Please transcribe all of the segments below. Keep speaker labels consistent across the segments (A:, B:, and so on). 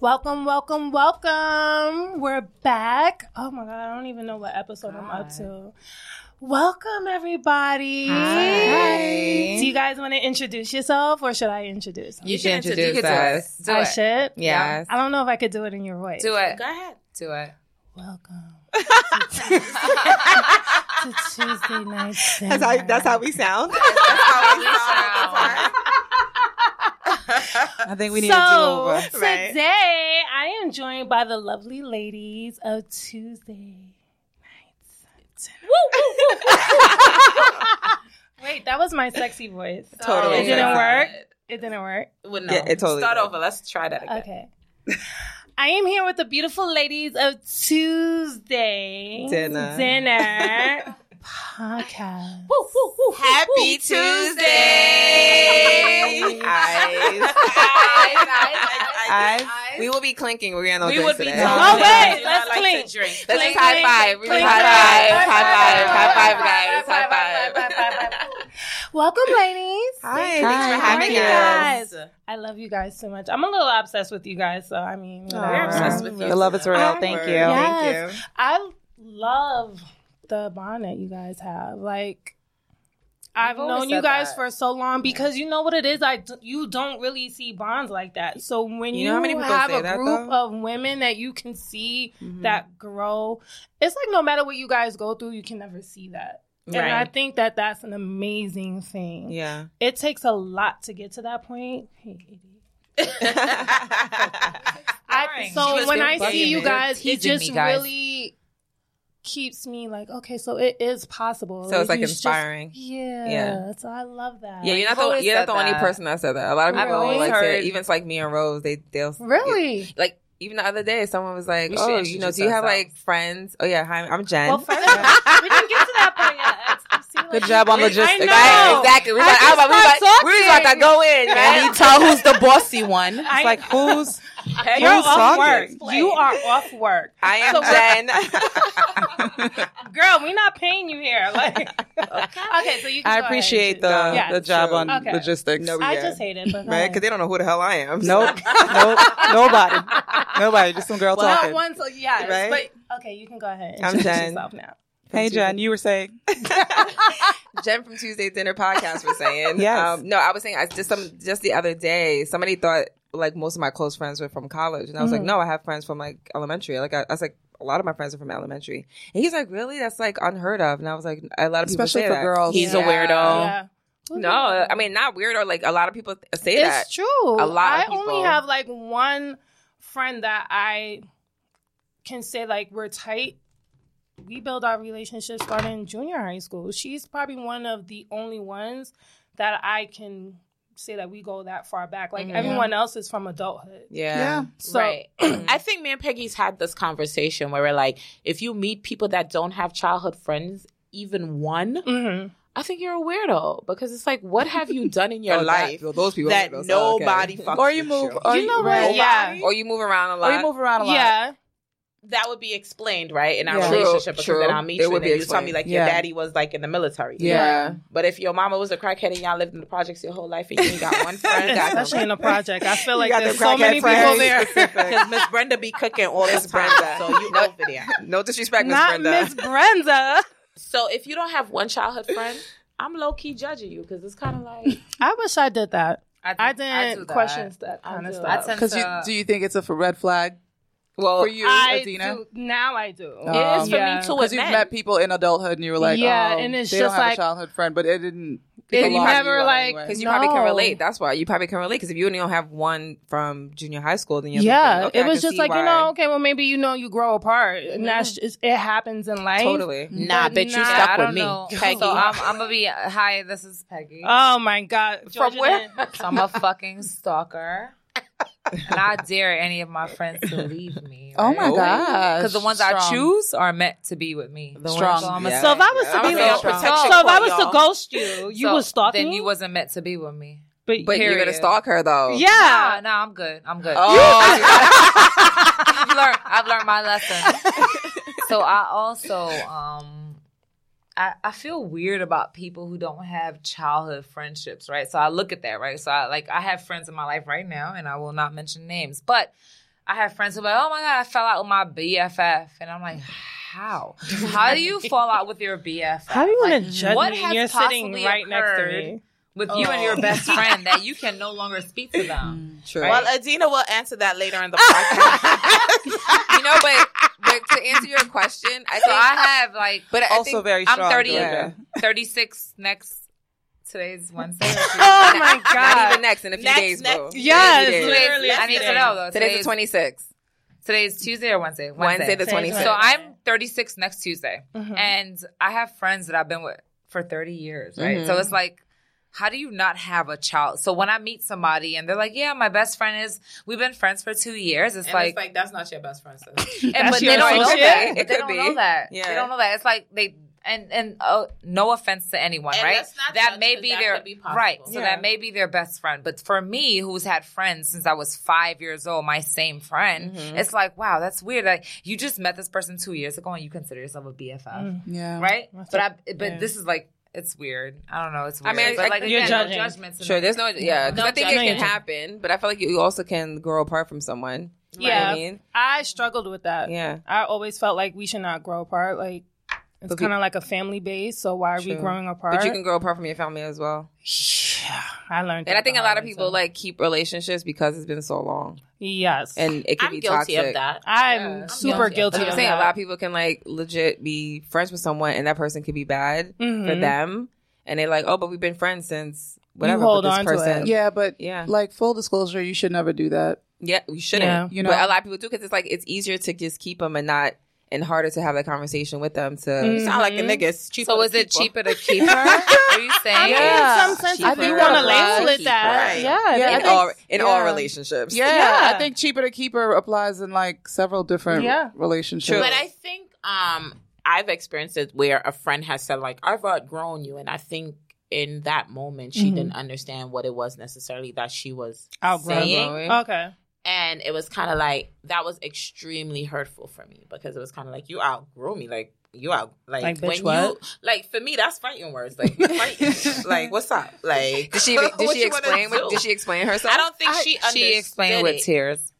A: Welcome, welcome, welcome. We're back. Oh my God, I don't even know what episode I'm up to. Welcome, everybody.
B: Hi.
A: Do you guys want to introduce yourself or should I introduce?
B: You should introduce
C: you could do
B: us.
C: it. Do
A: I
C: it.
A: should?
B: Yes.
A: I don't know if I could do it in your voice.
B: Do it.
C: Go ahead.
B: Do it.
A: Welcome to Tuesday Night Cinema.
C: That's how, that's how we sound. I think
A: so,
C: Right.
A: Today, I am joined by the lovely ladies of Tuesday nights. Wait, that was my sexy voice.
C: Totally.
A: It didn't work. It didn't work.
B: Well, no.
C: Yeah, it totally
B: Start
C: did.
B: over. Let's try that again.
A: Okay. I am here with the beautiful ladies of Tuesday
C: Dinner.
A: Dinner podcast. Uh,
C: Happy Tuesday. eyes. Eyes. We will be clinking. We're gonna
B: We
C: drink
B: would be
C: today.
B: talking.
A: Oh, wait,
B: Do not
A: let's
B: like to
A: clean.
B: drink.
C: Let's
A: Clink,
C: just high
A: clink,
C: five. We
A: clink,
C: high
A: clink,
C: five. High
A: clink,
C: five. High five, guys.
B: high
C: High
B: five,
C: five.
A: Welcome, ladies.
C: Hi.
B: Hi,
C: Thanks
A: Hi,
C: for having
A: you
C: us.
A: guys. I love you guys so much. I'm a little obsessed with you guys, so I mean,
B: We're
A: whatever.
B: obsessed with you.
C: Your love is real.
A: Awkward.
C: Thank you.
A: Yes. I love the bond that you guys have. Like, I've
B: You've always
A: known you
B: said
A: guys
B: that.
A: for so long because you know what it is. I d- you don't really see bonds like that. So when you,
C: You know how many people
A: have
C: say
A: a
C: that,
A: group
C: though? Mm.
A: of women that you can see
C: Thank you.
A: that grow, it's like no matter what you guys go through, you can never see that. And I
B: Right.
A: think that that's an amazing thing.
C: Yeah.
A: It takes a lot to get to that point. Hey, idiot. I,
B: Darn. She
A: so
B: was
A: when
B: being
A: I
B: bugging
A: see you
B: me.
A: guys, he
B: You're teasing
A: just
B: me, guys.
A: really keeps me like, okay, so it is possible.
C: So it's like
A: you just-
C: inspiring.
A: yeah.
C: Yeah.
A: So I love that.
C: Yeah, you're not
B: I've
C: the
B: always
C: you're not
B: said
C: the only
B: that.
C: person that said that. A lot of
A: I've
C: people
B: always
C: like say,
B: heard-
C: even it's like me and Rose, they they'll
A: really.
C: like even the other day someone was like,
B: We should
C: "Oh, you know,
B: introduce
C: do you have
B: ourselves.
C: like friends?" Oh yeah, hi, I'm Jen.
A: Well, first we didn't get to that point yet. See, like,
C: Good job on
A: I
C: logistics.
A: know.
C: Right, exactly. We
A: I
C: like,
A: can
C: I'm about, we
A: stop
C: about, we about to
A: talking.
C: go in,
D: Can you
C: man.
D: tell who's the bossy one? It's
A: I-
D: like who's
A: You're off
C: Who's talking?
A: work.
B: Explain.
A: You are off work,
C: I am
A: So what-
C: Jen.
A: girl. We're not paying you here. Like, okay, so you. Can go
D: I
A: ahead.
D: appreciate the
A: Yes.
D: the job
C: True.
D: on
A: Okay.
D: logistics.
C: No,
A: I
C: yeah.
A: just hate it, but
C: man, because they don't know who the hell I am.
D: Nope. nope. Nobody. Nobody. Just some girl
A: well, not
D: talking.
A: once. Yes,
C: Right?
A: but okay, you can go ahead. And
C: I'm
A: introduce
C: Jen.
A: yourself now.
D: hey Jen, you were saying
C: Jen from Tuesday Dinner Podcast was saying.
D: Yes.
C: Um, no, I was saying I just some just the other day somebody thought like most of my close friends were from college, and I was
D: Mm.
C: like, no, I have friends from like elementary. Like I, I was like. A lot of my friends are from elementary, and he's like, "Really? That's like unheard of." And I was like, "A lot of people
D: Especially
C: say
D: for
C: that.
D: girls.
B: He's
D: He's
B: a
D: a
B: Yeah. weirdo.
D: weirdo.
A: Yeah.
C: No, I mean not weird or like a lot of people th- say that.
A: It's true.
C: A lot
A: I
C: of people-
A: only have like one friend that I can say like we're tight. We build our relationship starting junior high school. She's probably one of the only ones that I can say that we go that far back. Like
C: Mhm.
A: everyone else is from adulthood.
C: Yeah.
A: So
B: right. I think me and Peggy's had this conversation where we're like, if you meet people that don't have childhood friends, even one,
A: mhm.
B: I think you're a weirdo because it's like, what have you done in your
C: Oh,
B: life?
C: that- those people
B: that
C: are weirdos. Oh, okay.
B: nobody fucks
D: Or you move
C: Oh,
D: or
A: You know what?
D: right?
A: Yeah.
C: Or you move around a lot.
D: Or you move around a lot.
A: yeah.
B: that would be explained, right, in our
D: Yeah.
B: relationship. Because
C: True,
B: then
C: true.
B: I'll meet
C: It
B: you
C: would
B: and
C: be
B: then you tell me
C: explained.
B: like your
D: Yeah.
B: daddy was like in the military.
D: Yeah.
B: But if your mama was a crackhead and y'all lived in the projects your whole life and you ain't got one friend,
C: got
B: got
A: Especially in a project. I feel
C: You
A: like
C: got
A: there's
C: the
A: so
C: crackhead
A: many people
C: friends.
A: there.
B: because Miss Brenda be cooking all this time,
C: Brenda.
B: so you over there.
C: No disrespect, Miss
A: Not
C: Brenda.
A: Miss Brenda.
B: So if you don't have one childhood friend, I'm low key judging you because it's kind of like
A: I wish I did that. I didn't
E: I do that.
A: question that kind of
B: do.
A: stuff.
E: I tend
D: Because you
E: to-
D: do you think it's a f- red flag
C: well,
D: for you,
A: Oh, I
D: Adina?
A: do now. I do.
D: It is for me
A: Yeah.
B: too.
D: Because um, you've
B: men.
D: met people in adulthood and you were like,
A: Yeah,
D: oh,
A: and it's
D: they
A: just
D: don't have
A: like-
D: a childhood friend, but it didn't.
A: It
D: belong to
A: never,
D: you
A: like-
D: anyway.
C: because you probably can
A: No.
C: relate. That's why you probably can relate. Because if you only don't have one from junior high school, then you're
A: Yeah,
C: thinking, okay,
A: it
C: I
A: was
C: can
A: just
C: see
A: like
C: why.
A: you know, okay, well maybe you know you grow apart, and that's just, it happens in life.
C: totally.
B: nah,
A: But
B: bitch, you
A: nah,
B: stuck
E: I
B: with
E: don't
B: me,
E: know.
B: Peggy.
E: So I'm, I'm gonna be hi. This is Peggy.
A: Oh my god,
B: From
A: Georgia
B: where?
A: didn't-
E: So I'm a fucking stalker, and I dare any of my friends to leave me.
D: Oh my gosh.
E: Because the ones I
D: Strong.
E: choose are meant to be with me.
D: ones- Strong.
E: So, I'm a-
C: Yeah.
A: So if I was
C: Yeah,
A: to
C: I'm
A: be,
C: gonna
A: like,
C: be
A: so
C: strong.
A: if I was to
B: y'all.
A: ghost you, you
E: so
A: would stalk
E: Then
A: me?
E: you wasn't meant to be with me.
A: but,
C: But you're gonna
E: Period.
C: stalk her though.
A: yeah,
E: Nah, nah, I'm good. I'm good.
C: Oh,
E: I've learned. I've learned my lesson. so I also, um, I, I feel weird about people who don't have childhood friendships, right? So I look at that, right? So I like I have friends in my life right now, and I will not mention names, but I have friends who are like, oh my god, I fell out with my BFF, and I'm like, how? How do you fall out with your BFF?
A: How do you want
E: Like,
A: to judge
E: what
A: me?
E: has
A: You're sitting
E: possibly
A: right next to
E: occurred
A: me.
E: with you and your
A: Oh.
E: best friend that you can no longer speak to them?
C: True.
B: Well, Adina will answer that later in the podcast.
C: you know, but but to answer your question, I
E: So I have like
C: but
D: Also very strong.
E: I'm 30.
D: Georgia.
E: 36 next. Today's Wednesday.
A: Oh my god!
C: Not even next in a few
B: Next,
C: days,
B: next-
C: bro.
A: Yes,
C: Today's-
A: literally.
E: I need to know though.
C: Today's the twenty sixth.
E: Today's Tuesday or Wednesday?
C: Wednesday the
A: Today's
C: twenty
E: So
A: Wednesday.
C: sixth.
E: I'm 36 next Tuesday,
A: Mhm.
E: and I have friends that I've been with for 30 years, right?
C: Mhm.
E: So it's like, how do you not have a child? So when I meet somebody and they're like, "Yeah, my best friend is," we've been friends for two years. It's
B: And
E: like,
B: it's like that's not your best friend. sis.
E: and, but
A: That's
E: they
A: your
E: don't know
A: relationship?
E: that.
C: It
E: they
C: could
E: don't
C: be.
E: know that. They
C: Yeah.
E: don't know that. It's like they and and uh, no offense to anyone,
B: And
E: right?
B: let's not
E: that
B: judge,
E: may
B: 'cause
E: be
B: that
E: their
B: could be possible.
E: right. So
D: Yeah.
E: that may be their best friend. But for me, who's had friends since I was five years old, my same friend, it's like wow, that's weird. Like you just met this person two years ago and you consider yourself a BFF,
D: Yeah.
E: right?
A: That's
E: But
A: a-
E: I but
A: yeah.
E: this is like it's weird. I don't know. It's
C: I
E: weird.
C: mean, I-
E: but like
A: you're
E: again, no
A: judging.
E: judgments in
C: Sure,
E: that.
C: there's no yeah. 'cause
B: No
C: I think it
B: judgment.
C: can happen, but I feel like you also can grow apart from someone. You know what
A: Yeah.
C: I mean,
A: I struggled with that.
C: yeah.
A: I always felt like we should not grow apart. Like it's
C: But we-
A: kind of like a family base. So why are we
C: True.
A: growing apart?
C: But you can grow apart from your family as well.
A: Yeah, I learned. that
C: And I think
A: the
C: a
A: hard
C: lot of
A: way,
C: people
A: too.
C: like keep relationships because it's been so long,
A: Yes,
C: and it can
B: I'm
C: be
B: guilty
C: toxic.
B: of that.
A: I'm
E: Yeah.
A: super
B: I'm
A: guilty of
C: That's what I'm saying. A lot of people can like legit be friends with someone, and that person could be bad for
A: Mhm.
C: them, and they're like, "Oh, but we've been friends since whatever."
A: hold
C: but this
A: on to it.
C: person,
D: Yeah, but
C: yeah,
D: like full disclosure, you should never do that.
C: yeah, we shouldn't.
A: Yeah.
D: You
C: but a
D: know?
C: lot of people do because it's like it's easier to just keep them and not, and harder to have that conversation with them. To
A: Mm.
B: Sound like a
A: Mhm.
B: nigga. It's cheaper
E: So
B: to
E: is it
B: keep her.
E: cheaper to keep her? Are you saying?
A: Yeah. In some sense,
D: I
A: if
D: think
A: you
D: we're
A: want to
D: allowed
A: label
D: to
A: it
B: keep
A: that,
B: right.
A: Uh, yeah,
D: Yeah,
A: yeah,
D: I
C: in
D: think-
C: all in all
D: yeah.
C: relationships.
D: Yeah,
A: Yeah.
D: I think cheaper to keeper applies in like several different
A: Yeah.
D: relationships.
B: But I think um, I've experienced it where a friend has said like, "I've outgrown you," and I think in that moment she
A: Mhm.
C: Mm-hmm.
B: didn't understand what it was necessarily that she was
A: Outgrown.
B: saying,
A: okay,
B: and it was kind of like that was extremely hurtful for me because it was kind of like you outgrew me, like you out like,
A: Like, bitch,
B: when you
A: what?
B: like for me that's fighting words, like we fighting. like what's up, like
C: Did she?
B: what
C: Did she
B: you wanna
C: explain?
B: do?
C: What, did she explain herself?
B: I don't think she understood
E: she explained with
B: it.
E: tears.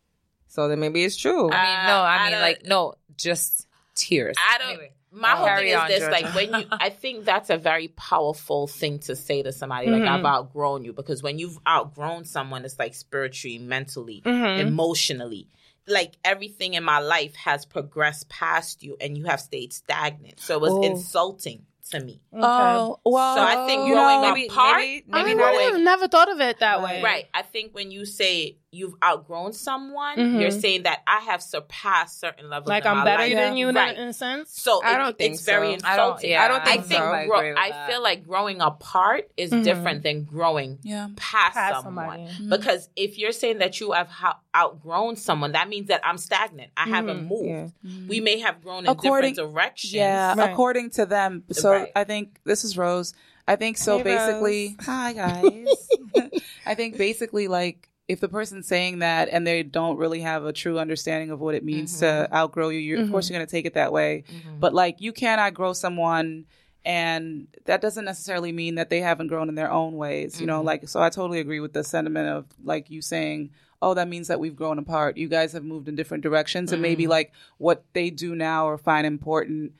C: so then maybe it's true.
E: I mean, no,
B: Uh,
E: I,
B: I
E: mean,
B: don't-
E: like, no, just tears.
B: I don't-
E: Anyway.
B: My whole
E: Carry
B: thing is
E: on,
B: this:
E: Georgia.
B: like when you, I think that's a very powerful thing to say to somebody. Like
A: Mhm.
B: I've outgrown you because when you've outgrown someone, it's like spiritually, mentally,
A: mm-hmm.
B: emotionally. Like everything in my life has progressed past you, and you have stayed stagnant. So it was
A: Oh.
B: insulting to me.
D: oh well,
B: So I think
D: you
B: growing
D: know,
B: up- apart?
A: I
C: maybe
A: would
C: not.
A: have never thought of it that way.
C: Right.
B: Right. I think when you say you've outgrown someone,
A: Mhm.
B: you're saying that I have surpassed certain levels.
A: Like
B: in
A: I'm
B: my
A: better
B: life.
A: than you in, a-
B: Right.
A: in a sense.
B: So
C: I
B: it-
C: don't think
B: it's very
C: so.
B: insulting.
E: I don't. Yeah,
C: I don't
B: I
C: think
B: think
C: so.
B: I,
C: I
B: grow, I feel like growing apart is
D: Mm-hmm.
A: Mhm.
B: different than growing
D: yeah.
B: past,
A: Past
B: someone.
A: somebody.
D: Mhm.
B: Because if you're saying that you have ho- outgrown someone, that means that I'm stagnant. I
A: Mhm.
B: haven't moved.
C: Yeah.
B: We may have grown in
D: Mm-hmm. According-
B: different directions.
D: Yeah,
A: Right.
D: according to them. So
B: Right.
D: I think this is Rose. I think so.
C: Hey,
D: basically, hi guys. I think basically, like if the person's saying that and they don't really have a true understanding of what it means
B: Mm-hmm.
D: to outgrow you, you're, of course you're going to take it that way. But like you can outgrow someone. And that doesn't necessarily mean that they haven't grown in their own ways, you know.
B: Mm-hmm.
D: Like, so I totally agree with the sentiment of like you saying, "Oh, that means that we've grown apart. You guys have moved in different directions, and
B: Mm-hmm.
D: maybe like what they do now or find important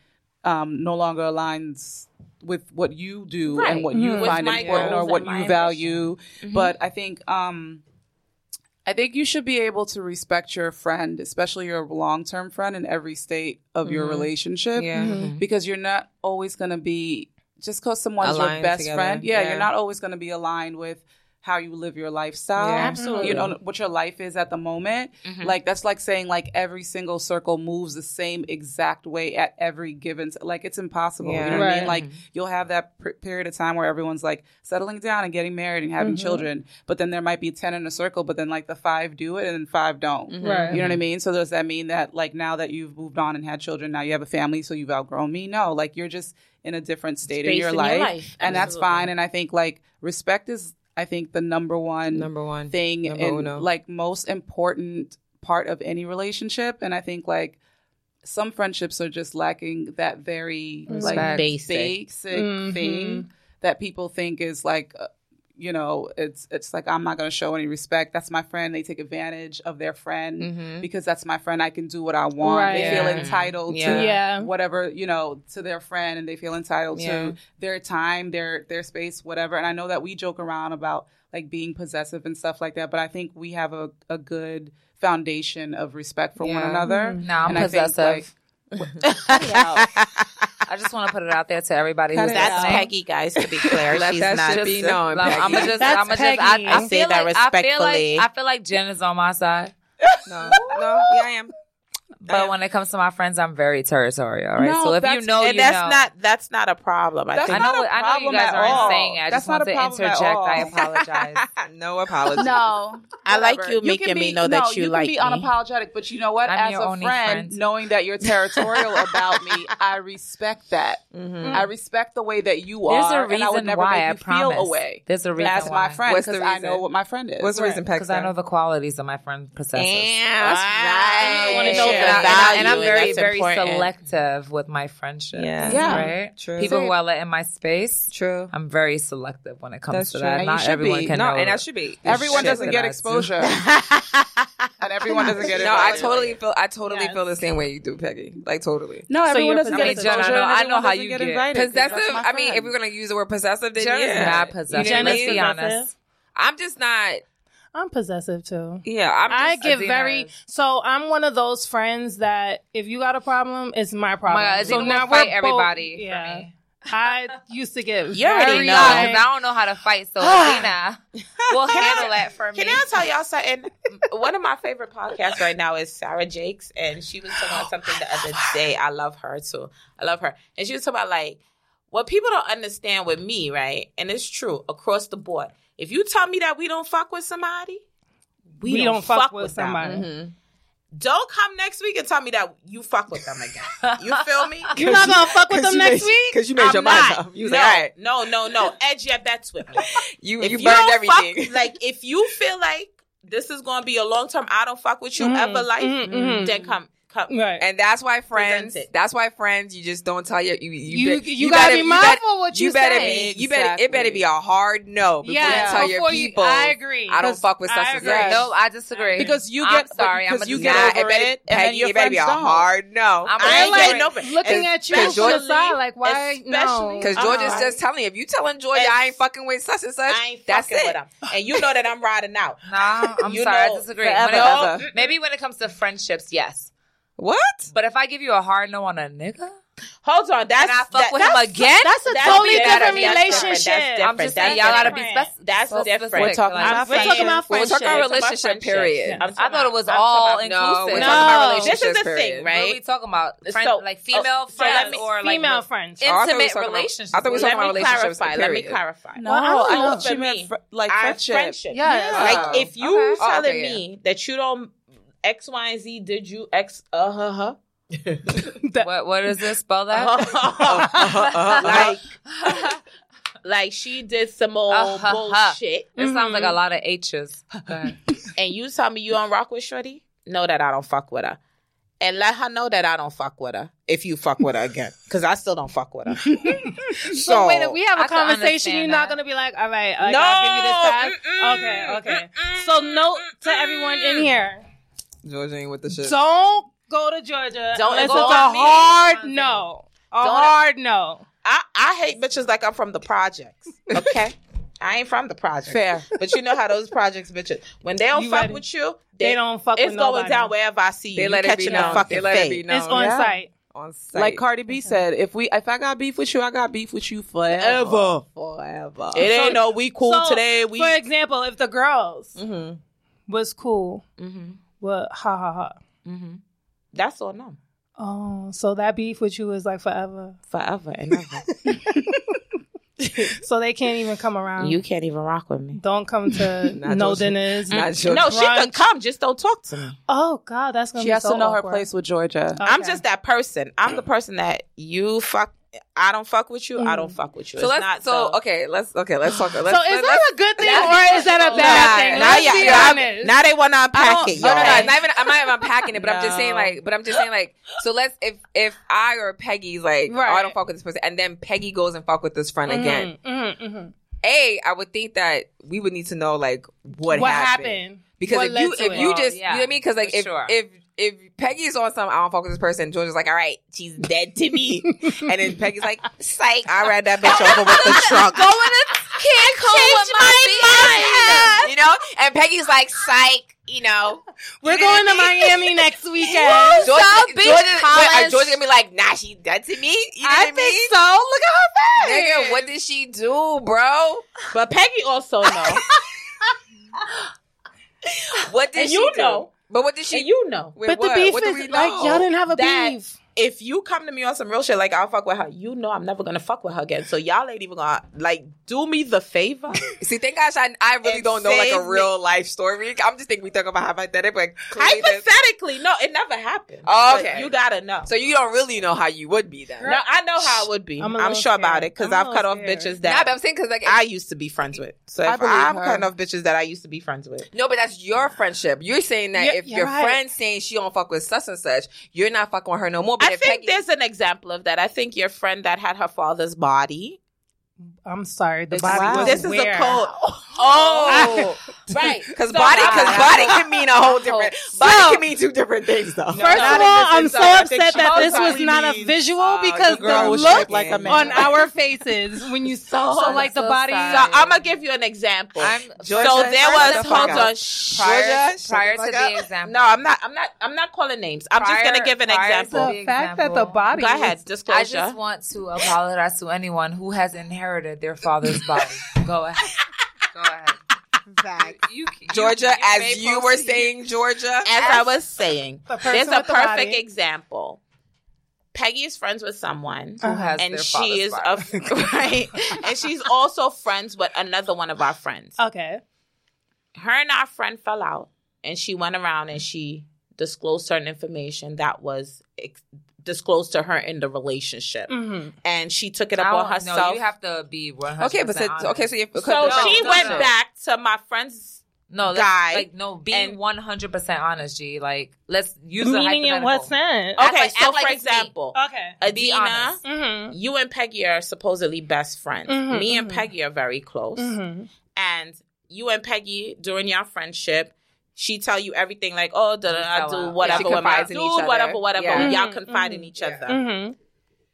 D: um, no longer aligns with what you do
B: Right.
D: and what you
B: Mhm. With
D: find
B: my
D: important
B: goals
D: or
B: and
D: what
B: my Mm-hmm.
D: you value. But I think um, I think you should be able to respect your friend, especially your long term friend, in every state of your
B: Mm-hmm.
D: relationship,
C: Yeah.
A: Mm-hmm.
C: Mhm.
D: because you're not always going to be just because someone's your
C: Aligned
D: best
C: together.
D: friend. Yeah,
C: Yeah.
D: you're not always going to be aligned with how you live your lifestyle
C: Yeah. Mm-hmm.
A: Absolutely.
D: you
E: Mm-hmm.
D: know what your life is at the moment like that's like saying like every single circle moves the same exact way at every given t- like it's impossible you
C: Yeah.
D: know what i
A: Right.
D: mean like you'll have that pr- period of time where everyone's like settling down and getting married and
C: Mm-hmm.
D: having children but then there might be 10 in a circle but then like the five do it and then five don't
A: Right.
D: you
C: Uh-huh.
D: know what I mean? So does that mean that like now that you've moved on and had children, now you have a family, so you've outgrown me? No, like you're just in a different state of
B: Space
D: your,
B: in your
D: life,
B: life.
D: and that's
B: Absolutely.
D: fine. And I think like respect is, I think the number one
C: Number one.
D: thing
C: Number
D: and
C: uno.
D: like most important part of any relationship. And I think like some friendships are just lacking that very like
C: Respect.
B: Basic.
D: basic
B: Mm-hmm.
A: Mhm.
D: thing that people think is like uh, you know, it's it's like I'm not going to show any respect. That's my friend. They take advantage of their friend
C: Mm-hmm.
D: because that's my friend. I can do what I want. They
C: Right.
D: feel
C: Yeah.
D: entitled
C: Yeah.
D: to
A: Yeah.
D: whatever you know to their friend, and they feel entitled
C: Yeah.
D: to their time, their their space, whatever. And I know that we joke around about like being possessive and stuff like that, but I think we have a a good foundation of respect for one
C: Yeah.
D: another.
E: No, Mm-hmm. I'm
D: And I think,
E: possessive.
D: like,
E: I just want to put it out there to everybody
D: Cut
E: who's
D: it
B: That's
D: out.
E: listening.
B: Peggy, guys. To be clear,
C: Let
B: she's
C: that
B: not.
C: shit be known.
E: Like, I'm
C: Peggy.
E: just,
A: That's
E: I'm just, I,
A: Peggy.
E: I
B: say
E: feel
B: that
E: like, I
B: respectfully.
E: feel like, I feel like Jen is on my side,
C: No, no, yeah, I am.
D: Uh,
E: but when it comes to my friends, I'm very territorial. All right,
D: No,
E: so if you
D: that's-
E: know, you
B: and that's
E: know.
B: not that's not a problem. I
D: That's
E: I
B: think
E: know,
D: not a
E: what- I know you
D: problem
E: guys
D: at
E: aren't
D: all.
E: saying it. I
D: That's
E: just
D: not
E: want
D: a
E: to
D: problem at
E: interject.
D: all.
E: I apologize.
C: No apology.
D: no,
B: I like
D: whatever.
B: you
D: can
B: making me
D: be-
B: know that
D: no,
B: you
D: can
B: like
D: be
B: me.
D: unapologetic, but you know what?
E: I'm
D: As
E: your
D: a
E: only
D: friend,
E: friend.
D: knowing that you're territorial about me, I respect that.
C: Mm-hmm.
D: I respect the way that you
E: Hmm. There's
D: are,
E: a reason
D: and I would never
E: why. I
D: make you
E: promise.
D: feel away.
E: There's a reason
D: That's my
E: why.
D: friend
C: What's the
D: because I know
C: reason?
D: what my friend is.
C: What's the reason,
E: Because I know
C: Paxton?
E: the qualities of my friend possesses.
C: Damn,
B: Wow.
A: I wanna know
B: Share
A: the
E: And, I, and I'm
B: value,
E: very,
B: that's
E: very
B: important.
E: selective with my friendships.
C: Yeah.
D: Yeah.
E: Right?
C: True.
E: People
C: Same.
E: who I let in my space,
C: True.
E: I'm very selective when it comes
C: That's
E: to
C: true.
E: that.
D: And you
E: Not
D: should
E: everyone
D: be.
E: can
C: No,
E: know.
C: and I should be.
D: Everyone
E: shit
D: doesn't
E: that
D: get
E: I do.
D: exposure, and everyone doesn't get it.
C: No, I totally feel. I totally
A: Yes.
C: feel the same way you do, Peggy. Like totally.
D: No,
A: you're
D: everyone doesn't
E: I
D: get
E: mean, Jen,
D: exposure.
E: I know,
D: and
E: I know
D: everyone
E: how
D: doesn't
E: you
D: get,
E: get,
D: invited.
C: Possessive.
D: That's my
C: I mean,
D: friend.
C: if we're gonna use the word possessive, then
E: Jen is
C: yeah.
E: not
C: You know
E: possessive.
C: what I
A: Jen is
C: mean?
E: Let's be
A: possessive.
E: honest.
C: I'm just not.
A: I'm possessive too.
C: Yeah, I'm. Just,
A: I give
E: Adina
A: very
E: is-
A: so I'm one of those friends that if you got a problem, it's my
E: Oh
A: problem.
E: my God,
A: so
E: so now
A: we're
E: fight
A: both-
E: everybody.
A: yeah,
E: For me.
A: I used to get
B: You already
A: very
B: know.
E: Because
A: like-
E: I don't know how to fight, so Athena will handle that for me.
B: Can I tell y'all something? One of my favorite podcasts right now is Sarah Jakes, and she was talking
C: Oh
B: about something the other day. I love her too. I love her, and she was talking about like what people don't understand with me, right? And it's true across the board. If you tell me that we don't fuck with somebody, we, don't, fuck, with, somebody.
C: Mhm.
B: Don't come next week and tell me that you fuck with them again. You feel me?
A: You're not gonna fuck with them
C: you
A: next
C: made-
A: week.
C: Cause you made
B: I'm
C: your mind
B: not.
C: up. You was
B: no,
C: like, all right,
B: no, no, no. Edge your bets with me.
C: you
B: If
C: you
B: you
C: burned
B: don't fuck-
C: everything.
B: like if you feel like this is gonna be a long term, I don't fuck with you
A: Mhm,
B: ever. Like
A: mhm, mhm.
B: then come, come.
A: Right.
C: And that's why friends.
B: Present it.
C: That's why friends. You just don't tell your you. You
A: you, you,
C: bet-
A: gotta,
C: better-
A: be
C: you
A: mindful
C: better-
A: of what you,
C: You, better
A: say.
C: be. You better. It better be a hard no before
A: Yes,
C: you tell
A: before
C: your
A: you-
C: people.
A: I agree.
C: I don't fuck with
A: I
C: such and
A: agree.
C: such.
E: No, I disagree.
D: because you
E: I'm
D: get
E: sorry, I'm
D: because
E: a
D: you
C: Nah,
D: get
E: disaster.
D: over
C: better,
D: it, and then
C: Peggy,
D: your
C: it better be a
D: friends don't.
C: hard no.
E: I'm
B: I ain't
A: like
B: getting over.
A: looking at you from the
C: Especially-
A: side, like why? No, Uh-huh.
B: especially-
C: Because
B: Uh-uh.
C: George
A: uh,
C: is just telling you, if you telling Georgia I ain't fucking with such and such,
B: I ain't
C: that's
B: fucking
C: it.
B: with them, and you know that I'm riding out.
E: Nah, I'm
B: You
E: sorry,
B: know,
E: I disagree.
C: forever,
E: When it comes-
C: ever.
E: maybe when it comes to friendships, yes.
C: What?
E: But if I give you a hard no on a nigga,
B: Hold on, that's
E: and I fuck
B: that,
E: with
B: that's,
E: him again,
A: that's a
B: That's
A: totally
B: better.
A: different
B: That's different.
A: relationship.
B: That's
E: I'm
B: different. That's
E: just saying y'all gotta be
A: different.
E: spec-
B: That's
E: so
B: different.
E: specific.
B: We're talking
E: Like,
B: about
A: We're talking about
C: We're talking
A: friendships.
C: about relationship, period.
A: Yeah.
B: I'm talking
E: I thought
B: about-
E: it was
B: I'm
E: all
B: talking-
C: No, we're
E: inclusive.
C: talking about
A: No.
C: relationships,
B: This is the
C: period.
B: thing,
E: What are we
B: right?
E: talking about? Friend,
B: So-
E: like female
B: so let
E: friends
B: me-
E: or like
A: female friends.
C: Oh, I thought we was
E: intimate
C: talking about-
E: relationships.
C: I thought we was
B: Let
C: talking about
B: me
C: relationships,
B: clarify. Let me
C: period.
B: clarify.
D: No,
A: Wow.
D: I thought
B: For
D: she meant
B: me,
D: fr- like
B: Our
D: friendship.
B: friendship.
A: Yes.
B: Like if you
E: Okay.
C: Oh,
B: telling
C: okay, yeah.
B: me that you don't X Y and Z did you X uh huh huh
E: What what does this spell that?
B: Uh-huh, like like she did some old
E: Uh-huh-huh.
B: bullshit
E: It sounds like a lot of H's. Okay.
B: and you tell me you don't rock with Shorty, know that I don't fuck with her. And let her know that I don't fuck with her if you fuck with her again. Cause I still don't fuck with her. so,
A: So wait, if we have a
E: I can
A: conversation,
E: understand
A: you're not
E: that.
A: gonna be like, all right, like,
B: No,
A: I'll give you this time.
B: mm-mm,
A: okay, okay.
B: mm-mm,
A: so note to everyone in here:
C: Georgia ain't with the shit.
A: don't go to Georgia.
B: Don't
A: unless
B: go
A: it's
B: on
A: a
B: me.
A: hard no. A
B: Don't-
A: hard no.
B: I, I hate bitches like I'm from the projects. Okay. I ain't from the projects.
D: Fair.
B: But you know how those projects bitches when they don't
A: You
B: fuck
A: ready?
B: with you,
A: They, don't fuck
B: it's
A: with
B: going
A: nobody.
B: down wherever I see you.
C: They
B: You
C: let it
B: catching
C: be
B: the
C: known.
B: fucking
C: They let it
B: fade.
C: be known.
A: It's on
D: Yeah.
A: site.
C: on site.
D: Like Cardi B said, if we if I got beef with you, I got beef with you forever,
B: Ever.
D: forever.
B: It ain't no we cool
A: So,
B: today. We
A: For example, if the girls
C: Mhm.
A: was cool,
B: Mhm.
A: well, ha ha ha.
B: mm-hmm. that's on them
A: Oh, so that beef with you is like forever.
B: forever and ever.
A: So they can't even come around.
B: you can't even rock with me.
A: don't come to
C: Not
A: no
C: Georgia.
A: dinners.
C: Not Georgia.
B: No, she
A: Brunch.
B: can come. Just don't talk to me.
A: Oh God, that's gonna
D: she
A: be
D: has
A: so
D: to know
A: awkward.
D: her place with Georgia.
B: I'm
A: Okay.
B: just that person. I'm the person that you fuck. I don't fuck with you. I don't fuck with you.
E: So
B: it's
E: let's-
B: not
C: so
B: Mm. so.
C: okay, let's okay, let's talk. Let's,
A: So is
C: let's,
A: that a good thing or is that a bad thing?
C: Nah,
A: Let's
B: yeah,
A: be
B: yeah,
A: honest.
B: Now they want to unpack it,
C: no,
B: y'all.
C: no,
B: Right.
C: no,
B: Now
C: it's
B: they-
C: not
E: even
C: I'm not even unpacking it, but I'm just saying
D: No.
C: like, but I'm just saying like, so let's if if I or Peggy's like, oh, I
A: Right.
C: don't fuck with this person, and then Peggy goes and fuck with this friend again.
A: Mhm, mhm, mhm.
C: A, I would think that we would need to know like what,
A: what
C: happened.
A: happened?
C: Because
A: What
C: if you
A: led to
C: if
A: it?
C: you
E: Oh,
C: just
E: yeah,
C: you know what I mean? Because like
E: for
C: if,
E: sure.
C: if if Peggy's on some I don't fuck with this person, George is like, all right, she's dead to me, and then Peggy's like, psych, I ran that bitch over with the trunk.
E: Going to Cancun with my,
C: mind. You know, and Peggy's like, psych, you know.
A: We're going to Miami next weekend.
C: George,
E: South Beach
C: George, is- wait, are
E: College.
C: George gonna be like, nah, she dead to me. You know
E: I
C: what I mean?
E: think so. Look at her face.
C: Nigga, what did she do, bro?
B: But Peggy also knows.
C: What did
B: and
C: she
B: you
C: do?
B: know.
C: But what did she?
B: And you know.
C: Wait,
A: but
C: what?
A: the beef
C: What do we
A: is like
C: know?
A: y'all didn't have a
B: That-
A: beef.
B: If you come to me on some real shit, like I'll fuck with her, you know I'm never gonna fuck with her again. So y'all ain't even gonna like do me the favor.
C: See, thank gosh, I, I really
B: And
C: don't know like
B: save
C: a
B: me.
C: real life story. I'm just thinking we talk about hypothetical. Like, clearly this-
B: Hypothetically, no, it never happened.
C: Oh,
B: But
C: okay.
B: you gotta know.
C: so you don't really know how you would be then.
B: now I know how it would be.
A: I'm
B: I'm,
A: a little
B: sure about
A: scared.
B: it because
A: I'm a
B: I've cut
A: little
B: off
A: scared.
B: bitches
C: Nah,
B: that
C: but I'm saying because like
B: I used to be friends with. So
D: I
B: if
D: believe
B: I'm
D: her.
B: cutting off bitches that I used to be friends with,
C: no, but that's your friendship. You're saying that
A: You're-
C: if
A: you're
C: your
A: right.
C: friend's saying she don't fuck with such and such, you're not fucking with her no more. But
B: I
C: if
B: think
C: Peggy,
B: there's an example of that. I think your friend that had her father's body.
A: I'm sorry, the
C: It's-
A: body
C: wow.
A: was
B: This is
A: where?
B: a code. Oh, right.
C: because
B: So
C: body,
B: I-
C: because body can mean a whole different. Body
A: So-
C: can mean two different things though.
A: First
B: not
A: of
B: in
A: all,
B: this
A: I'm so
B: instance. I think
A: upset
B: she
A: that
B: knows
A: this
B: what
A: was
B: we
A: not a
B: mean.
A: visual
C: Uh,
A: because
C: the girl
A: the
D: was
A: look
D: shaped like a man.
A: on our faces when you saw
E: So-
A: like the
E: so
A: body.
E: sorry.
B: So I'm gonna give you an example.
E: I'm
C: Georgia,
B: so there
E: shut
B: was
E: the
B: hold
E: fuck up.
B: on. Shh.
E: prior,
C: Georgia,
E: prior
C: shut the fuck
E: to the
C: up.
E: example.
B: No, I'm not. I'm not. I'm not calling names. I'm just
E: Prior-
B: gonna give an
E: prior to
B: example.
E: the fact that the body
B: Go ahead,
E: I
B: disclosure.
E: just want to apologize to anyone who has inherited their father's body. Go ahead. Go ahead. You, you-
C: Georgia,
E: you may
C: as you were
E: proceed.
C: saying, Georgia,
B: As I was saying,
A: The person
B: there's a
A: with the body.
B: perfect example. Peggy is friends with someone.
E: who has
B: and
E: their
B: she
E: father's
B: is
E: body.
B: a right, and she's also friends with another one of our friends.
A: Okay.
B: Her and our friend fell out, and she went around and she disclosed certain information that was ex- disclosed to her in the relationship,
A: hmm
B: and she took it
E: I
B: up on
E: don't know.
B: herself.
E: you have to be 100
C: okay, but so, okay, so you
B: so
E: No,
B: she
E: no,
B: went
E: no.
B: back to my friend's
E: no, let's-
B: guy.
E: like no,
B: and-
E: being one hundred percent honest, G. Like let's use a
A: Meaning in what
E: hypothetical.
A: sense?
B: Okay,
E: like-
B: so
E: act like
B: for
E: it's me.
B: example,
A: Okay.
E: Be
B: Adina,
E: honest.
A: Mm-hmm.
B: you and Peggy are supposedly best friends.
A: Mhm,
B: Me and
A: mhm.
B: Peggy are very close.
A: Mm-hmm.
B: and you and Peggy during your friendship, she tell you everything like, oh, da, da, da, I
E: fell out.
B: do
E: Yeah,
B: whatever
C: she
B: with my
C: confides
B: dude,
C: in each other.
B: whatever, whatever.
C: Yeah.
B: Y'all
A: Mhm,
B: confide in
A: mhm.
B: each
C: Yeah.
B: other.
A: Mm-hmm.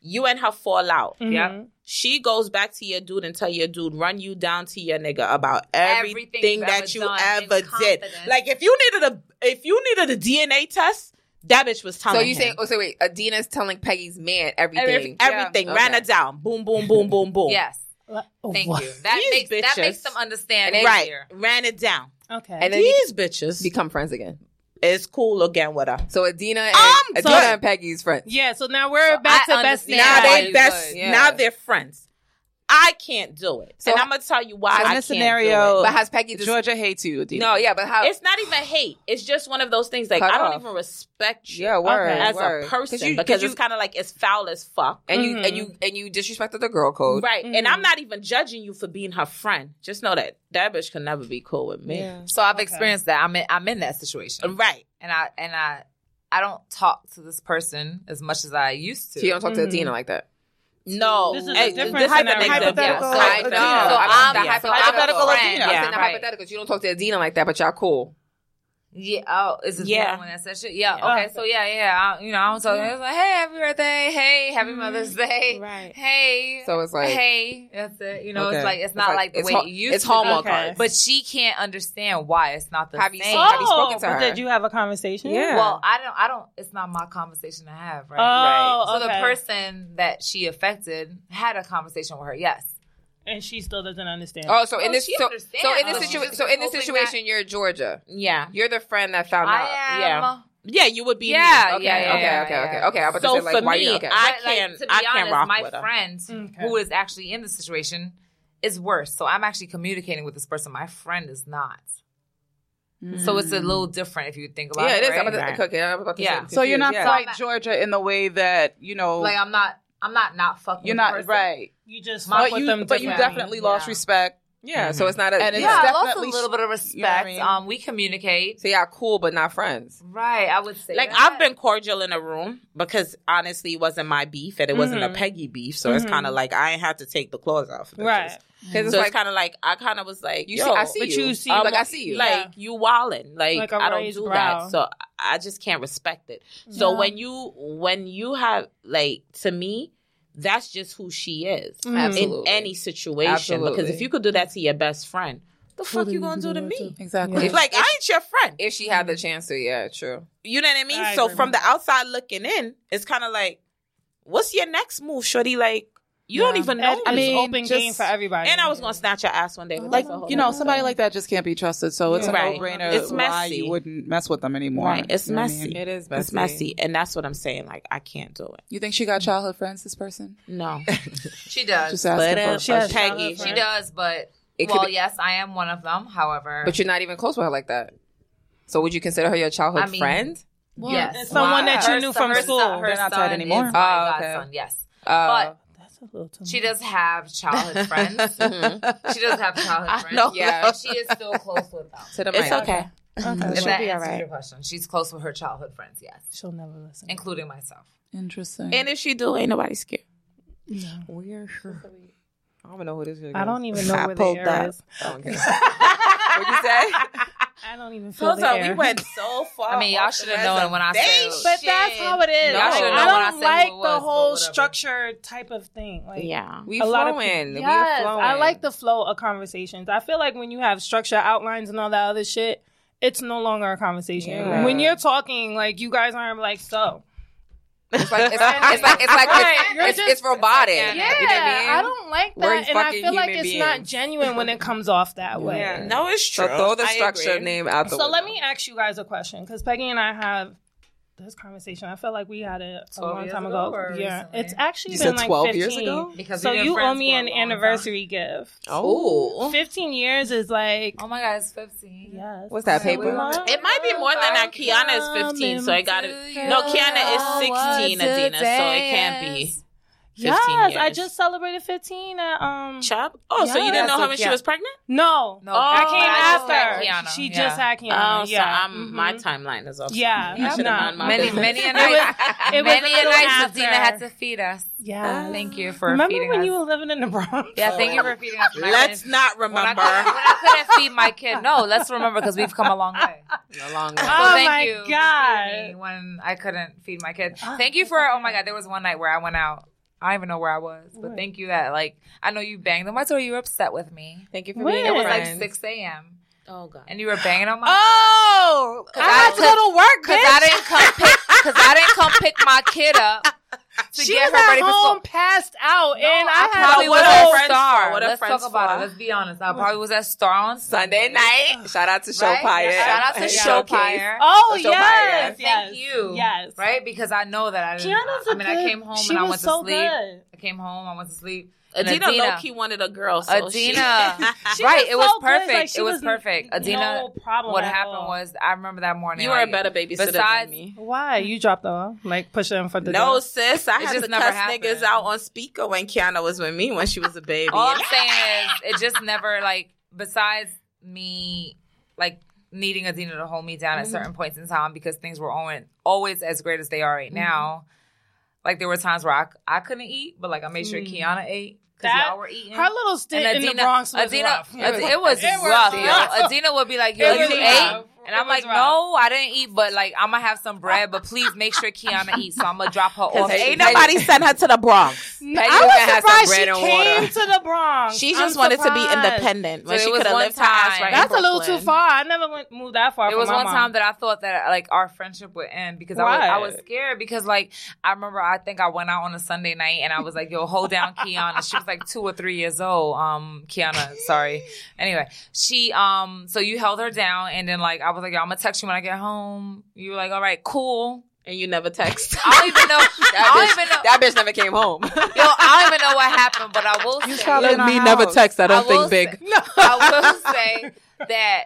B: You and her fall out.
E: Yep.
B: She goes back to your dude and tell your dude, run you down to your nigga about everything,
E: Everything you've
B: that
E: ever
B: you
E: done in
B: ever did.
E: confidence.
B: Like if you needed a if you needed a DNA test, that bitch was telling
C: So you
B: him.
C: saying? Oh, so wait, Adina's telling Peggy's man everything.
B: everything,
E: Yeah.
B: everything ran
C: Okay.
B: her down. Boom, boom, boom, boom, boom.
E: Yes,
A: oh,
E: thank you. That
B: oh. These
E: makes that makes
B: bitches.
E: them understand
C: And
B: Right.
E: easier.
B: Ran it down.
A: Okay.
C: And then you
B: These bitches
C: become friends again.
B: is cool again with her.
C: So Adina and
B: I'm
C: Adina
B: good.
C: and Peggy's friends.
A: yeah. So now we're
E: So
A: back
E: I
A: to best
E: understand
B: now
E: Yeah,
B: they
E: you
B: best
E: good.
C: Yeah.
B: now they're friends. I can't do it,
C: So-
B: and I'm gonna tell you why.
D: So in
B: I
D: this
B: can't
D: scenario-
B: do it.
C: But has Peggy just
D: Georgia hates you, Adina.
C: no? Yeah, but how?
B: it's not even hate. It's just one of those things like
C: Cut
B: I don't
C: off.
B: even respect you
C: yeah, word
A: Okay.
B: as
C: word.
B: a
C: 'Cause
B: person
C: you- 'cause
B: because
C: you
B: it's kind of like it's foul as fuck.
C: and you
A: Mhm.
C: and
E: Mm-hmm.
C: you and you disrespected the girl code.
B: Right, and
A: Mhm.
C: Mm.
B: I'm not even judging you for being her friend. Just know that that bitch can never be cool with me.
E: So I've
A: Okay.
E: experienced that. I'm in I'm in that situation,
B: Right,
E: and I and I I don't talk to this person as much as I used to.
C: So you don't talk to
A: Mhm.
E: Mm-hmm.
C: Adina like that.
B: no,
A: This is a
B: and
A: different
B: this is an
A: scenario.
B: example.
A: Hypothetical
B: Yeah.
A: I
C: I
A: know.
C: know.
A: Adina.
B: Hypothetical
A: So
B: Adina.
E: I'm
C: the
E: the
B: Yeah.
E: hypothetical
C: hypothetical
E: friend.
C: Adina. I'm
B: Yeah.
C: saying the
E: Right.
C: hypothetical. You don't talk to Adina like that, but y'all cool.
E: Yeah. Oh, is it
B: Yeah.
E: yeah. one that said shit? Yeah.
A: Yeah.
E: Okay. So yeah, yeah. I, you know, I'm talking. It's like, hey, happy birthday. Hey, happy Mother's Day.
A: Right.
E: Hey.
C: So it's like
E: hey. That's it. You know,
C: okay.
E: it's like it's not like, the way
C: ho-
E: it used
C: It's
E: to. be.
C: hallmark
A: Okay.
C: cards.
E: But she can't understand why it's not the
C: Have you
E: same.
C: seen- have you spoken to
A: but
C: her?
A: did you have a conversation?
C: Oh, Yeah.
E: Well, I don't. I don't. It's not my conversation to have. Right.
A: Oh,
E: So
A: okay.
E: the person that she affected had a conversation with her. Yes.
A: and she still doesn't understand.
C: Oh, so in
E: Oh,
C: this
E: she
C: so,
E: understands.
C: so in this
E: Oh, she's
C: situation
E: just
C: so in this
E: hoping
C: situation you're Georgia.
B: yeah,
C: You're the friend that found out.
E: I am.
B: yeah. yeah, you would be. me.
E: Yeah,
C: okay,
E: yeah,
C: okay,
E: yeah, yeah,
C: okay,
E: yeah,
C: okay,
E: yeah.
C: okay. I'm about
B: So
C: to say, like,
B: for
C: why
B: me,
C: you, okay.
B: I-
E: But, like,
B: can't-
E: To be
B: I can't
E: honest,
B: rock
E: my
B: with her.
E: friend
A: Mm. Okay.
E: who is actually in the situation is worse. So I'm actually communicating with this person. My friend is not.
D: Mm.
E: So it's
B: Mm.
E: a little different if you think about
C: yeah,
E: it.
C: it is.
E: right?
C: I'm about
B: Right.
C: to, okay, I'm about to say,
E: Yeah.
C: I'm
D: So you're
C: confused,
D: not
C: yeah.
D: like Georgia in the way that you know.
E: Like I'm not. I'm not not fucking.
D: you're
E: with the
D: not
E: person.
D: right,
A: you just
E: My-
A: fuck
D: but
A: with
D: you
A: them
D: but you
A: differently.
D: definitely lost
E: Yeah.
D: respect
C: Yeah, so it's not a.
D: And it's
C: yeah.
E: yeah, I lost a
D: definitely sh-
E: little bit of
D: you know what I
E: respect.
D: mean?
E: Um, we communicate.
C: so y'all cool, but not friends.
E: Right, I would say.
B: Like
E: that.
B: I've been cordial in a room because honestly, it wasn't my beef and it wasn't
A: Mm-hmm.
B: a Peggy beef, so it's
A: Mhm.
B: kind of like I ain't have to take the claws off. bitches.
A: Right.
C: Because Mm-hmm. it's
B: so
C: like
B: it's kind of like I kind of was like,
C: you
B: Yo,
C: see, I see
A: But
C: you.
A: you Um, see,
C: I'm like
A: my-
C: I see you.
A: Yeah.
B: like you wildin', like,
A: Like a
B: I don't
A: raised
B: do
A: brow.
B: that, so I- I just can't respect it. So when you when you have like to me, that's just who she is
A: Mm-hmm.
B: in
C: Absolutely.
B: any situation. Because if
C: Absolutely.
B: you could do that to your best friend, the fuck
A: then you
B: you gonna do
A: can
B: to
A: do that
B: me?
A: too.
D: Exactly.
A: Yeah. Mm-hmm.
B: Like I ain't your friend.
C: if she had the chance to, yeah, true.
B: You know what I mean?
A: I
B: so
A: agree
B: from
A: with
B: the outside looking in, it's kind of like, what's your next move, shorty? Like you don't
D: Yeah.
B: even know.
A: And
B: I
A: it's
B: mean,
A: open game for everybody.
B: and I was gonna snatch your ass one day.
A: Oh,
D: like
B: That's a whole
D: you know
B: nother
D: somebody
B: thing.
D: like that just can't be trusted so it's
B: Right.
D: a no-brainer
B: It's
D: why
B: messy.
D: you wouldn't mess with them anymore
B: Right, it's
D: You know what I mean?
B: messy.
C: It is messy.
B: It's messy, and that's what I'm saying. Like I can't do it.
D: you think she got childhood friends this person
B: No,
E: she does.
D: just
B: but
D: asking
B: uh,
D: for
A: She has
B: Peggy,
A: childhood
E: She
A: Right.
E: does, but
C: It could
E: well,
C: be-
E: yes, I am one of them. However,
C: But you're not even close with her like that. So would you consider her your childhood
E: I mean-
C: friend?
A: Well,
E: yes,
A: it's someone
C: Wow.
A: that you
E: Her
A: knew
E: son-
A: from
E: her
A: school.
E: Son, her
D: They're not
E: son
D: tied anymore.
E: Is my
C: Oh, okay.
E: godson, yes,
C: Uh,
E: but
A: That's a little too
E: she
A: much.
E: does have childhood friends.
C: Mm-hmm.
E: She does have childhood friends.
B: know.
C: Yeah.
E: she is still close with them.
C: to the
B: it's
C: mic.
B: okay.
E: If
B: She'll
E: that
B: be all
E: answers
B: right.
E: your question, she's close with her childhood friends. Yes,
A: She'll never listen.
E: including myself.
D: interesting
B: And if she do, ain't nobody scared.
C: Weird. I don't know who this is.
A: I don't even know
B: I
A: where the
B: pulled
A: air
B: that.
A: is.
C: I don't care. What'd you say?
A: I don't even feel the
B: Filter,
A: air.
B: we went so far.
E: I mean, y'all
B: off the
E: should have known when I said.
B: reservation.
A: But that's
E: shit.
A: how it is.
C: Y'all
A: Like,
C: should've known
A: I
E: when I
A: don't
E: said
A: like
E: what it
A: the
E: was, but
A: whole
E: whatever.
A: structure type of thing. Like,
B: yeah.
C: We
A: A
C: flowing.
A: lot of
C: we
A: peop- Yes,
C: flowing.
A: I like the flow of conversations. I feel like when you have structure outlines and all that other shit, it's no longer a conversation.
C: Yeah.
A: When you're talking, like you guys aren't like so.
C: It's like it's, it's like it's like
A: Right,
C: it's,
A: you're
C: it's,
A: just-
C: it's robotic.
E: Yeah,
C: you know what I mean?
A: don't like
C: We're
A: that, and I
C: fucking
A: feel like
C: human
A: it's not
C: beings.
A: genuine when it comes off that way.
C: Yeah.
B: No, it's true.
C: so throw the
B: I
C: structure
B: agree.
C: name out the
A: So let
C: window.
A: me ask you guys a question because Peggy and I have this conversation. I feel like we had it a
E: 12
A: long
E: years
A: time
E: ago
A: ago.
E: or
A: Yeah,
E: recently?
A: it's actually
C: You
A: been
C: said
A: like
C: 12
A: 15.
C: years ago?
E: Because
A: So
E: we've been
A: you owe
E: friends
A: me
E: for a
A: an
E: long time.
A: anniversary gift.
B: Oh,
A: 15 years is like
E: Oh my God, it's fifteen.
A: yes.
C: What's that,
A: So we
C: paper?
A: love-
B: it might be more than that. Kiana is 15, so I got it. No, Kiana is 16, Adina, so it can't be. 15
A: Yes, I
B: years.
A: just celebrated 15 at um
B: Chop. Oh, so you
A: Yeah,
B: didn't know
C: so
B: how much she
C: Kiana-
B: was pregnant?
A: no.
E: No,
A: I
B: Oh,
A: came
B: I just
A: after.
E: had
A: her.
E: Kiana,
A: She
E: yeah.
A: just had
B: Oh,
A: Kiana.
B: so
A: yeah. Mm-hmm.
B: I'm my timeline is off.
A: Yeah.
B: I should
A: Yeah.
B: have mind my
E: Many,
B: business.
E: many a night,
A: it was a
E: many a
A: little
E: night,
A: after.
E: Adina had to feed us.
A: Yeah.
E: Thank you for
A: Remember
E: feeding
A: when
E: us.
A: you were living in the Bronx?
E: yeah, thank you for feeding us. When I
B: Let's
E: couldn't-
B: not
E: when I,
B: remember.
E: couldn't, when I couldn't feed my kid, no, let's remember because we've come a long way.
C: A long way.
E: So
A: Oh
E: thank
A: my
E: you for feeding
A: God.
E: me When I couldn't feed my kid, thank you for. Oh my God, there was one night where I went out. I don't even know where I was, but
A: What?
E: thank you that like I know you banged on my door. You were upset with me.
C: Thank you for
A: When?
C: being
E: It
C: a
E: was like
C: friend.
E: six a.m.
B: Oh god.
E: and you were banging on my.
B: Oh,
E: Cause I had to go
B: to work,
E: Cause I didn't come pick. Cause I didn't come pick my kid up to
A: She
E: get
A: was
E: her ready
A: at
E: for
A: home,
E: school.
A: passed out, and I, had
E: probably
A: a
E: was
B: what
A: little-
B: a
E: at
B: friends
E: Star.
B: for, what a
E: Let's talk
B: friends
E: about
B: for.
E: it. Let's be honest. I probably was at Star on
C: Sunday night. Shout out to
E: Right?
C: Showpire.
E: Shout out to
C: Hey,
E: Showpire.
A: Oh
C: Social
A: yes,
C: bias.
A: yes,
E: Thank you.
A: Yes,
E: Right? Because I know that I didn't.
A: Kiana's a
E: I mean, I
A: good-
E: came home
A: she
E: and I
A: was
E: went
A: so
E: to sleep.
A: good.
E: I came home. I went to sleep. And
B: Adina, low key wanted a girl. So
E: Adina.
B: she-
A: was
E: right. it was
A: so good. Like,
E: perfect.
A: she
E: it was
A: was
E: perfect. Adina.
A: no problem
E: What
A: at
E: happened
A: all.
E: was I remember that morning.
B: you were a
E: like,
B: better babysitter
E: besides-
B: than me.
A: Why you dropped the off? like push in front of the
B: No,
A: door?
B: sis, I had
E: just
B: to
E: never
B: cuss
E: happened.
B: niggas out on speaker when Kiana was with me when she was a baby.
E: All I'm saying is, it just never like. Besides me, like needing Adina to hold me down
A: Mm-hmm.
E: at certain points in time because things were always always as great as they are
A: Mm-hmm.
E: right now. Like there were times where I, I couldn't eat, but like I made sure Kiana ate because
A: Mm. That-
E: y'all were eating.
A: Her little stint
E: And
A: in the Bronx was
E: Adina,
A: rough.
E: Ad- it was
A: It was
E: rough,
A: rough.
E: yo. Adina would be like, "Yo,
A: It
E: you
A: was
E: ate,"
A: rough.
E: and
A: It
E: I'm
A: was
E: like,
A: rough.
E: "No, I didn't eat, but like I'm gonna have some bread, but please make sure Kiana eats." So I'm gonna drop her off.
C: Hey,
B: Ain't nobody sent her to the Bronx.
A: I
C: Peggy was gonna
A: was
C: have some
A: surprised she
C: bread and
A: came
C: water.
A: to the Bronx.
B: She just
A: I'm
B: wanted to be
A: surprised.
B: independent when
E: So it
B: she
E: was
B: could have
E: one
B: lived her ass
E: time.
B: right. in
A: That's a little too
B: Brooklyn.
A: far. I never went moved that far.
E: There
A: from
E: was
A: my
E: one
A: mom.
E: time that I thought that like our friendship would end because I was, I was
C: Why?
E: scared because like I remember I think I went out on a Sunday night and I was like, "Yo, hold down Kiana." She was like two or three years old. Um, Kiana, sorry. Anyway, she um, so you held her down and then like I was like, "Yo, I'm gonna text you when I get home." You were like, "All right, cool."
B: And you never text.
E: I don't even know. I don't even know.
C: That bitch never came home.
E: Yo, I don't even know what happened, but I will say.
C: probably in our house.
B: text. I
E: will Say, I will say that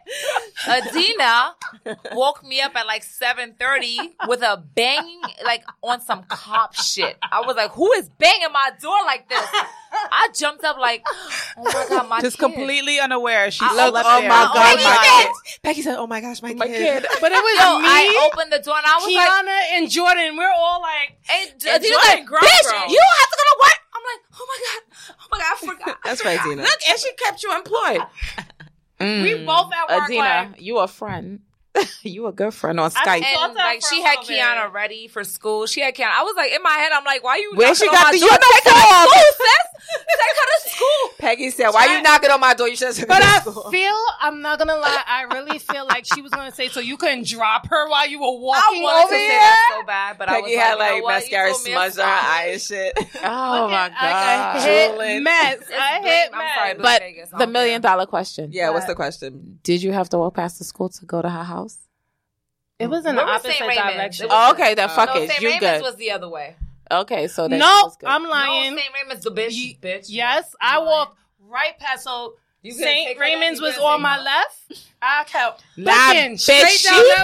E: Adina woke me up at like seven thirty with a banging, like on some cop shit. I was like, "Who is banging my door like this?" I jumped up like, oh my god, my
D: Just
E: kid.
D: completely unaware. She
E: I-
D: looked
E: look,
D: up
E: oh
D: there.
E: my
D: Oh
E: God, my
D: God.
C: Becky said, "Oh my gosh, my,
B: My kid.
A: But it was
E: Yo,
A: me,
E: I opened the door and I was like,
A: Kiana, and Jordan. We're all like,
E: "Hey, d-
B: And
E: you
B: you're
E: like,
B: like,
E: grown
B: "Bitch,
E: girl."
B: you don't have to go to work.
E: I'm like, oh my god, oh my god, I forgot.
C: That's right, Dina.
B: Look, and she kept you employed. Mm.
E: Mm.
A: we both at work like.
B: Adina, you a friend. you a good friend on
A: I-
B: Skype.
A: Thought
E: And
A: that
E: like
A: for
E: she
A: a
E: had
A: little bit.
E: Kiana ready for school. She had Kiana. I was like in my head, I'm like, why you?
B: Where she
E: knocking on
B: got
E: my
B: the
E: door?
B: uniform?
E: Take her to school.
C: Peggy said, "Why you knocking on my door? You should."
A: But I feel I'm not gonna lie. I really feel like she was gonna say, "So you couldn't drop her while you were
E: I
A: walking
E: wanted
A: over
E: to say
A: here."
E: that so bad, but
C: Peggy
E: I
C: had
E: was like,
C: like
E: you know what? You
C: mascara
E: told me I'm
C: smudged on her
E: sorry.
C: eye and shit.
B: Oh my
A: Like a
B: god.
A: hit
C: Drooling.
A: mess.
E: It's
A: I
E: Blue-
A: hit
E: I'm sorry,
A: mess.
E: Blue
B: But
E: Vegas, I
B: The
E: don't
B: million
E: care.
B: dollar question.
C: Yeah, what's the question?
B: Did you have to walk past the school to go to her house?
A: It was in
E: Where
A: the
E: was St.
A: opposite
E: Raymond's?
A: direction.
E: It was-
B: Oh, okay, then
C: Uh,
B: fuck
E: No,
B: it.
E: St.
B: you
E: Raymond's
B: good.
E: was the other way.
B: okay, so that
A: no,
B: was good.
A: I'm lying.
E: No, St. Raymond's the bitch.
A: Ye-
E: bitch.
A: yes, I
E: lying.
A: walked right past. So
E: You couldn't take
A: St.
E: her down,
A: Raymond's
E: you
A: was
E: couldn't
A: on
E: say
A: my
E: no.
A: left. I kept
B: Nah,
A: looking
B: bitch,
A: straight
B: she
A: down that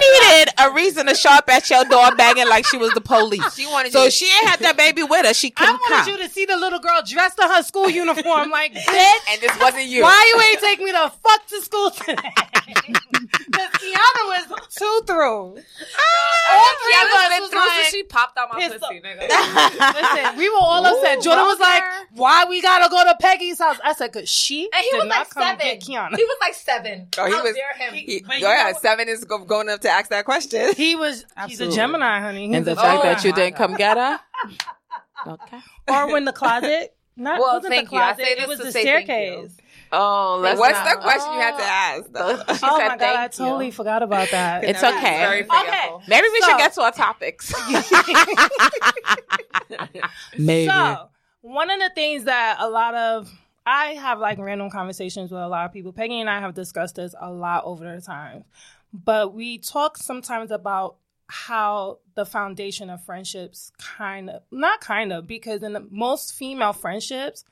A: block.
B: needed a reason to show up at your door banging like she was the police.
C: She wanted
B: So she ain't had that baby with her. She
A: I
B: couldn't
A: wanted
B: come.
A: you to see the little girl dressed in her school uniform. Like,
C: and this wasn't you.
A: why you ain't take me the fuck to school today? Because Kiana was two through. All three of
E: Kiana's
A: us
E: been
A: was
E: through since
A: like,
E: she popped out my
A: pissed
E: pussy,
A: off.
E: nigga.
A: Listen, we were all upset. Jordan was like, "Why we gotta go to Peggy's house?" I said, "Cause she
E: And he
A: did
E: was
A: not
E: like
A: come
E: seven.
A: get Kiana."
E: He was like seven.
C: Oh, he
E: How
C: was-
E: dare him?
C: He,
A: But you
C: go ahead.
A: know-
C: Seven is go- going up to ask that question.
A: He was. He's a
D: Absolutely.
A: Gemini, honey. He's
B: And the
A: a
B: fact
E: Oh
B: that you
E: my
B: didn't
E: God.
B: come get her. Okay.
A: Gemini. or when the closet. Not
E: Well,
A: wasn't
E: thank
A: the
E: you. I
A: closet.
E: say this
A: it was
E: to
A: the
E: say thank you.
A: staircase.
B: Oh, let's
C: What's
B: not-
C: the question you had to ask? though?
B: She
A: oh
B: said
A: my god, I
B: thank you.
A: totally forgot about that.
B: It's
C: That's
B: okay.
E: Very forgetful.
B: Maybe we
A: So-
B: should get to our topics. Maybe.
A: So one of the things that a lot of I have like random conversations with a lot of people. Peggy and I have discussed this a lot over the time, but we talk sometimes about how the foundation of friendships kind of not kind of because in the most female friendships,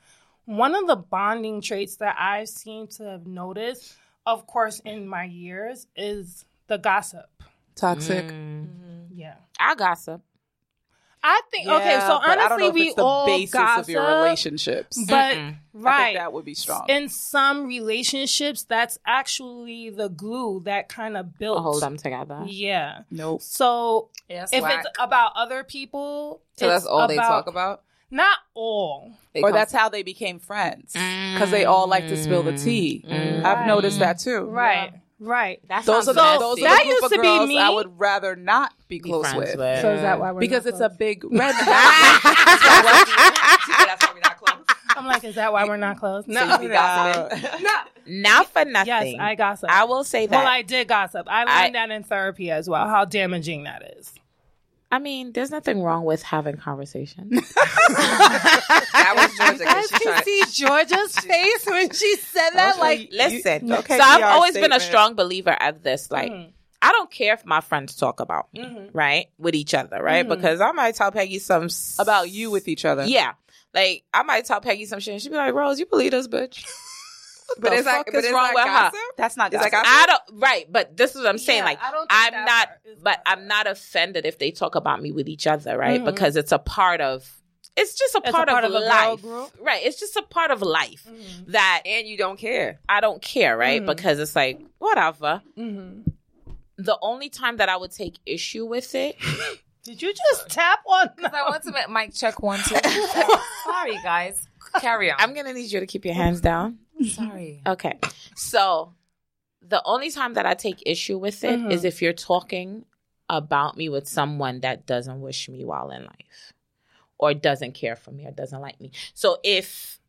A: one of the bonding traits that I seem to have noticed, of course, in my years, is the gossip.
B: Toxic.
C: Mm.
A: Yeah.
B: I gossip.
A: I think okay,
D: Yeah,
A: so
D: but I don't
A: honestly
D: know if
A: we
D: it's the
A: all
D: basis
A: gossip,
D: of your relationships.
A: but
B: Mm-mm.
D: I
A: right,
D: think that would be strong.
A: in some relationships, that's actually the glue that kind of built.
B: Hold them together.
A: Yeah.
D: nope.
A: So
E: Yes,
A: if it's about other people,
C: So
A: it's
C: that's all they talk about.
A: Not all.
B: They
D: Or
B: come-
D: that's how they became friends because they all like to spill the tea. I've noticed that too.
A: Right. Right.
B: That
D: Those are
A: So
B: sounds
D: the, those
A: that
D: are the group
A: used
D: of
A: to be
D: girls
A: me.
D: I would rather not be
B: be
D: close
B: friends
D: with,
A: So is that why we're
D: because
A: not
D: it's a
A: close?
D: big red flag.
A: I'm like, is that why we're not close?
C: No,
B: So you be gossiping. Not for
A: Yes,
B: nothing.
A: I gossip.
B: I will say that.
A: Well, I did gossip. I learned
B: I-
A: that in therapy as well. How damaging that is.
B: I mean, there's nothing wrong with having conversations.
C: that was Georgia. 'cause she tried-
A: see Georgia's face when she said that. Like,
B: Listen,
D: you- okay,
B: so I've
D: PR
B: always been a
D: statement.
B: strong believer of this. Like,
A: Mhm.
B: I don't care if my friends talk about me,
A: Mhm.
B: right, with each other, right,
A: Mhm.
B: because I might tell Peggy some s-
D: about you with each other.
B: Yeah, like I might tell Peggy some shit, and she'd be like, "Rose, you believe this bitch?" What
C: But
B: the
C: it's like-
B: fuck
C: but
B: is
C: it's
B: wrong
C: not
B: with
C: gossip?
B: her?
D: That's not
C: It's like
D: gossip.
B: I don't right, but this is what I'm saying.
A: Yeah,
B: like
A: I don't think
B: I'm
A: that
B: not,
A: part is
B: but
A: gossip.
B: I'm not offended if they talk about me with each other, right?
A: Mhm.
B: Because it's a part of. It's just a,
A: a
B: part,
A: part
B: of,
A: of Mm-hmm. a girl
B: life,
A: group.
B: right? It's just a part of life that
C: and you don't care.
B: I don't care, right?
A: Mhm.
B: Because it's like whatever.
A: Mhm.
B: The only time that I would take issue with it,
A: did you just tap on?
E: I want to make Mike check one, two. three, four. Sorry, guys. Carry on.
B: I'm gonna need you to keep your hands down.
E: sorry.
B: Okay. So the only time that I take issue with it is
A: Mhm.
B: if you're talking about me with someone that doesn't wish me well in life or doesn't care for me or doesn't like me. So if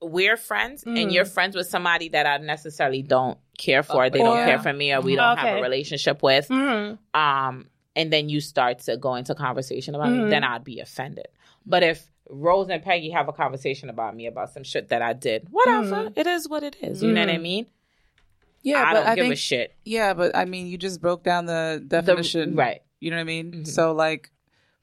B: we're friends and
A: Mhm.
B: you're friends with somebody that I necessarily don't care for, they
A: Or-
B: don't care for me or we don't have
A: Okay.
B: a relationship with,
A: Mhm.
B: um, and then you start to go into conversation about
D: Mm-hmm.
A: Mhm.
B: me, then I'd be offended. But if Rose and Peggy have a conversation about me about some shit that I did, whatever, it is what it is. You know what I mean?
D: Mm-hmm. yeah,
B: I
D: but
B: don't
D: I
B: give
D: think
B: a shit.
D: yeah, but I mean, you just broke down the
B: The-
D: definition,
B: right.
D: You know what I mean?
B: Mhm.
D: So like,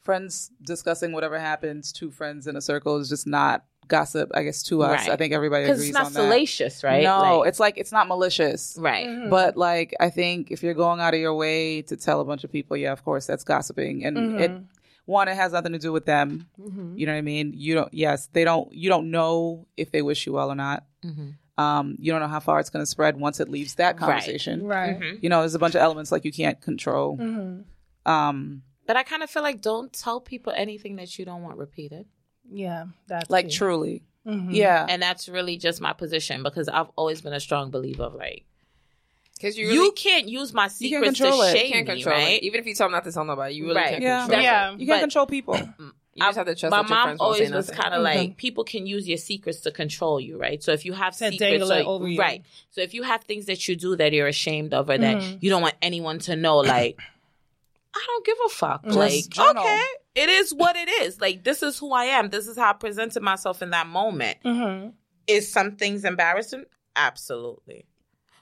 D: friends discussing whatever happens to friends in a circle is just not gossip. I guess to us,
B: Right.
D: I think everybody
B: Because
D: agrees
B: it's not
D: on that.
B: salacious, right?
D: No,
B: Like-
D: it's like it's Mm-hmm. not malicious.
B: right. Mm.
A: Mhm.
D: But
B: Mm-hmm.
D: like I think if you're going out of your way to tell a bunch of people, yeah, of course that's gossiping, and it one, it has nothing to do with them.
A: Mm-hmm.
D: You know what I mean? You don't. Yes, they don't. You don't know if they wish you well or not. Um, you don't know how far it's going to spread once it leaves that
B: Mm-hmm. Right. Mm.
D: conversation.
A: Right.
D: You know, there's a bunch of elements like you can't control.
A: Mm-hmm.
D: Um,
B: But I kind of feel like don't tell people anything that you don't want repeated.
A: Yeah. That's
D: like
A: it.
D: truly,
B: Mm-hmm.
A: Mhm.
D: yeah.
B: And that's really just my position because I've always been a strong believer of like
C: Because
B: you,
C: you really
B: can't use my
D: You can't
B: secrets
D: control
B: to
D: it.
B: shame
D: You
C: can't
B: me,
C: control
B: right?
C: it. Even if you tell them not to tell nobody, you really
B: Right.
C: can't
D: Yeah.
C: control it.
A: Yeah.
D: you can't
B: but-
D: control people.
C: You just have to trust
B: my
C: that your
B: mom
C: friends won't say
B: always was
C: nothing.
B: kind of
A: Mm-hmm.
B: like people can use your secrets to control you, right? So if you have
A: To
B: secrets,
A: dangle
B: or-
A: it over you.
B: right? So if you have things that you do that you're ashamed of or that
A: Mhm.
B: you don't want anyone to know, like I don't give a fuck.
A: Just
B: like
D: journal.
B: okay, it is what it is. Like this is who I am. This is how I presented myself in that moment.
A: Mhm.
B: Is some things embarrassing? Absolutely.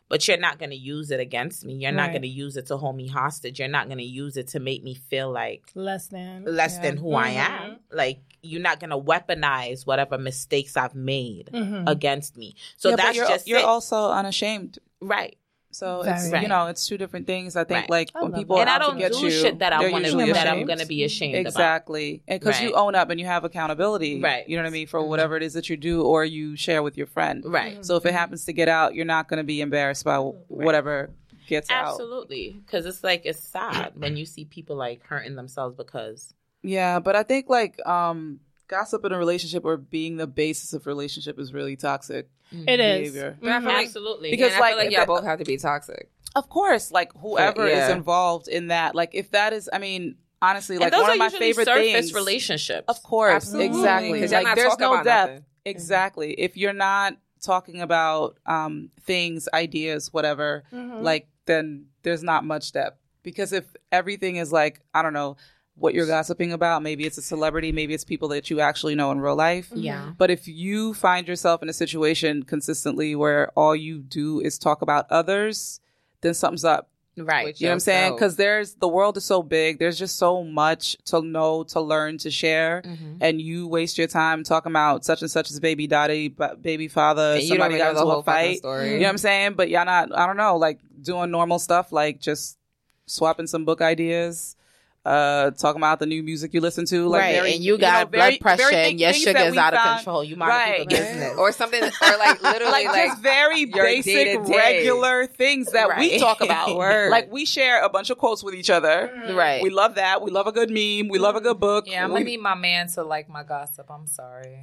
B: But you're not going to use it against me. You're not
A: Right.
B: going to use it to hold me hostage. You're not going to use it to make me feel like
A: Less than.
B: less
A: yeah.
B: than who I am. Like you're not gonna weaponize whatever mistakes I've made
A: Mhm.
B: against me. So
D: Yeah, but
B: that's
D: you're,
B: just
D: you're
B: it.
D: also unashamed.
B: right.
D: So
A: Very.
D: it's
B: Right.
D: you know it's two different things. Oh, I think
B: Right.
D: like
A: I
D: when
A: love
D: people
A: that.
D: are
B: and I
D: out
B: don't
D: to get
B: do
D: you,
B: shit that I
D: they're
B: want to
D: usually
B: do that I'm
D: ashamed.
B: gonna be ashamed
D: exactly because you
B: Right.
D: own up and you have accountability.
B: Right. Mm-hmm.
D: You know what I mean for whatever it is that you do or you share with your friend.
B: about. Right.
D: So if it happens to get out, you're not going to be embarrassed by wh- whatever gets out.
B: Absolutely. Because it's like it's sad when you see people like hurting themselves because
D: Yeah, but I think like um gossip in a relationship or being the basis of relationship is really toxic.
A: It is.
D: Behavior.
A: Mhm.
B: absolutely
D: Because,
C: Because like,
D: like,
C: like y'all
D: the-
C: both have to be toxic.
D: Of course, like whoever is
C: yeah.
D: involved in that, like if that is, I mean, honestly,
B: and
D: like
B: those
D: one
B: are
D: of my
B: usually
D: favorite
B: surface
D: things.
B: relationships.
D: Of course,
C: Absolutely.
D: exactly.
C: 'Cause y'all
D: Like
C: not
D: there's
C: talking
D: no
C: about
D: depth.
C: nothing. Mm-hmm.
D: Exactly. If you're not talking about um things, ideas, whatever,
C: Mm-hmm.
A: Mhm.
D: like then there's not much depth. Because if everything is like, I don't know, what you're gossiping about, maybe it's a celebrity, maybe it's people that you actually know in real
C: Mm-hmm.
D: life.
B: yeah.
D: But if you find yourself in a situation consistently where all you do is talk about others, then something's up.
B: Right.
C: Which-
D: You know what I'm saying?
C: yourself.
D: Because there's the world is so big. There's just so much to know, to learn, to share,
E: Mm-hmm.
B: Mhm.
D: and you waste your time talking about such and such as baby daddy, ba- baby father.
C: And you don't
D: somebody
C: even know
D: got
C: the
D: into a
C: whole fucking
D: fight.
C: story.
D: You know what I'm saying? But y'all not. I don't know. Like doing normal stuff, like just swapping some book ideas. Uh, talking about the new music you listen to, like
B: right.
D: very-
B: and you
D: know,
B: got
D: very-
B: blood pressure
D: very
B: and your
D: things
B: sugar
D: that
B: is
D: we
B: out of
D: found-
B: control. You mind
D: Right.
B: people business.
C: Or something, or like literally
D: like,
C: like,
D: just very
C: your
D: basic,
C: day-to-day.
D: regular things that we
B: Right. Mm.
D: talk about.
C: Word.
D: Like we share a bunch of quotes with each other.
B: Mm-hmm. right.
D: We love that. We love a good meme. We love a good book.
E: Yeah, I'm
D: we,
E: gonna need my man to like my gossip. I'm sorry.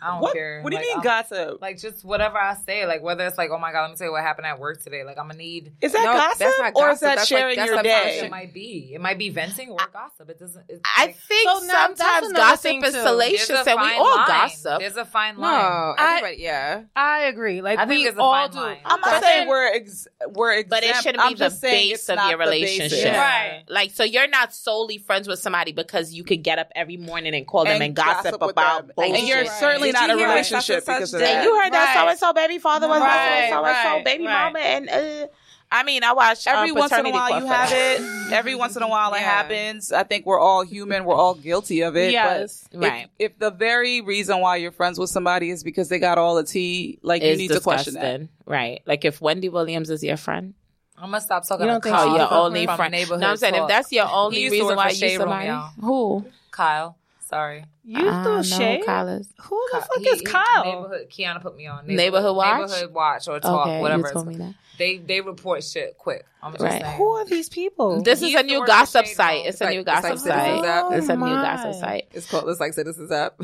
E: I don't
D: what,
E: care.
D: what do you
E: Like,
D: mean
E: I'm-
D: gossip?
E: Like just whatever I say, like whether it's like, oh my god, let me tell you what happened at work today. Like I'm gonna need.
D: is that
C: No,
D: gossip,
C: that's not
D: or
C: gossip.
D: is that
C: That's like-
D: sharing
C: that's
D: your
C: sometimes
D: day?
E: It might be. It might be venting or gossip. It doesn't. It's
B: I
E: like,
B: think
A: So now that's
B: sometimes
A: another
B: gossip
A: thing,
B: is
A: too.
E: there's
B: salacious
E: a
B: and we
E: fine
B: all
E: line.
B: gossip.
E: There's a fine line.
C: no, everybody, yeah.
A: I agree. Like
E: I think
A: we
E: there's a
A: all
E: fine
A: do.
E: line.
B: I'm
D: I'm
B: not
D: not
B: saying
D: saying we're ex- we're
B: But it
D: exempt.
B: shouldn't
D: I'm
B: be the
D: just saying
B: base
D: it's
B: of
D: not
B: your
D: the basis.
B: relationship.
A: Yeah.
E: Right.
B: Like, so you're not solely friends with somebody because you could get up every morning and call them and,
D: And
B: gossip,
D: gossip with
B: about
D: them.
B: bullshit.
D: And you're
A: Right.
D: certainly
C: Did
D: not
C: you
D: in a
C: hear about
D: relationship
C: such and
D: because
C: such
D: of
C: day?
B: Did
D: that.
B: you heard that
A: Right.
B: so and so baby father was
A: Right,
B: so and so
A: right,
B: baby
A: right.
B: mama and uh, I mean I watched
D: Every
B: uh,
D: once in a
B: Paternity
D: while
B: Club
D: you
B: for
D: have
B: that.
D: it. Every once in a while it
C: Yeah.
D: happens. I think we're all human. We're all guilty of it. But
A: yes.
D: if-
B: Right.
D: If, the very reason why you're friends with somebody is because they got all the tea, like you
B: It's
D: need to question that.
B: disgusting. Right. Like if Wendy Williams is your friend.
E: I'm gonna stop talking.
A: You don't
E: to
A: think
E: Kyle
A: she's a
B: your
A: friend?
B: only
E: from
B: friend.
E: neighborhood.
B: No, I'm saying if
E: talk.
B: that's your
E: He
B: only
E: used to
B: reason
E: work
B: why
E: for Shade
B: you
E: Room,
B: somebody.
E: y'all.
B: Who?
E: Kyle. Sorry.
A: You
B: I
A: threw
B: don't
A: shade.
B: know, Collins.
A: Who the
E: Ky-
A: fuck
E: he-
A: is
E: he-
A: Kyle?
E: Neighborhood. Kiana put me on
B: Neighborhood Watch?
E: Neighborhood watch or talk,
B: okay,
E: whatever.
B: you
E: it's
B: told me
E: called.
B: that.
E: They they report shit quick. I'm just
B: Right.
E: saying.
A: Who are these people?
B: This
E: He
B: is a
E: used to
B: new
E: work at
B: gossip
E: Shade
B: site.
E: Room.
B: It's a
C: Like-
B: new
C: it's like
B: gossip
C: Citizens
B: site.
C: App.
B: It's a new
A: Oh,
B: gossip
A: my.
B: site.
C: It's called it's like Citizens Up.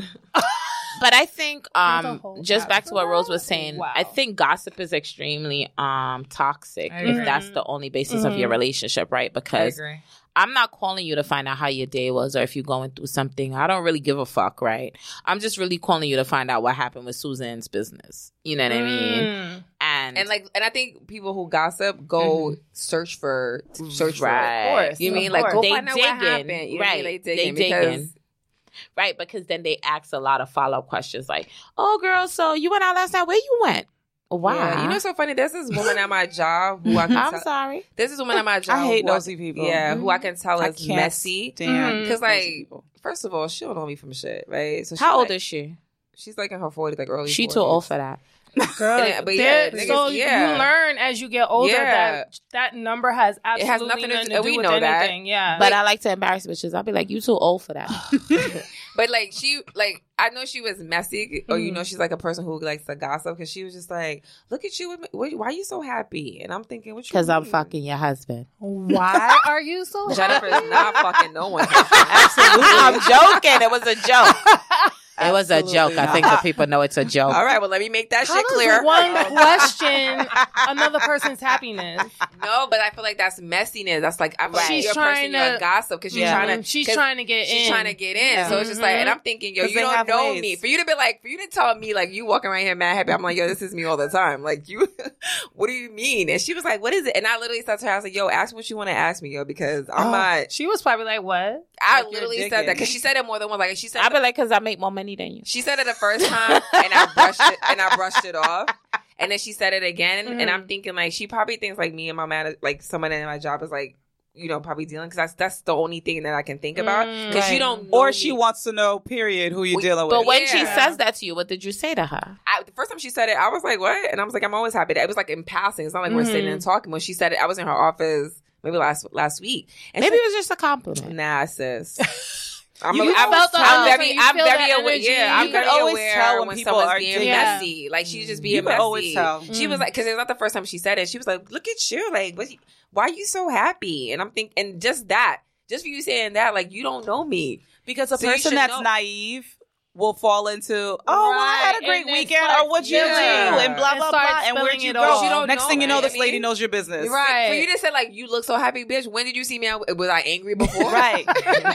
B: But I think
A: Not the
B: um
A: whole
B: just
A: app.
B: back to what Rose was saying,
A: Wow.
B: I think gossip is extremely um toxic
E: I
B: if
E: agree.
B: that's the only basis of
A: Mhm.
B: your relationship, right?
E: I
B: Because
E: agree.
B: I'm not calling you to find out how your day was or if you're going through something. I don't really give a fuck, right? I'm just really calling you to find out what happened with Suzanne's business. You know what I mean?
A: Mm.
B: And,
C: and like and I think people who gossip go search for search
B: Right.
C: for it.
B: course,
C: You
B: of
C: mean like go
B: course.
C: find out
B: They
C: what
B: digging.
C: happened. You know what I
B: Right.
C: mean? They
B: They
C: digging
B: digging.
C: because
B: right, because then they ask a lot of follow up questions like, Oh girl, so you went out last night, where you went? Why?
C: Yeah, you know, it's so funny. There's this woman at my job who I can
B: I'm
C: tell-
B: sorry.
C: There's this woman at my job.
D: I hate
C: who I-
D: nosy people.
C: Yeah, who I can tell
D: I
C: is
D: can't
C: messy.
D: Damn.
C: Because
D: Nosy
C: like,
D: people.
C: first of all, she don't know me from shit, right? So she
B: How
C: like-
B: old is she?
C: she? She's like in her forties, like early.
B: She
C: 40s.
B: too old for that.
A: Girl,
C: Yeah, but
A: there-
C: yeah, niggas-
A: so
C: yeah.
A: you learn as you get older
C: Yeah.
A: that that number has absolutely
C: has
A: nothing,
C: nothing to
A: to,
C: do-
A: do
C: we
A: with
C: know that.
A: anything. Yeah,
B: But I like to embarrass bitches. I'll be like, you too old for that.
C: But like she, like I know she was messy, or you know she's like a person who likes to gossip because she was just like, "Look at you, with me. Why- why are you so happy?" And I'm thinking, "What you?"
B: Because I'm
C: mean?
B: fucking your husband.
A: why are you so?
C: Jennifer's not fucking no one.
B: I'm joking. It was a joke. It was a
D: Absolutely
B: joke. I
D: not.
B: think the people know it's a joke.
C: All right, well let me make that
A: How
C: shit
A: does
C: clear.
A: one question another person's happiness?
C: No, but I feel like that's messiness. That's like I feel like
A: She's
C: you're a person
A: trying
C: you're a
A: to-
C: gossip because you're
B: Yeah.
C: trying to.
A: she's
C: 'cause
A: trying to get
C: She's
A: in.
C: trying to get in,
D: Yeah.
C: so it's just like, and I'm thinking, yo,
D: 'Cause
C: you
D: Mm-hmm. they
C: don't
D: have
C: know
D: ways.
C: me. For you to be like, for you to tell me like you walking around here mad happy, I'm like, yo, this is me all the time. Like you, what do you mean? And she was like, what is it? And I literally said to her, I was like, yo, ask me what you want to ask me, yo, because I'm
A: Oh,
C: not.
A: She was probably like, "What?"
C: I
D: Like, you're
C: literally said
D: digging.
C: that because she said it more than once. Like she said,
B: I'll be like, because I make more money than you.
C: she said it the first time, and I brushed it, and I brushed it off. And then she said it again, and
D: Mm-hmm.
C: I'm thinking like she probably thinks like me and my man, like someone in my job is like, you know, probably dealing because that's that's the only thing that I can think about
A: Mm,
C: because
B: right.
C: you don't. Know
D: Or she
C: me.
D: wants to know, period, who you're
C: We-
D: dealing with.
B: But when she
C: Yeah.
B: says that to you, what did you say to her?
C: I, the first time she said it, I was like, what? And I was like, I'm always happy. It was like in passing. It's not like we're sitting
A: Mhm.
C: and talking. When she said it, I was in her office maybe last last week. And
B: Maybe
C: she-
B: it was just a compliment.
C: Nah, sis. I'm,
A: You
C: I'm,
A: felt the
C: I'm
A: love
C: very,
A: and you
C: I'm
A: feel
C: very
A: that
C: aware.
A: energy.
C: Yeah, I'm
A: You
C: very
D: can always
C: aware
D: tell when
C: when
D: people
C: someone's
D: are
C: being
A: doing-
C: messy. Like she's just being
D: you
C: messy.
D: can always tell.
C: She was
A: Mm.
C: like, because it's not the first time she said it. She was like, "Look at you, like, what, why are you so happy?" And I'm thinking, and just that, just for you saying that, like, you don't know me.
D: Because a
C: So you should
D: person that's
C: know-
D: naive will fall into, oh, well, I had
A: Right,
D: a great
A: and then
D: weekend,
A: start
D: or what'd you
C: spilling.
D: do, and blah,
A: And
D: blah,
A: start
D: blah, and where'd
A: spilling
D: you
A: it
D: go?
A: all. She
C: don't
D: Next
C: know,
D: thing you know,
C: right?
D: this
C: I mean-
D: lady knows your business.
A: Right.
C: For you to say like, "You look so happy, bitch." When did you see me? I- Was I angry before?
D: Right.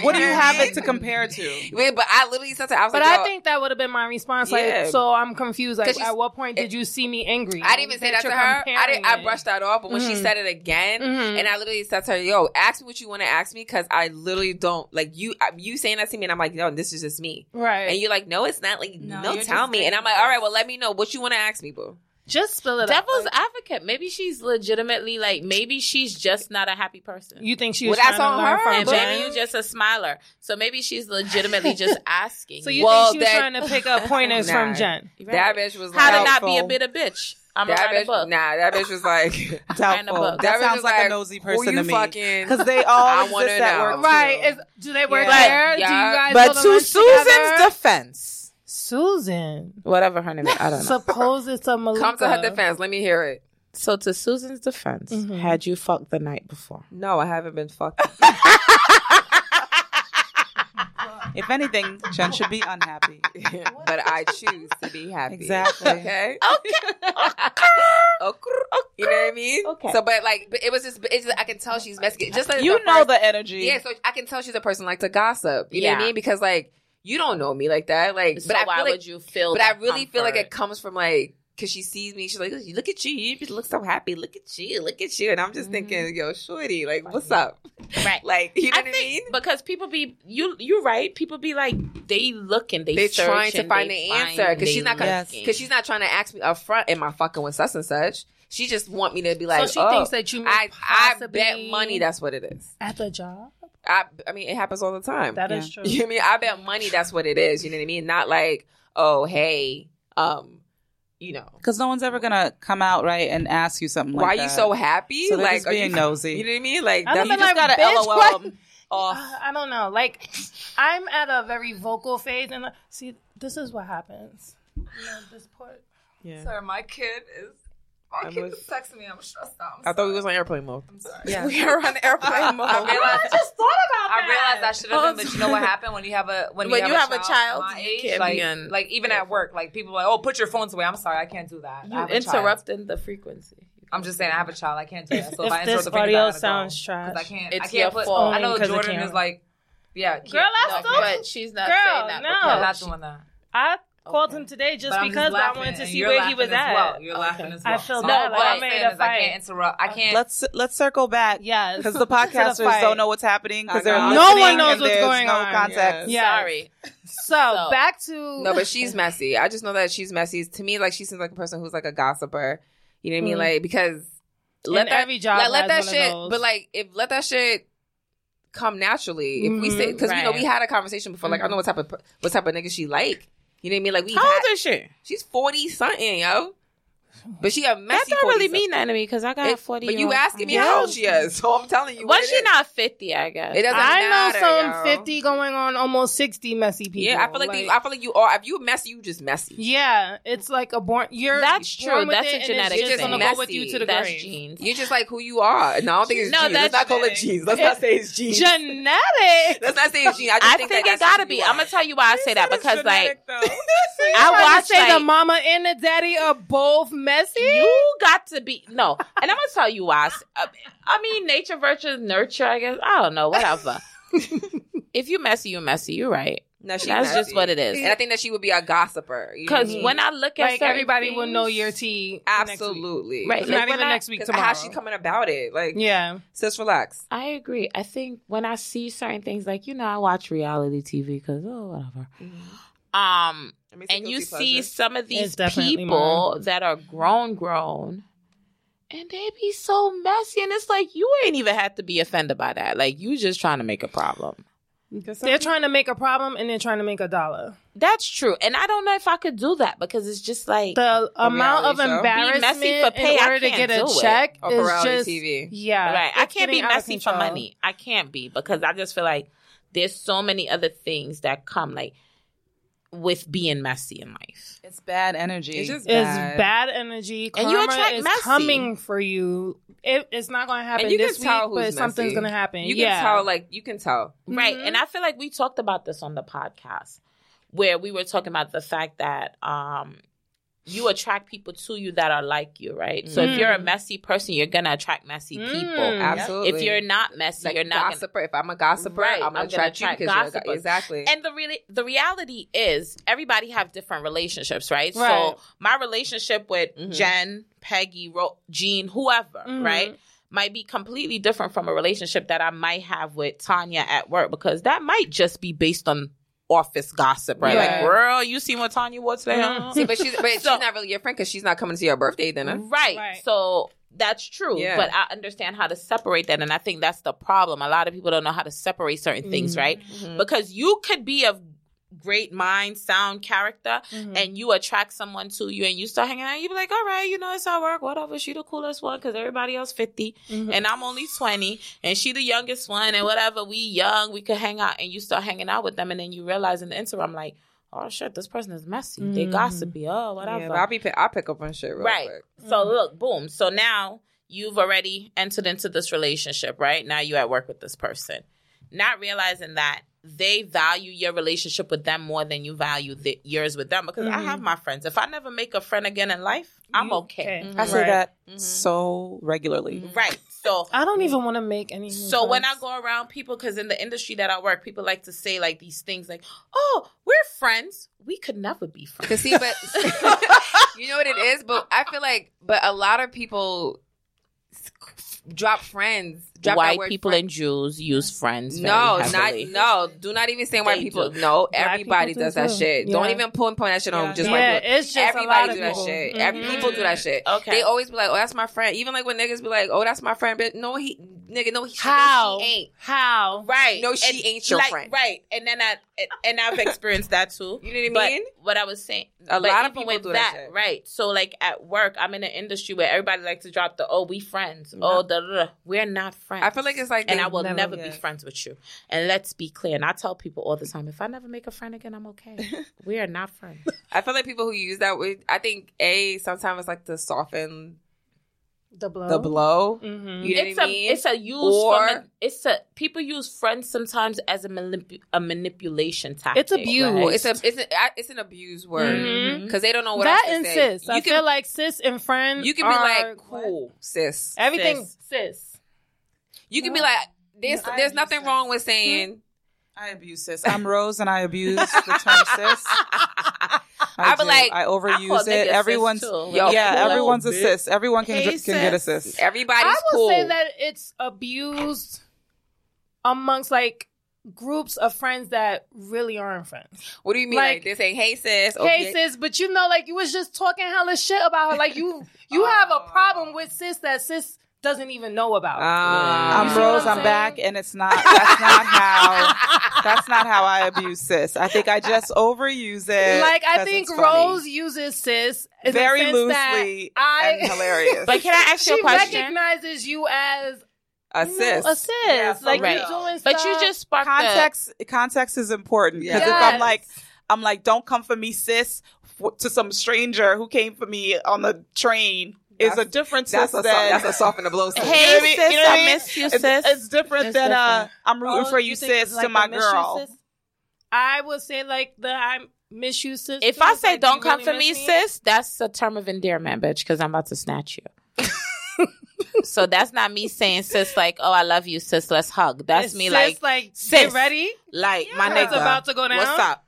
D: what do you
C: know
D: have
C: I mean?
D: it to compare to?
C: Wait, but I literally said to her, I was
A: But
C: like,
A: I
C: "Yo,
A: think that would have been my response. Like,
C: Yeah.
A: so I'm confused. Like,
C: 'Cause she's-
A: at what point did you see me angry?
C: I didn't even say that to
A: you're
C: her. I
A: comparing
C: didn't. I
A: it.
C: brushed that off. But when she
A: Mhm.
C: said it again,
A: Mhm.
C: and I literally said to her, "Yo, ask me what you want to ask me, because I literally don't like you. I- You saying that to me, and I'm like, no, this is just me.
A: right.
C: And you're like, no, it's not. Like, no,
E: No, you're
C: tell
E: just
C: me. And I'm like, all right, well, let me know what you want to ask me, boo.
A: just spill it. out.
B: Devil's
A: Like,
B: advocate. Maybe she's legitimately like, maybe she's just not a happy person.
A: you think she
C: Well,
A: was
C: that's
A: trying to
C: on
A: learn
C: her,
A: from
B: and
C: but-
A: Jen?
B: maybe you're just a smiler. So maybe she's legitimately just asking.
A: So you
C: Well,
A: think she was
C: that-
A: trying to pick up pointers
C: Nah.
A: from Jen?
B: you
C: That bitch was
B: how to
C: like,
B: not be a
D: Doubtful.
B: bit of bitch. I'm
C: that
B: a
C: bitch,
B: book.
C: nah, that bitch was like,
B: Doubtful.
D: That,
C: That was
D: sounds
C: just
D: like,
C: like,
D: a nosy
C: who
D: person
C: you
D: to me.
C: fucking?
D: Because they
C: I
D: all exist
C: wanna
D: at
C: know.
D: work.
A: Right.
D: too.
A: Is, do they work
C: Yeah.
A: there? Do
C: Yeah.
A: you guys go
B: But to
A: lunch
B: Susan's
A: together?
B: defense,
A: Susan.
B: whatever her name is, I don't know.
A: Suppose it's a Malika.
C: Come to her defense. Let me hear it.
B: So to Susan's defense,
A: Mhm.
B: had you fucked the night before?
C: No, I haven't been fucked.
D: If anything, Jen should be unhappy.
C: but I choose to be happy.
D: Exactly.
C: Okay. Okay. You know what I mean?
B: Okay.
C: So, but like, but it was just, but it's just I can tell she's messy. Just like
D: You
C: the
D: know
C: first-
D: the energy.
C: yeah. So I can tell she's a person like to gossip. You know what I
B: Yeah.
C: mean? Because like, you don't know me like that. Like,
B: So
C: but I
B: why
C: feel like,
B: would you feel?
C: but I
B: that
C: really feel like it
B: comfort?
C: comes from like. Cause she sees me, she's like, "Look at you! You just look so happy. Look at you! Look at you!" And I'm
D: Mm-hmm.
C: just thinking, "Yo, shorty, like, what's up?
B: right.
C: Like, you know
B: I
C: what I
B: think
C: mean?
B: because people be you you're right. People be like they looking, they
C: They're
B: search
C: trying to
B: and
C: find
B: they
C: the answer, 'cause
B: they
C: she's not gonna-
B: looking.
C: Because she's not trying to ask me up front, "Am I fucking with such and such?" She just want me to be like,
A: so she
C: "Oh,
A: thinks that you may
C: I I
A: possibly
C: bet money that's what it is.
A: at the job.
C: I I mean it happens all the time.
A: That is true.
C: you know what I mean I bet money that's what it is. You know what I mean? Not like oh hey um you know
D: Because no one's ever gonna come out right and ask you something.
C: why
D: like
C: are you
D: that.
C: so happy?
D: So they're
C: like
D: just
C: are
D: being
C: you,
D: nosy.
C: you know what I mean? Like
A: I
C: that's
A: don't
D: you
A: been
D: just
A: like,
D: gotta
A: "Bitch,
D: LOL
A: what?"
D: them off.
A: I don't know. Like, I'm at a very vocal phase, and like, see, this is what happens. You know, this part.
E: Sorry, my kid is. My
C: I'm
E: kid
C: with-
E: is texting me. I'm stressed out. I'm
C: I thought we
E: sorry.
C: was on airplane mode.
E: I'm sorry.
C: Yeah. we are on airplane mode.
E: I realized. I just thought
B: that.
E: about I realized I should have been, but you know what happened when you have a when,
B: When
E: you,
B: you
E: have,
B: have a child,
E: child, my
B: you
E: age,
B: can't
E: like,
B: be on-
E: like even at work, like people are like, oh, put your phones away. I'm sorry, I can't do that. I
B: you
E: have a child.
B: interrupting the frequency.
E: I'm just saying, I have a child. I can't do that. So if, I
A: if
E: interrupt
A: this
E: the fingers,
A: audio
E: I gotta
A: sounds
E: go. 'Cause I
A: trash,
E: can't. I
B: It's your
E: can't put.
B: fault.
E: I know
A: Only 'cause of
E: Jordan
A: camera.
E: is like, yeah,
A: Girl, I
E: no,
A: still-
B: but she's not
A: Girl,
B: saying that.
A: no.
B: because
E: I'm not doing that.
A: I called him today just
E: But I'm
A: because I
E: laughing,
A: wanted to
E: and
A: see
E: you're
A: where he
E: laughing
A: was
E: as
A: at.
E: Well. You're laughing as well.
A: I feel
E: so
A: bad,
E: What
A: like, I
E: I'm
A: made
E: saying
A: a
E: is I
A: fight.
E: can't interrupt. I can't.
D: Let's let's circle back.
A: Yes,
D: Because the
A: It's a
D: podcasters
A: fight.
D: don't know what's happening because they're
C: I know.
A: No
D: listening
A: one knows
D: and
A: what's
D: there's
A: going
D: no
A: on.
D: context.
A: Yes.
B: Sorry.
A: So,
B: So-
A: back to
C: No, but she's messy. I just know that she's messy. To me, like she seems like a person who's like a gossiper. You know what I mean?
A: Mm.
C: Like because
A: And
C: let that
A: every job
C: like, let that
A: has one of
C: shit.
A: those.
C: But like if let that shit come naturally. If we
A: Mhm,
C: say because you know
B: Mm-hmm. right.
C: we had a conversation before. Like I know what type of what type of nigga she like. You You know what I mean? Like we
B: How old
C: had,
B: is she?
C: she's forty something, yo. But she a
B: That
C: messy.
B: don't really
C: 40-something.
B: mean nothing to me because I got a
C: It-
B: 40
C: But you asking me how old she is, so I'm telling you. what
B: Was
C: it
B: she
C: is.
B: not 50, I guess?
C: It doesn't
A: I
C: matter,
A: know some
C: yo.
A: fifty going on, almost sixty messy people.
C: Yeah, I feel like, they, I feel like you are. If you messy, you just messy.
A: yeah, it's like a born. You're
B: That's
A: born
B: true.
A: with
B: That's
A: it,
B: a
A: and it's
B: genetic
A: just
B: thing.
A: gonna go with you to the
B: That's
A: grave.
B: genes.
C: You're just like who you are. No, I don't think it's
B: No,
C: genes. Let's not
B: that's
C: call it
B: genetic.
C: genes. Let's not say it's genes.
A: Genetic.
C: Let's not say it's genes. I just
B: I
C: think,
B: think,
C: that that's
B: it gotta
C: who you
B: be.
C: are.
B: I'm gonna tell you why I say that because, like,
A: I
B: I
A: want
B: watch
A: to say the
B: like,
A: mama and the daddy are both messy.
B: you got to be no, and I'm gonna tell you why. I- I mean, nature versus nurture. I guess I don't know. Whatever. if you messy, you messy. You're right.
C: no, she
B: That's just
C: messy.
B: what it is.
C: And I think that she would be a gossiper. you know what I
B: Because
C: mean?
B: when I look at
A: like
B: certain
A: everybody will
B: things-
A: know your tea. Next week.
C: absolutely
B: Right.
A: It's
B: Like,
A: not even
B: when I-
A: next week.
C: 'Cause
A: Tomorrow.
C: how she coming about it? Like,
A: Yeah.
C: sis, relax.
B: I agree. I think when I see certain things, like you know, I watch reality TV because oh whatever. Um,
C: Let me say
B: and you
C: guilty
B: see
C: pleasure.
B: some of
A: It's
B: these
A: definitely
B: people that are grown, grown, and they be so messy, and it's like you ain't even have to be offended by that. Like you just trying to make a problem.
A: They're trying to make a problem and they're trying to make a dollar.
B: That's true, and I don't know if I could do that because it's just like
A: The amount of
C: reality show. Be messy
A: embarrassment
B: for pay,
A: in
B: I
A: order to
B: can't
A: get a
B: do it.
A: check
C: Or
A: is
C: reality
A: just
C: TV.
A: yeah.
B: right. I
A: uh, it's
B: can't be
A: getting out of
B: messy for
A: control.
B: money. I can't be because I just feel like there's so many other things that come like with being messy in life.
D: It's bad energy.
C: It's just
A: It's
C: bad.
A: bad energy.
B: And
A: Karma
B: you attract
A: is
B: messy.
A: coming for you. It, it's not going to happen
C: And you can
A: this week,
C: tell
A: but
C: who's
A: something's
C: messy.
A: going to happen.
C: You can
A: yeah.
C: tell. Like, you can tell.
B: Right.
A: Mhm.
B: And I feel like we talked about this on the podcast where we were talking about the fact that um you attract people to you that are like you, right? So if you're a
A: Mm.
B: messy person, you're gonna attract messy people.
A: Mm.
C: Absolutely.
B: Mm-hmm. If you're not messy,
C: like
B: you're not gonna
C: gossiper. If I'm a gossiper,
B: Right,
C: I'm gonna
B: I'm gonna
C: attract you
B: attract
C: because you're a go-
B: gossipers.
C: exactly.
B: and the really the reality is everybody have different relationships, right?
A: Right.
B: So my relationship with
C: Mhm.
B: Jen, Peggy, Ro- Jean, whoever,
A: Mhm.
B: right, might be completely different from a relationship that I might have with Tanya at work because that might just be based on office gossip, right?
C: Right.
B: Like, girl, you seen what Tanya wore today? huh?"
C: See, but she's but she's
B: So-
C: not really your friend because she's not coming to your birthday dinner.
B: Right.
A: Right.
B: So that's true.
C: Yeah.
B: But I understand how to separate that. And I think that's the problem. A lot of people don't know how to separate certain things,
A: Mhm.
B: right?
C: Mm-hmm.
B: Because you could be of great mind, sound character,
A: Mhm.
B: and you attract someone to you and you start hanging out, you be like, all right, you know, it's our work, whatever. She the coolest one because everybody else 50
A: Mhm.
B: and I'm only 20 and she the youngest one and whatever. We young, we could hang out and you start hanging out with them. And then you realize in the interim, like, oh shit, this person is messy. They
A: Mhm.
B: gossipy. Oh, whatever.
C: Mm. Yeah, but I'll be pick- I'll pick up on shit real
B: Right.
C: quick. Mm.
B: So look, boom. So now you've already entered into this relationship, right? Now you're at work with this person, not realizing that they value your relationship with them more than you value the, yours with them. Because I
C: Mm-hmm.
B: have my friends. If I never make a friend again in life, I'm
A: You-
B: okay.
A: okay.
D: I say
A: Right.
D: that
C: Mm-hmm.
B: Mm-hmm.
D: so regularly.
B: Right. So.
A: I don't even want to make any. new
B: So when I
A: friends.
B: go around people, because in the industry that I work, people like to say like these things like, "Oh, we're friends. We could never be friends."
C: Cause see, but
F: you know what it is, but I feel like, but a lot of people s- drop friends. Drop that
B: White
F: word
B: people
F: friend.
B: and Jews use friends. very
C: no, not
B: heavily.
C: no. Do not even say white
B: They
C: people.
B: do.
C: No,
A: Black
C: everybody
A: people do
C: does that
A: too.
C: shit.
A: Yeah.
C: Don't even point point that shit on just
A: yeah,
C: white people. Mm-hmm.
A: it's just a lot
C: Everybody
A: of
C: do that
A: people.
C: shit. Every
A: Mhm.
C: people do that shit.
B: Okay.
C: They always be like, "Oh, that's my friend." Even like when niggas be like, "Oh, that's my friend," but no, he nigga, no, he,
A: How?
C: no, she ain't.
A: How?
B: Right.
C: No, she ain't your
B: like,
C: friend.
B: Right. And then I and I've experienced that too.
C: You know what I
B: But
C: mean?
B: what I was saying,
C: A
B: but
C: lot of
B: even
C: people
B: with
C: do that shit.
B: right? So like at work, I'm in an industry where everybody likes to drop the oh we friends, oh da, da, da. we're not friends.
C: I feel like it's like
B: and
C: they
B: I will never, be
C: yeah.
B: friends with you. And let's be clear. And I tell people all the time, if I never make a friend again, I'm okay. we are not friends.
C: I feel like people who use that word, I think a sometimes it's like to soften
A: The blow.
C: the blow.
A: Mm-hmm.
C: You know
B: it's
C: what
B: a
C: I mean?
B: it's a use
C: Or-
B: from a, it's a people use friends sometimes as a, manip- a manipulation tactic.
A: It's abuse.
C: Well,
B: right? Mm-hmm.
C: it's a it's a, I- it's an abused word
A: Mhm.
C: because they don't know what
A: That
C: else to say.
A: insists. I
C: You can
A: feel like sis and friend.
C: you can be
A: are-
C: like cool sis.
A: Everything sis.
C: You can be
A: No.
C: like there's
D: No, I
C: there's
D: abuse
C: nothing
D: sis.
C: wrong with saying
D: I abuse sis. I'm Rose, and I abuse the term sis. I,
C: I be
D: do.
C: like,
D: I
B: I call
D: overuse
B: niggas
D: it.
B: sis,
D: Everyone's
A: Hmm?
B: too.
C: Yo,
D: yeah,
C: cool.
D: everyone's a sis. Everyone can
B: Hey,
D: dr- can get a
B: sis.
D: sis.
C: everybody's
A: I will
C: cool.
A: say that it's abused amongst like groups of friends that really aren't friends.
C: What do you mean?
A: Like-
C: Like, they're saying, "Hey sis," or,
A: Hey sis, but you know, like you was just talking hella shit about her. Like you, you have a problem with sis that sis doesn't even know about.
C: Um,
A: You
D: I'm
A: see what
D: Rose.
A: I'm
D: I'm
A: saying?
D: back, and it's not. That's not how. Uh, That's not how I abuse sis. I think I just overuse it.
A: like I
D: 'cause
A: think
D: it's funny.
A: Rose uses sis in the
D: very
A: sense that
D: loosely
A: I-
D: and hilarious.
B: But can I ask you
A: She
B: a question?
A: recognizes you as you know,
C: assist.
A: a sis.
D: Yeah,
A: like
B: right.
A: you're doing
B: But you
A: stuff-
B: just sparked the
D: context context is important because
A: Yes.
D: if I'm like I'm like don't come for me sis f- to some stranger who came for me on the train is a
C: That's-
D: different sis
C: That's a,
D: than
C: soft- that's a soften the blow. sis.
D: You know
B: Hey
D: what I mean?
B: sis,
D: You know what I
B: I
D: mean?
B: miss you,
D: it's,
B: sis.
D: it's different than uh I'm rooting
A: Oh,
D: for you,
A: think it's
D: sis
A: like
D: to my
A: the miss you,
D: girl.
A: sis? I would say like the I miss you sis.
B: if
A: thing
B: I
A: is,
B: say
A: like,
B: don't
A: you
B: come
A: really
B: for me,
A: miss
B: sis, that's a term of endearment, bitch, because I'm about to snatch you. so that's not me saying sis like, oh I love you, sis, let's hug. That's
A: It's
B: me
A: sis,
B: like
A: like
B: sis.
A: get ready.
B: like my
A: It's
B: nigga.
A: about to go down.
B: What's up?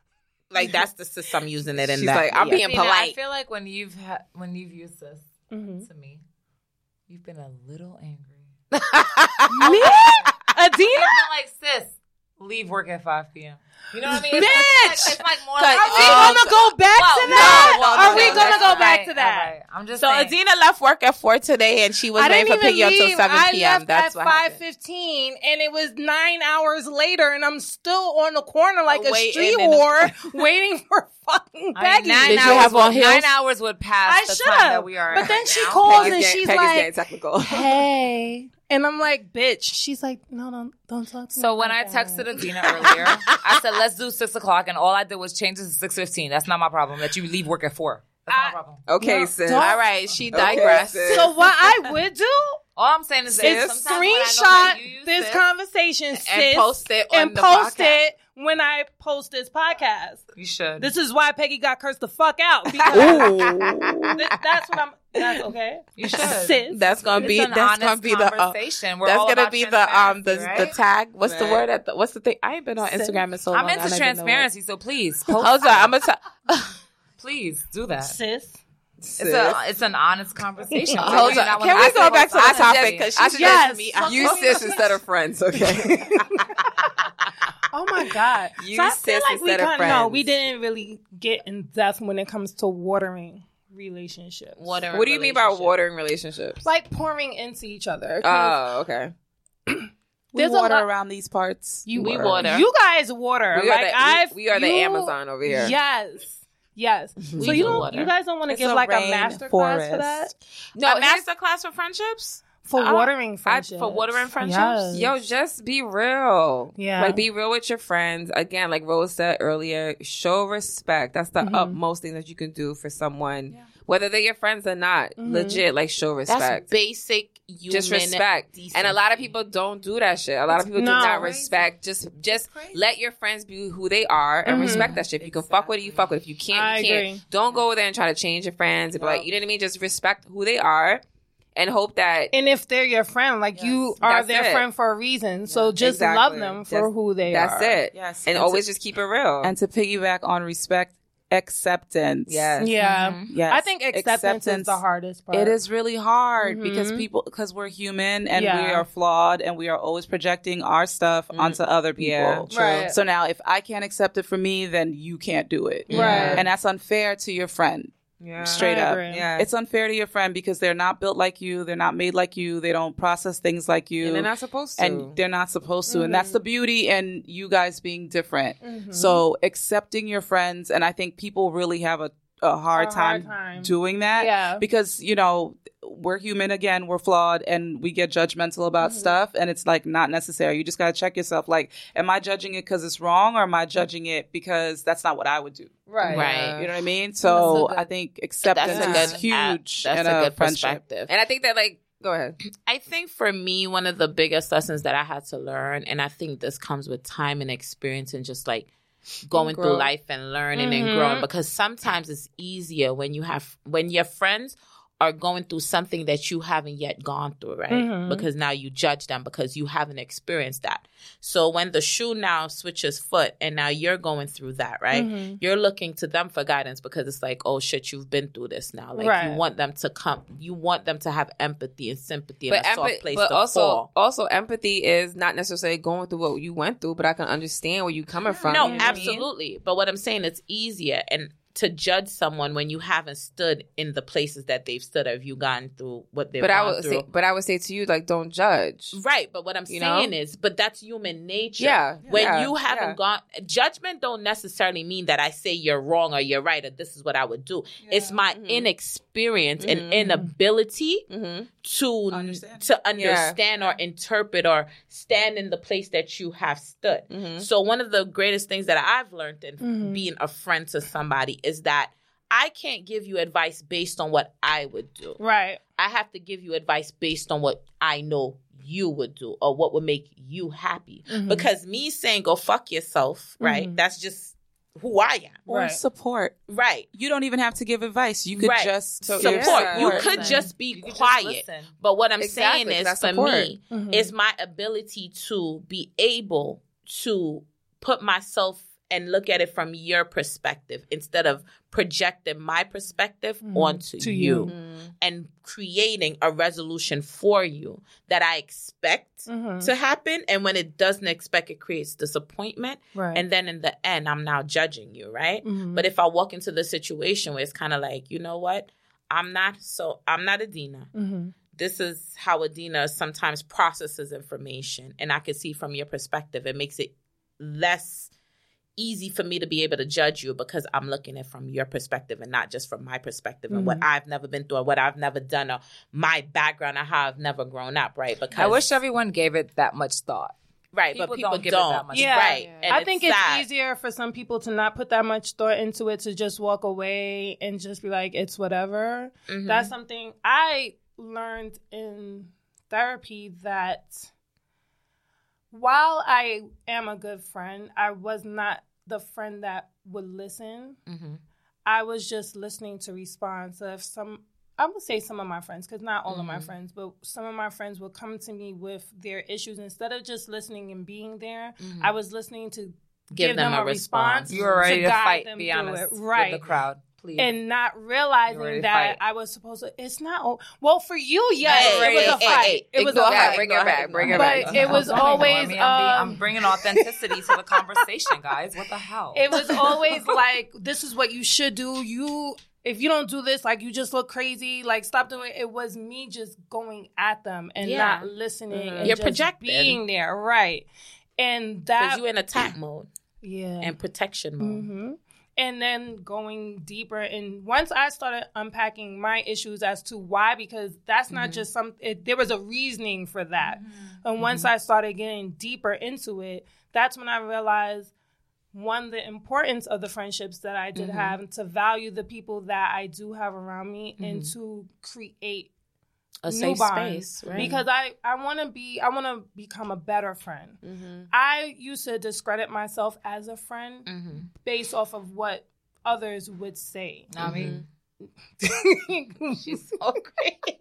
B: Like that's the sis I'm using it in
C: She's
B: that.
C: like, I'm
B: yeah.
C: being
E: Tina, I
B: polite.
E: feel like when you've ha- when you've used this
A: Mhm.
E: to me, you've been a little angry.
B: me?
E: You've
B: Adina?
E: been like, sis, leave work at five p.m. You know what I mean? It's
B: Bitch!
E: Like, it's like more
B: Cause-
E: like.
B: Are we gonna go back
E: Well,
B: to
E: no,
B: that?
E: well,
B: Are
E: no,
B: we
E: no,
B: gonna
E: that's
B: go
E: all
B: back
E: right,
B: to that?
E: all right. I'm just
B: So
E: saying.
B: Adina left work at four today, and she was
A: I
B: waiting
A: didn't
B: for
A: even
B: Piggy up till
A: leave.
B: seven
A: I
B: p.m.
A: left
B: That's
A: at
B: what
A: five
B: happened.
A: fifteen, and it was nine hours later, and I'm still on the corner like a
B: Waiting
A: street
B: in the-
A: whore, waiting for fucking
E: I mean,
A: Peggy.
E: nine
B: Did you
E: hours
B: have
E: would,
B: on heels?
E: Nine hours would pass
A: I
E: the
A: should've,
E: time that we are.
A: but
E: at
A: then she
E: now.
A: called
C: Peggy's
A: and
C: getting-
A: she's
C: Peggy's
A: like-
C: getting technical.
A: hey, and I'm like, bitch. She's like, no, no, don't talk. To
E: So
A: me
E: when I
A: like that."
E: texted Adina earlier, I said, "Let's do six o'clock," and all I did was change it to six fifteen. That's not my problem. That you leave work at four. That's not my problem.
C: Okay, sis.
B: All right, she
C: Okay,
B: digressed.
C: sis.
A: So what I would do
E: All I'm saying is
A: is
E: that sometimes when I know that you
A: screenshot
E: use
A: this
E: this-
A: conversation, sis,
B: and post it on
A: and
B: the
A: post
B: podcast.
A: it when I post this podcast.
E: You should.
A: This is why Peggy got cursed the fuck out. Because th- that's what I'm. That's okay.
E: you should.
A: Sis.
B: That's gonna
E: It's
B: be
E: an
B: that's
E: honest
B: gonna be the uh,
E: conversation. We're all
B: that's gonna
E: about
B: be the um the
E: transparency,
B: the
E: right?
B: tag. What's the
C: Right.
B: word? At the, what's the thing? I ain't been on
A: Sis.
B: Instagram in so long.
E: I'm into transparency, so please, post
B: Also,
E: it.
B: I'm gonna.
E: please do that.
A: sis.
E: It's a it's an honest conversation. Why
B: Hold
E: would you
B: on.
E: not
B: Can
E: wanna
B: we
E: ask
B: go
E: people
B: back to the
E: about that?
B: topic? Because
C: I
B: she
C: should
A: Yes.
B: me.
A: Fuck
C: You
A: Fuck
C: sis
A: me.
C: instead of friends, okay?
A: Oh my god.
C: You
A: so I feel
C: sis
A: like we
C: instead of
A: kind of no,
C: friends.
A: we didn't really get in depth when it comes to watering relationships.
B: Water
C: what do you mean by watering relationships?
A: Like pouring into each other. 'Cause
C: Oh, okay.
D: We
A: There's a
D: water
A: lot-
D: around these parts.
A: you
B: we water.
A: You guys water.
C: We are,
A: like
C: the,
A: I've
C: we are the
A: you-
C: Amazon over here.
A: Yes. Yes. so you don't
B: water.
A: you guys don't want to
D: It's
A: give
D: a
A: like a
D: rain
A: master class for
D: forest.
A: that?
B: No, a master class for friendships.
A: For
B: Uh,
A: watering
B: I-
A: friendships.
B: for watering friendships?
A: Yes.
C: Yo, just be real.
A: Yeah.
C: Like, be real with your friends. Again, like Rose said earlier, show respect. That's the
A: Mhm.
C: utmost thing that you can do for someone, whether they're your friends or not.
A: Mhm.
C: Legit, like, show
B: That's
C: respect.
B: basic human
C: Just respect. And a lot of people don't do that shit. A lot of people
A: No.
C: do not respect. Just, just let your friends be who they are and
A: Mhm.
C: respect that shit. If you can fuck with it, you fuck with it. If you can't,
A: I
C: you can't.
A: agree.
C: Don't go there and try to change your friends. and be Like, you know what I mean? Just respect who they are and hope that
A: and if they're your friend, like you are
C: That's
A: their
C: it.
A: friend for a reason. So just love
C: exactly.
A: them for
C: That's-
A: who they
C: that's
A: are.
C: it.
D: Yes.
C: And
D: to-
C: always just keep it real.
D: and to piggyback on respect, acceptance.
C: Yes.
A: Yeah.
B: Mm-hmm.
D: Yes.
A: I think acceptance, is the hardest part.
D: It is really hard
A: Mhm.
D: because
C: Mm-hmm.
D: people because we're human and we
A: Yeah.
D: are flawed and we are always projecting our stuff onto other people.
C: Mm-hmm. Yeah,
A: true. Right.
D: So now if I can't accept it from me, then you can't do it.
A: Right.
D: And that's unfair to your friend.
C: Yeah.
D: Straight
A: I
D: up.
A: agree.
C: Yeah.
D: It's unfair to your friend because they're not built like you, they're not made like you, they don't process things like you.
C: and they're not supposed to.
D: and they're not supposed to and that's the beauty and you guys being different
A: Mm-hmm.
D: so accepting your friends and i think people really have a, a, hard,
A: A hard
D: time
A: time.
D: doing that
A: Yeah.
D: because you know we're human again we're flawed and we get judgmental about stuff and it's like not necessary you just got to check yourself like am i judging it because it's wrong or am i judging it because that's not what i would do
A: Right.
B: Right.
D: you know what i mean so i think acceptance
B: That's a
D: is
B: good
D: huge
B: uh, that's
D: in
B: a
D: a,
B: good
D: friendship
B: perspective.
C: and I think that like go ahead.
B: I think for me, one of the biggest lessons that I had to learn, and I think this comes with time and experience and just like going through life and learning and
C: Mm-hmm.
A: Mhm.
B: growing because sometimes it's easier when you have when your friends are going through something that you haven't yet gone through, right?
A: Mhm.
B: Because now you judge them because you haven't experienced that. So when the shoe now switches foot and now you're going through that, right?
A: Mhm.
B: You're looking to them for guidance because it's like, oh shit, you've been through this now. Like you
A: Right.
B: want them to come, you want them to have empathy and sympathy and
C: But
B: a soft
C: empathy,
B: place
C: but
B: to
C: also
B: fall.
C: also empathy is not necessarily going through what you went through, but I can understand where you coming from.
B: No,
C: You know what I mean?
B: absolutely. But what I'm saying, it's easier and to judge someone when you haven't stood in the places that they've stood, or if you gone through what they've
F: But I
B: gone
F: would
B: through.
F: say, but I would say to you, like, don't judge.
B: Right, but what I'm
F: You
B: saying
F: know?
B: is, but that's human nature.
F: Yeah.
B: When
F: yeah,
B: you haven't
F: yeah.
B: gone, judgment don't necessarily mean that I say you're wrong or you're right or this is what I would do. It's my
F: Mhm.
B: inexperience
F: Mhm.
B: and inability
C: Mm-hmm.
F: Mhm.
B: to
D: Understand.
B: to understand or interpret or stand in the place that you have stood.
C: Mm-hmm.
E: Mm-hmm.
F: Mhm.
B: So one of the greatest things that I've learned in
F: Mm-hmm.
A: Mhm.
B: being a friend to somebody is that I can't give you advice based on what I would do.
A: Right.
B: I have to give you advice based on what I know you would do or what would make you happy.
A: Mm-hmm.
F: Mm-hmm.
B: Because me saying go fuck yourself, right?
A: Mhm.
B: That's just who I am.
D: Or
A: Right.
D: support.
B: Right.
D: You don't even have to give advice. You could
B: Right.
D: just
F: So-
D: give
B: support.
F: yeah.
B: You
D: support.
B: could
E: Listen.
B: just be
E: You could just
B: quiet.
E: listen.
B: but what I'm
F: Exactly,
B: saying is
F: that's
B: for
F: support.
B: me
A: Mm-hmm.
B: is my ability to be able to put myself and look at it from your perspective instead of projecting my perspective
A: Mhm.
B: onto
A: To
B: you.
A: you.
C: Mm-hmm.
F: Mhm.
B: and creating a resolution for you that I expect
A: Mhm.
B: to happen. And when it doesn't expect, it creates disappointment.
A: right.
B: And then in the end, I'm now judging you, right?
A: Mhm.
B: But if I walk into the situation where it's kind of like, you know what? I'm not so I'm not Adina.
A: Mhm.
B: This is how Adina sometimes processes information, and I can see from your perspective, it makes it less easy for me to be able to judge you because I'm looking at it from your perspective and not just from my perspective and what I've never been through or what I've never done or my background or how I've never grown up, right? Because
E: I wish everyone gave it that much thought.
B: right, but
E: people
B: people
E: don't
B: don't,
E: give it that much
A: Yeah.
B: right?
F: thought.
B: And
A: I think it's
B: sad.
A: easier for some people to not put that much thought into it to just walk away and just be like, it's whatever.
B: Mhm.
A: That's something I learned in therapy that while I am a good friend, I was not the friend that would listen.
B: Mhm.
A: I was just listening to response of some. I would say some of my friends, because not all of my
B: Mhm.
A: friends, but some of my friends would come to me with their issues instead of just listening and being there.
B: Mhm.
A: I was listening to
B: give, them, a response.
E: You were ready
A: To
E: to,
A: guide
E: fight,
A: them
E: be
A: through
E: honest,
A: it. Right.
E: with the crowd. Please.
A: and not
E: You were ready
A: realizing
E: to
A: that
E: fight.
A: I was supposed to. It's not o- well for you. Yeah,
B: Hey,
A: it was
B: hey,
A: a
B: hey,
A: fight.
B: hey,
A: it was a
F: Yeah,
B: go ahead,
A: fight.
F: bring
B: go
F: it
B: ahead.
F: back, bring it
A: But
F: back.
A: it was
E: Don't ignore
A: always.
E: me. I'm, be-
A: um,
E: I'm bringing authenticity to the conversation, guys. What the hell?
A: It was always like this is what you should do. You if you don't do this, like you just look crazy. Like stop doing. It, it was me just going at them and
B: Yeah.
A: not
E: Mm-hmm.
A: listening. And
B: You're
A: just
B: projecting.
A: being there, right? And
B: Because
A: that
B: you in attack mode
A: yeah.
B: and protection mode.
A: hmm And then going deeper, and once I started unpacking my issues as to why, because that's not just some. It, there was a reasoning for that, and once I started getting deeper into it, that's when I realized one the importance of the friendships that I did have, and to value the people that I do have around me, and to create
B: A
A: New
B: safe
A: bonds.
B: space, right?
A: because I I want to be I want to become a better friend.
C: Mm-hmm.
A: I used to discredit myself as a friend
B: Mhm.
A: based off of what others would say.
E: I mean,
B: Mm-hmm.
A: She's so great.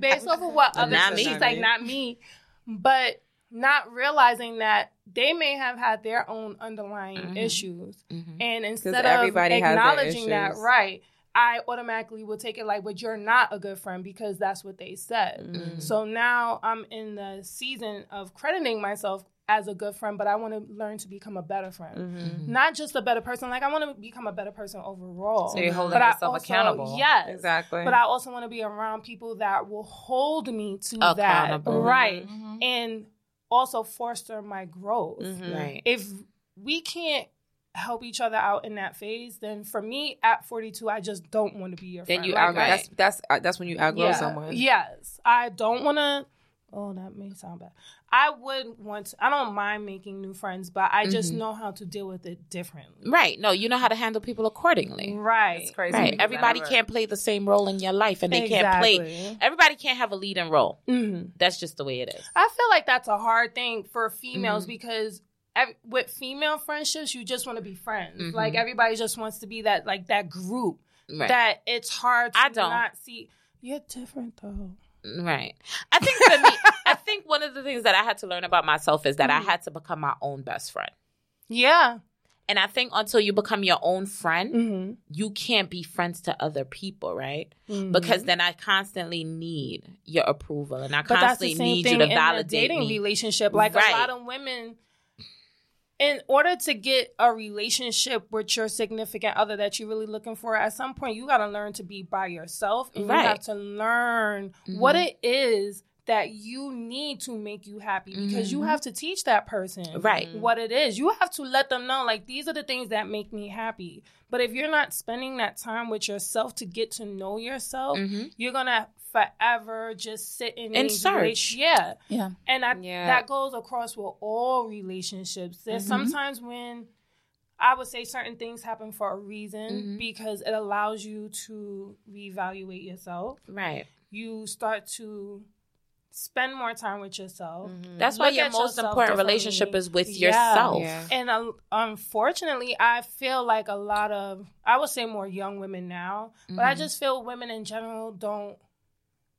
A: based off of what
B: Not
A: others
B: me.
A: She's like, not me. But not realizing that they may have had their own underlying
B: Mhm.
A: issues.
B: Mhm.
A: And instead
C: everybody
A: of
C: has their
A: acknowledging that,
C: issues.
A: right, I automatically would take it like, but you're not a good friend because that's what they said.
C: Mm-hmm.
B: Mm-hmm.
A: So now I'm in the season of crediting myself as a good friend, but I want to learn to become a better friend.
B: Mm-hmm.
C: Mm-hmm.
B: Mm.
A: Not just a better person, like I want to become a better person overall.
E: so you're holding
A: but I
E: yourself
A: also-
E: accountable.
A: Yes.
C: Exactly.
A: But I also want to be around people that will hold me to that.
B: Accountable.
A: Right.
E: Mhm.
A: And also foster my growth
C: Mm-hmm.
B: Right.
A: if we can't help each other out in that phase, then for me at 42, I just don't want to be your
F: Then
A: friend.
F: you
A: Like,
F: outgrow-
A: I-
C: That's that's uh, that's when you outgrow
A: yeah.
C: someone.
A: Yes. I don't want to. Oh, that may sound bad. I would want to, I don't mind making new friends, but I just
B: Mhm.
A: know how to deal with it differently.
B: Right. No, you know how to handle people accordingly.
A: Right.
E: It's crazy.
B: Right.
E: because I
B: Everybody
E: never-
B: can't play the same role in your life and they can't play everybody can't have a leading role.
A: hmm
B: That's just the way it is.
A: I feel like that's a hard thing for females
B: Mm-hmm.
A: because ev- with female friendships, you just want to be friends.
B: Mhm.
A: Like everybody just wants to be that like that group.
B: Right.
A: that it's hard to
B: I don't.
A: not see. You're different though.
B: right. I think for me, I think one of the things that I had to learn about myself is that
A: Mm-hmm.
B: I had to become my own best friend.
A: Yeah.
B: And I think until you become your own friend,
A: Mm-hmm.
B: you can't be friends to other people, right? Because then I constantly need your approval and I
A: but that's
B: constantly
A: the same
B: need
A: thing
B: you to
A: in a
B: validate
A: dating
B: me.
A: relationship. Like
B: Right.
A: a lot of women, in order to get a relationship with your significant other that you're really looking for, at some point you got to learn to be by yourself, and
B: Right. Mm-hmm.
A: you have to learn what it is that you need to make you happy because you have to teach that person
B: Mm-hmm. Right.
A: what it is. You have to let them know like these are the things that make me happy. But if you're not spending that time with yourself to get to know yourself, you're gonna forever just sit in
B: In
A: these
B: search.
A: relation- yeah,
D: Yeah.
A: and I,
F: Yeah.
A: that goes across with all relationships. There's sometimes when I would say certain things happen for a reason because it allows you to reevaluate yourself.
B: Right.
A: Mm-hmm. You start to spend more time with
C: Mm.
A: yourself.
C: Mm-hmm.
B: That's why
A: Look
B: your
A: at
B: most
A: yourself
B: important relationship
A: differently.
B: is with
A: Yeah.
B: yourself.
F: Yeah.
A: And uh, unfortunately, I feel like a lot of, I would say more young women now, but
B: Mm-hmm.
C: Mm-hmm.
A: I just feel women in general don't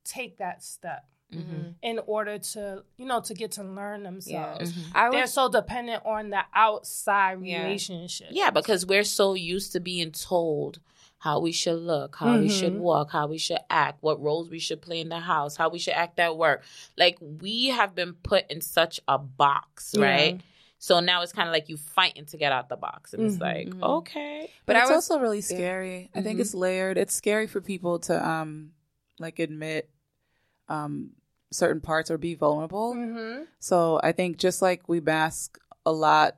A: take that step
C: Mm-hmm.
B: Mm-hmm.
A: in order to, you know, to get to learn themselves.
F: I
A: They're
F: was
A: so dependent on the outside
F: Yeah.
A: relationship.
C: Mm-hmm.
B: Yeah, because we're so used to being told how we should look, how we should
A: Mhm.
C: Mm-hmm.
B: walk, how we should act, what roles we should play in the house, how we should act at work. Like we have been put in such a box,
A: Yeah.
B: right? So now it's kind of like you fighting to get out the box, and it's
A: Mhm.
B: like,
C: Mm-hmm.
F: Mhm.
B: okay,
D: But
F: But
D: it's
F: I was-
D: also really scary. I think
B: Mhm.
D: it's layered. It's scary for people to um like admit um certain parts or be vulnerable.
A: Mm-hmm.
D: So I think just like we mask a lot,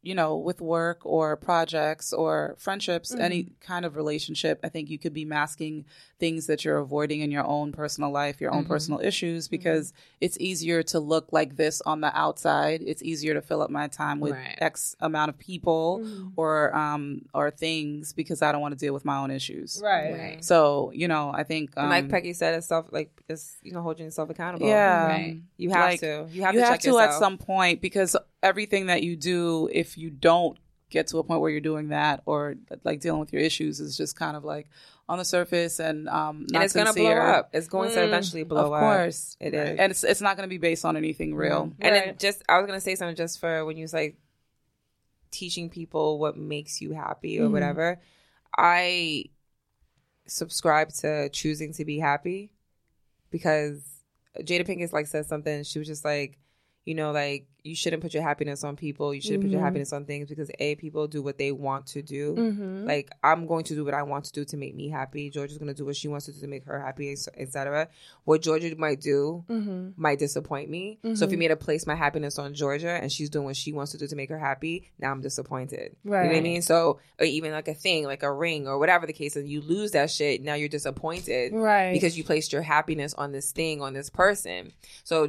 D: you know, with work or projects or friendships, any kind of relationship, I think you could be masking things that you're avoiding in your own personal life, your own
B: Mhm.
D: personal issues, because it's easier to look like this on the outside. It's easier to fill up my time with
B: Right.
D: X amount of people
A: Mm-hmm.
D: or um or things because I don't want to deal with my own issues.
A: Right.
B: Right.
D: So, you know, I think um,
C: And like Peggy said, it's self like it's you know holding yourself accountable.
D: yeah,
B: Right.
C: you have
D: Like,
C: to. You have
D: you
C: to
D: have
C: check
D: to
C: yourself.
D: at some point because everything that you do if you don't get to a point where you're doing that or like dealing with your issues is just kind of like on the surface and um not
C: and it's gonna
D: sincere.
C: blow up. It's going to
A: Mm.
C: eventually blow
D: of
C: up.
D: course
C: It is.
D: and it's it's not going to be based on
C: Mm-hmm.
D: anything real
C: And then
A: Mm-hmm. Right.
C: just I was gonna say something just for when you was like teaching people what makes you happy
A: Mm-hmm.
C: or whatever. I subscribe to choosing to be happy because Jada Pinkett like said something. She was just like, you know, like you shouldn't put your happiness on people. You shouldn't put your
A: Mhm.
C: happiness on things because a people do what they want to do.
A: Mm-hmm.
C: Like I'm going to do what I want to do to make me happy. Georgia's going to do what she wants to do to make her happy, etc. What Georgia might do
A: mm-hmm.
C: might disappoint me. So if you made to place my happiness on Georgia and she's doing what she wants to do to make her happy, now I'm disappointed. You know what I
A: Right.
C: mean? So or even like a thing, like a ring or whatever the case is, you lose that shit, now you're disappointed.
A: Right.
C: Because you placed your happiness on this thing, on this person. So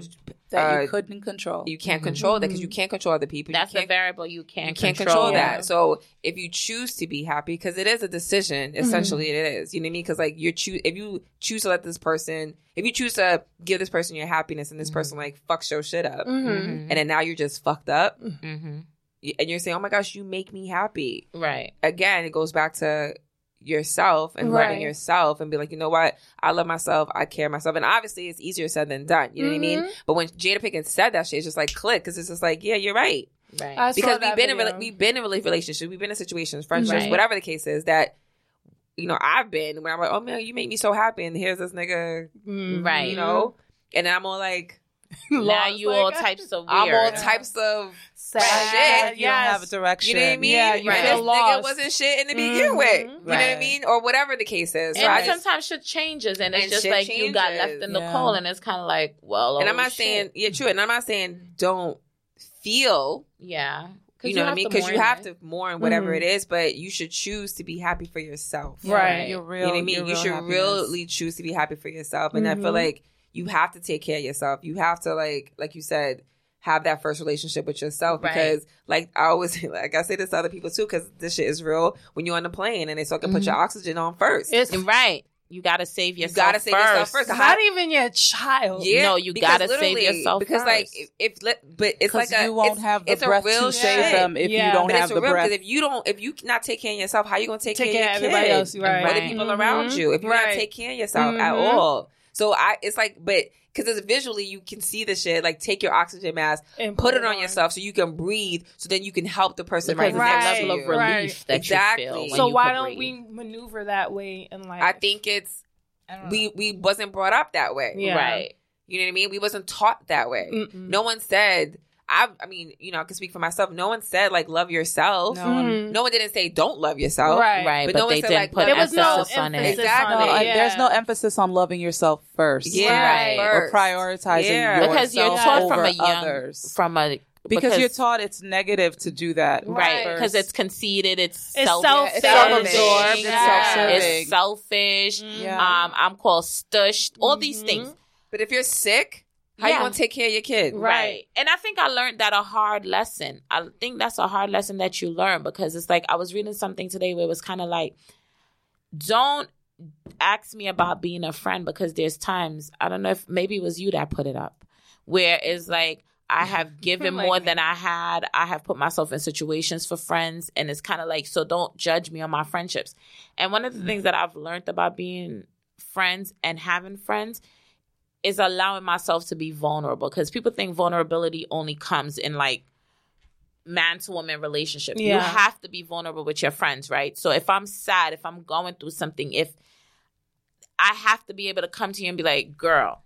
D: that you
C: uh,
D: couldn't control
C: you
A: Mm-hmm.
C: can't control that because you can't control other people. You
B: that's the
C: can't
B: variable you can't
C: you can't
B: control.
C: control that. So if you choose to be happy, because it is a decision,
A: Mm-hmm.
C: essentially it is. You know what I mean? Because like you're choose if you choose to let this person, if you choose to give this person your happiness, and this
A: Mm-hmm.
C: person like fucks your shit
A: Mhm.
C: up, Mm-hmm.
B: Mm-hmm.
C: and then now you're just fucked up,
B: hmm
C: y- and you're saying, "Oh my gosh, you make me happy."
B: Right.
C: Again, it goes back to yourself and
A: Right.
C: learning yourself and be like, you know what? I love myself. I care myself. And obviously, it's easier said than done. You know what I
A: Mm-hmm.
C: mean? But when Jada Pinkett said that shit, it's just like click because it's just like, yeah, you're right
B: Right.
A: I saw
C: because we've
A: that
C: been in
A: video.
C: rela- we've been in rela- relationships, we've been in situations, friendships,
B: Right.
C: whatever the case is that you know I've been when I'm like, oh man, you make me so happy, and here's this nigga,
A: Mhm.
B: right.
C: you know, and I'm all like,
B: now
A: Lost,
B: you
A: like-
B: all types of weird.
C: I'm all
A: Yeah.
C: types of
A: Sad.
C: Shit.
D: you don't have a
A: Yes.
D: direction
C: you know what I mean?
A: Yeah,
C: And
A: you
B: feel
C: this
A: lost.
C: nigga wasn't shit in the
A: Mhm.
C: begin with, you know what I
D: Right.
C: mean, or whatever the case is. So
B: And
C: I just-
B: sometimes shit changes, and it's
C: And
B: just
C: shit
B: like you got
C: changes.
B: left in the
D: Yeah.
B: cold, and it's kind of like, well,
C: and I'm
B: oh,
C: not
B: shit.
C: saying yeah, true, and I'm not saying don't feel
B: yeah,
C: you know what I mean? Because you have to mourn whatever
A: Mhm.
C: it is, but you should choose to be happy for yourself.
A: Right.
D: you're
C: You know
D: real
C: what I mean?
D: your
C: You
D: real
C: should
D: happiness.
C: really choose to be happy for yourself. And I feel
A: Mhm.
C: like you have to take care of yourself. You have to like, like you said, have that first relationship with yourself
B: Right.
C: because like I always like I say this to other people too, because this shit is real when you're on the plane and they fucking put your oxygen on first.
A: It's
B: Right. You gotta save
C: you
B: yourself.
C: gotta
B: first.
C: save yourself first.
A: not even your child.
C: Yeah,
B: No, you
C: because
B: gotta save
C: literally-
B: yourself
C: because like
B: first.
C: if, if let- but it's like
D: because
C: a
D: you won't
C: it's-
D: have the
C: it's a
D: breath
C: real
D: to save
C: shit.
D: them if
A: Yeah.
D: you don't
C: But
D: have
C: it's
D: the
C: real because
D: breath.
C: if you don't, if you not take care of yourself, how you gonna take,
A: Take
C: care
A: care
C: of
A: of
C: your
A: everybody
C: kid?
A: else, right.
C: Or the people
A: Mhm.
C: around you. If you're not
A: Right.
C: taking care of yourself at
A: Mhm.
C: all, so I, it's like, but because it's visually, you can see the shit. Like, take your oxygen mask,
A: And
C: put it on yourself, so you can breathe. So then you can help the person right,
B: Because it's
A: Right.
B: that
C: next to
B: level
C: you.
B: of relief
A: Right.
B: that
C: Exactly.
B: you feel. when
A: So
B: you
A: why
B: can
A: don't
B: breathe.
A: we maneuver that way in life?
C: I think it's
E: I don't know.
C: we we wasn't brought up that way.
A: Yeah.
B: Right.
C: You know what I mean? We wasn't taught that way.
A: Mm-mm.
C: No one said, I I mean, you know, I can speak for myself. No one said like love yourself.
D: No one-
A: Mhm.
C: No one didn't say don't love yourself.
A: Right.
B: right,
C: But
B: but,
C: no one
B: they
C: said,
B: didn't
C: like,
B: put
A: there was no
B: emphasis on it.
A: emphasis.
C: Exactly.
A: on it,
D: No, I-
A: yeah.
D: there's no emphasis on loving yourself first.
C: Yeah.
B: Right.
D: Or prioritizing
C: Yeah.
D: yourself
B: Because you're taught from
D: over
B: a young-
D: others.
B: From a
D: because, you're taught it's negative to do that.
B: right
A: Right.
B: because it's conceited. It's,
A: It's
B: self
A: selfish.
B: absorbed.
A: It's self-serving.
B: It's selfish.
D: Yeah.
B: Um, I'm called stush. All these
A: Mhm.
B: things.
F: But if you're sick, how
B: Yeah.
F: you gonna take care of your kid?
A: Right.
B: Right. And I think I learned that a hard lesson. I think that's a hard lesson that you learn because it's like I was reading something today where it was kind of like, don't ask me about being a friend because there's times, I don't know if maybe it was you that put it up, where it's like, I have given
A: Like-
B: more than I had. I have put myself in situations for friends. And it's kind of like, so don't judge me on my friendships. And one of
A: Mm.
B: the things that I've learned about being friends and having friends is allowing myself to be vulnerable because people think vulnerability only comes in like man to woman relationship. You
A: Yeah.
B: have to be vulnerable with your friends, right? So if I'm sad, if I'm going through something, if I have to be able to come to you and be like, girl,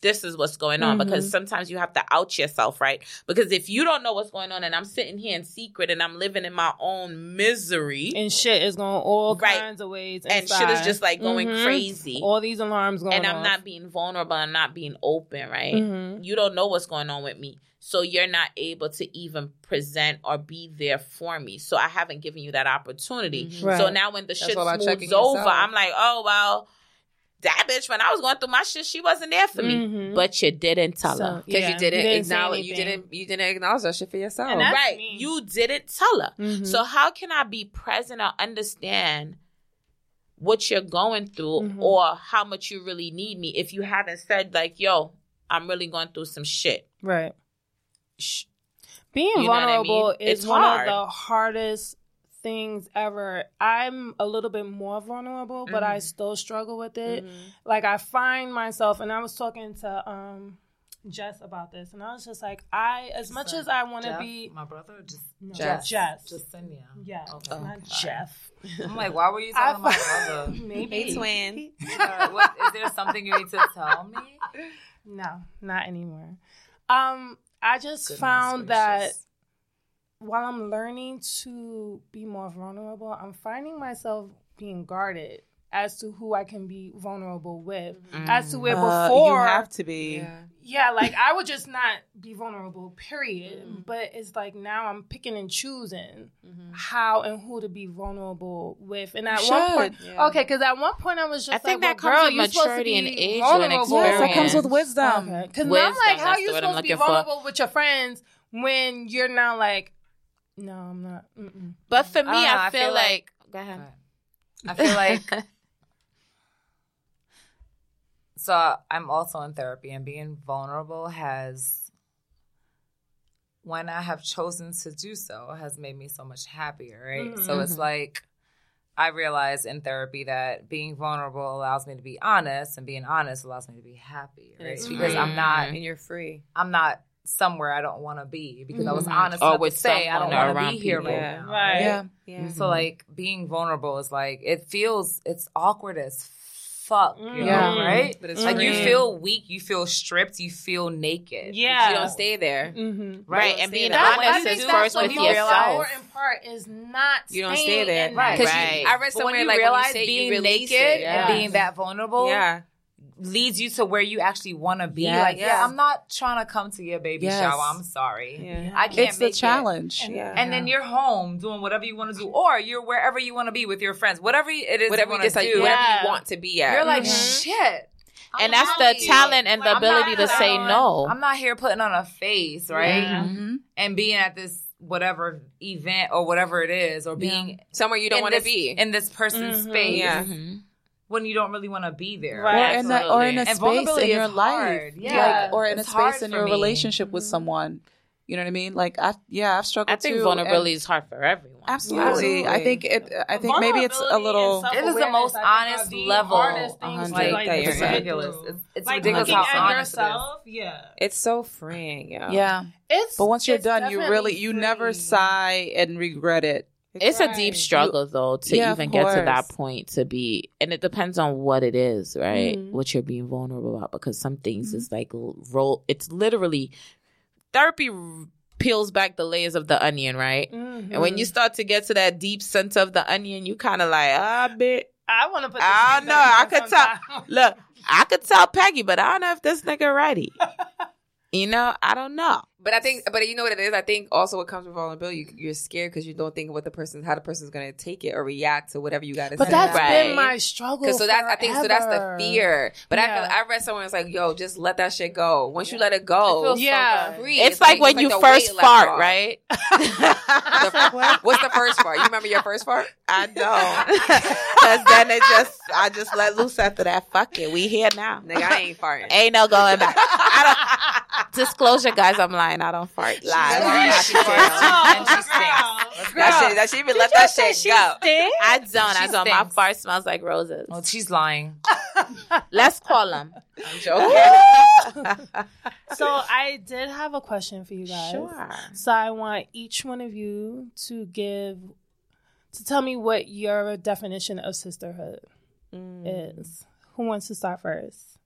B: this is what's going on
A: Mm-hmm.
B: because sometimes you have to out yourself, right? Because if you don't know what's going on and I'm sitting here in secret and I'm living in my own misery
A: And shit is going all
B: Right.
A: kinds of ways.
B: and shit is
A: inside.
B: just like going
A: Mhm.
B: crazy
A: All these alarms going
B: and I'm
A: off.
B: not being vulnerable and not being open, right?
A: Mhm.
B: You don't know what's going on with me. So you're not able to even present or be there for me. So I haven't given you that opportunity.
A: Mm-hmm. Right.
B: So now when the shit
C: all about
B: smooths
C: checking
B: over,
C: yourself.
B: I'm like, oh well, that bitch when I was going through my shit, she wasn't there for me.
A: Mhm.
B: But you didn't tell
A: So,
B: her.
F: Because
A: yeah,
F: you didn't,
A: say
F: acknowledge. You
A: anything.
F: didn't.
C: You didn't acknowledge that shit for yourself.
A: And that's
B: right.
A: me.
B: You didn't tell her.
A: Mhm.
B: So how can I be present or understand what you're going through
A: Mhm.
B: or how much you really need me if you haven't said like, yo, I'm really going through some shit.
A: right.
B: Sh-
A: Being
B: You know what I
A: vulnerable
B: mean?
A: is
B: It's
A: one
B: hard.
A: of the hardest things ever. I'm a little bit more vulnerable, but I
B: Mhm.
A: still struggle with it.
B: Mm-hmm.
A: Like I find myself and I was talking to um Jess about this and I was just like I as much as I want to be
E: my brother. Just
A: no,
E: Jess.
A: Jess.
E: Justinia.
A: yeah,
B: Oh
E: Okay.
A: not Oh Jeff.
E: I'm like, why were you talking
A: I
E: about my
A: fi-
E: brother?
A: Maybe.
F: twin.
E: Uh, what, is there something you need to tell me?
A: No, not anymore. Um I just found that while I'm learning to be more vulnerable, I'm finding myself being guarded as to who I can be vulnerable with. As to where
D: Uh,
A: before,
D: you have to be.
A: yeah, like I would just not be vulnerable, period. But it's like now I'm picking and choosing how and who to be vulnerable with. And at one point, okay, because at one point I was just
B: I think
A: like,
B: that
A: well, girl,
B: comes with
A: you're supposed to
B: maturity
A: be
B: and age and
A: vulnerable.
D: Yes, that comes
B: experience.
D: with wisdom.
A: Because now I'm
B: Wisdom,
A: like, how
B: that's
A: are you
B: the word I'm
A: supposed to be
B: looking for.
A: vulnerable with your friends when you're now like, no, I'm not. Mm-mm.
B: But for me,
E: I don't know,
B: I,
E: I
B: feel,
E: feel
B: like,
E: like-
B: go ahead.
E: I feel like so I'm also in therapy and being vulnerable has when I have chosen to do so has made me so much happier, right?
F: Mm-hmm.
E: So it's like I realize in therapy that being vulnerable allows me to be honest and being honest allows me to be happy, right?
F: it's
E: Because
B: free.
E: I'm not
F: And you're free. Mm-hmm.
E: I'm not somewhere I don't want to be because I was
B: Mhm.
E: honest
B: Or
E: enough to
B: with
E: say I don't
B: someone
E: want to
B: around
E: be here
B: people.
E: right
F: Yeah.
E: now.
A: Right.
D: Yeah.
F: Yeah.
E: So like being vulnerable is like it feels it's awkward as fuck, you know,
A: Yeah.
E: right?
F: But it's
E: Like you
A: Mhm.
E: feel weak, you feel stripped, you feel naked.
A: Yeah.
F: You don't stay there.
A: Mm-hmm.
B: Right.
F: Right.
B: And being
F: That-
A: I
B: honest
A: think
B: is
A: that's
B: first
A: what
B: with
A: the most
B: yourself.
A: important part is not
F: You don't
A: staying
F: stay there.
A: in
E: Right.
F: Because
B: Right.
F: I read
E: But when
F: somewhere
E: you
F: like
E: realize
F: when you say
E: being
F: you release
E: naked
F: it,
E: and being that vulnerable
F: yeah.
E: leads you to where you actually want to be.
D: Yes.
E: Like, yeah.
F: Yes.
E: I'm not trying to come to your baby
D: Yes.
E: shower. I'm sorry.
F: Yeah.
E: I can't
D: It's the
E: make it.
D: challenge.
F: Yeah.
E: And then you're home doing whatever you want to do, or you're wherever you want to be with your friends, whatever it is
F: whatever
E: you
F: you
E: want to
F: decide,
E: do.
F: whatever
A: Yeah.
F: you want to be at.
E: You're like,
C: Mm-hmm.
A: Mhm.
E: shit. I'm
B: And that's
E: happy.
B: the talent and the
E: Like, I'm not
B: ability to
E: putting
B: say
E: on-
B: no.
E: I'm not here putting on a face, right?
A: Yeah.
D: Mhm.
E: And being at this whatever event or whatever it is, or being
F: somewhere you don't
E: in
F: want to
E: this-
F: be.
E: in this person's
C: Mm-hmm.
A: Mhm.
E: space
F: Yeah.
B: Mhm.
E: when you don't really want to be there.
A: Right.
D: or in a, or in a
E: And
D: space in
E: vulnerability
D: your
E: is
D: life,
E: hard. Yeah.
D: like, or in
E: It's
D: a
E: hard
D: space in
E: for
D: your
E: me. Mm-hmm.
D: relationship with someone. You know what I mean? Like, I yeah, I've
B: I
D: struggled.
B: think
D: too,
B: vulnerability
D: and-
B: is hard for everyone.
D: Absolutely.
F: Absolutely.
D: I think it. I think maybe it's a little.
E: It is the most honest level.
A: things
D: Like,
A: like,
F: that
E: it's
F: you're right.
E: ridiculous. It's, it's
A: like
E: ridiculous
A: looking
E: how
A: at
E: honest it is.
A: yourself, yeah.
F: it's so freeing, yeah.
D: Yeah,
A: It's
D: but once you're
A: it's
D: done, you
A: definitely
D: really you never
A: free.
D: sigh and regret it.
B: It's a deep
A: Right.
B: struggle though to
D: Yeah, of
B: even get to that
D: course.
B: point to be, and it depends on what it is, right?
A: Mhm.
B: What you're being vulnerable about, because some things is like l- roll. It's literally therapy r- peels back the layers of the onion, right? And
A: Mm-hmm.
B: when you start to get to that deep center of the onion, you kind of like, ah, bitch.
A: I want to put.
B: I don't
A: this
B: know. I
A: nigga
B: could
A: sometime.
B: Look, I could tell Peggy, but I don't know if this nigga ready. You know, I don't know.
F: But I think, but you know what it is. I think also
C: what comes with vulnerability, you, you're scared because you don't think of what the person, how the person's gonna take it or react to whatever you gotta
A: But
C: say.
A: that's
B: Right.
A: been my struggle.
F: Cause so that's I think so that's the
A: forever.
F: fear. But I
A: Yeah.
F: feel I read somewhere it's like, yo, just let that shit go. Once you let it go,
A: feels so Yeah. good.
F: free.
B: It's, like, when
F: it's
B: you
F: like the
B: first
F: weight left
B: fart,
F: off.
B: right?
F: The- what's the first part? You remember your first part?
B: I don't. Because then it just, I just let loose after that. Fuck it. We here now.
F: Nigga, I ain't farting.
B: Ain't no going back. I don't, disclosure, guys, I'm lying. I don't fart. Lies.
C: lying.
B: I don't.
E: And she stinks.
C: that shit. That shit even let that shit go.
B: I don't. I
E: She
B: don't. My
E: stinks.
B: fart smells like roses.
E: Well, she's lying.
B: Let's call him. I'm joking.
A: So I did have a question for you guys.
B: Sure.
A: So I want each one of you to give to tell me what your definition of sisterhood
F: Mm.
A: is. Who wants to start first?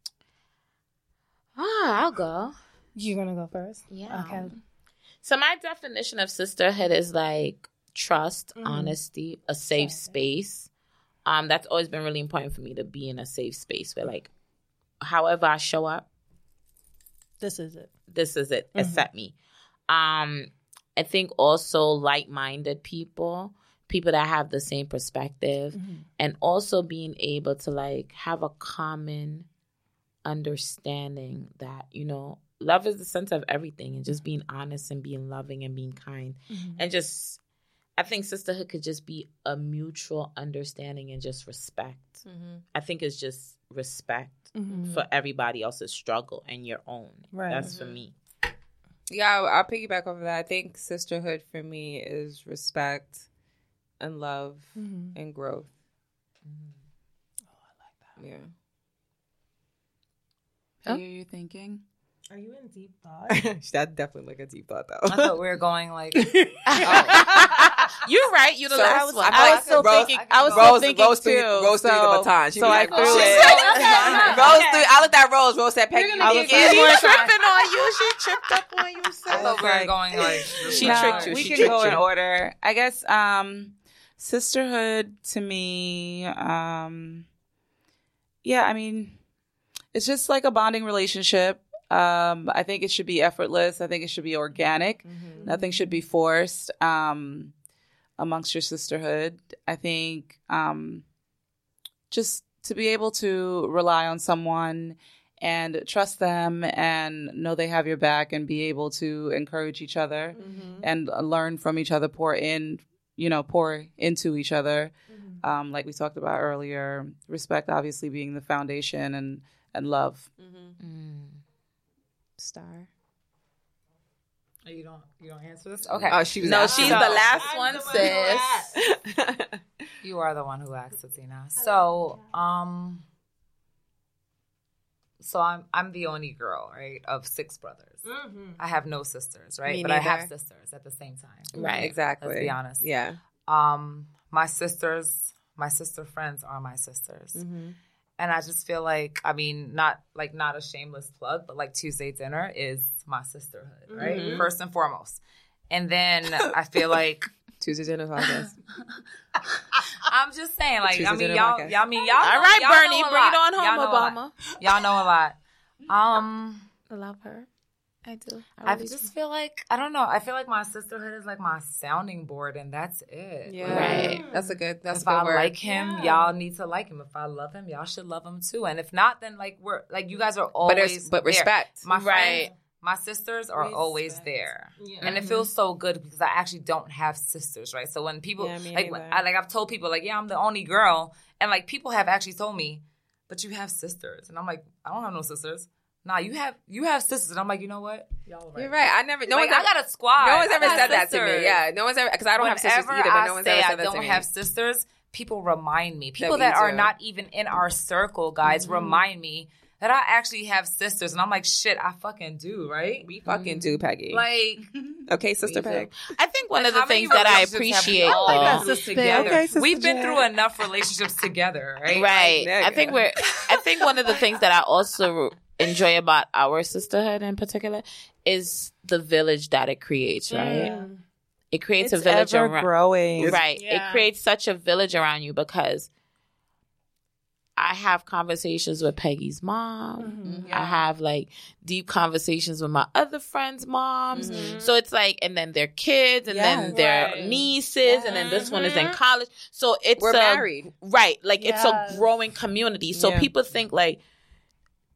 B: Ah, I'll go.
A: You're gonna go first.
B: Yeah.
A: Okay.
B: So my definition of sisterhood is like trust,
A: Mhm.
B: honesty, a safe
A: Okay.
B: space. Um, that's always been really important for me to be in a safe space where like however I show up,
A: This is it.
B: this is it.
A: Mhm.
B: Accept me. Um, I think also like minded people, people that have the same
A: Mm-hmm.
B: perspective,
F: Mm-hmm.
B: and also being able to like have a common understanding that, you know, love is the center of everything and just being honest and being loving and being kind
A: Mm-hmm.
B: and just I think sisterhood could just be a mutual understanding and just respect.
C: Mm-hmm.
B: I think it's just respect
A: Mhm.
B: for everybody else's struggle and your own.
A: Right.
B: That's for me.
C: Yeah, I'll, I'll piggyback off of that. I think sisterhood for me is respect and love
F: Mm-hmm.
A: Mhm.
C: and growth.
E: Mm-hmm. Oh,
C: Yeah.
A: Oh.
D: I hear you thinking.
A: Are you in deep thought?
C: that definitely like a deep thought
E: I
C: though.
E: thought we were going like
B: You're right. You're the
C: So I
B: last
C: was-
B: one.
C: I
B: I,
C: thought
B: was still
C: Rose-
B: thinking. I was
E: Rose-
B: still thinking
C: Rose
B: too.
C: threw- Rose threw the
B: so,
C: baton. She
B: so
C: was
B: I
C: like,
B: threw
C: "Oh,
B: it.
C: shit."
A: Okay.
C: Rose threw. I looked at Rose. Rose said, "Peggy."
A: gonna
C: I
A: get
C: was
B: She
A: One more
C: like,
A: time.
B: tripping on you. She tripped up on you.
D: I
B: Sis.
D: thought we were
C: like-
D: going like
B: She
D: No,
B: tricked you.
D: We
B: She
D: can
B: tricked
D: go in
B: you.
D: order. I guess um sisterhood to me, um yeah, I mean it's just like a bonding relationship. Um I think it should be effortless. I think it should be organic.
B: Mm-hmm.
D: Nothing should be forced. Um amongst your sisterhood. I think um just to be able to rely on someone and trust them and know they have your back and be able to encourage each other Mm-hmm. and learn from each other, pour in, you know, pour into each other. Um, like we talked about earlier, respect obviously being the foundation and and love.
C: Star.
E: Oh, you don't you don't answer this. Okay,
C: Oh, she was.
B: No,
C: out.
B: she's the
E: So-
B: last one, sis.
E: you are the one who asked, Athena. So um, so I'm I'm the only girl, right, of six brothers.
A: Mm-hmm.
E: I have no sisters, right?
C: Me
E: but I have
C: neither.
E: sisters at the same time.
B: Right.
C: Exactly.
E: Let's be honest.
C: Yeah.
E: Um, my sisters, my sister friends are my sisters.
F: Mm-hmm.
E: And I just feel like, I mean, not like not a shameless plug, but like Tuesday dinner is my sisterhood, right?
F: Mm-hmm.
C: Mhm.
E: First and foremost. And then I feel like
C: Tuesday dinner podcast.
E: I'm just saying, like,
C: Tuesday
E: I mean,
C: dinner
E: y'all,
C: podcast.
E: y'all mean y'all.
B: All
E: know-
B: right,
E: y'all
B: Bernie,
E: know a
B: bring it
E: lot.
B: on home,
E: Y'all know a lot.
B: Obama.
E: Y'all know a lot. Um,
F: I love her. I do.
E: I just feel like I don't know. I feel like my sisterhood is like my sounding board, and that's it.
F: yeah.
B: Right.
C: Mm.
F: That's a good. That's
E: if
F: a good
E: I
F: word.
E: like him, y'all need to like him. If I love him, y'all should love him too. And if not, then like we're like you guys are
F: but
E: always
F: there's but
E: there.
F: respect.
E: My friends,
B: Right.
E: my sisters are always there.
A: Yeah.
E: And it feels so good because I actually don't have sisters, right? So when people
C: Yeah, me
E: like when-
C: neither.
E: I like I've told people like, yeah, I'm the only girl, and like people have actually told me, but you have sisters, and I'm like, I don't have no sisters. Nah, you have you have sisters, and I'm like, you know what? Y'all are
F: You're right. I never. No
E: like,
F: one's
E: I
F: ever,
E: got a squad.
F: no one's
E: I
F: ever
E: got
F: said that to
E: sisters.
F: me. Yeah. No one's ever because I don't have sisters
E: Whenever
F: either. But
E: I
F: no one's
E: say
F: ever
E: I
F: said that
E: don't
F: to me.
E: have sisters, people remind me. People
F: That Mm-hmm.
E: that,
F: we
E: are
F: do.
E: not even in our circle, guys, remind me that I actually have sisters, and I'm like, shit, I fucking do, right? Mm-hmm.
C: We fucking do, Peggy.
E: Like,
D: Mm.
C: okay, sister
F: do.
C: Peg.
B: I think one
E: Like,
B: of the
E: how many
B: things that I
E: relationships have we
B: appreciate, Oh,
E: all
B: though,
E: been
A: that's
E: through
A: sister
E: together.
A: Jack. Okay,
C: sister
E: We've been
C: Jack.
E: through enough relationships together, right?
B: right?
C: Like,
B: I think
C: nigga.
B: we're. I think one of the things that I also enjoy about our sisterhood in particular is the village that it creates,
A: Mm.
B: right?
F: Mm-hmm.
B: It creates
C: It's,
B: a village
C: ever
B: around
C: growing.
B: right.
A: Yeah.
B: It creates such a village around you because I have conversations with Peggy's mom. Mm-hmm.
A: Mhm.
B: I have like deep conversations with my other friends' moms.
A: Mhm.
B: So it's like, and then their kids, and then
C: Yes.
B: their
A: Right.
B: nieces, and then this one is in
A: Mhm.
B: college. So it's
C: We're
B: a,
C: married.
B: Right. Like it's
A: Yes.
B: a growing community. So
C: Yeah.
B: people think like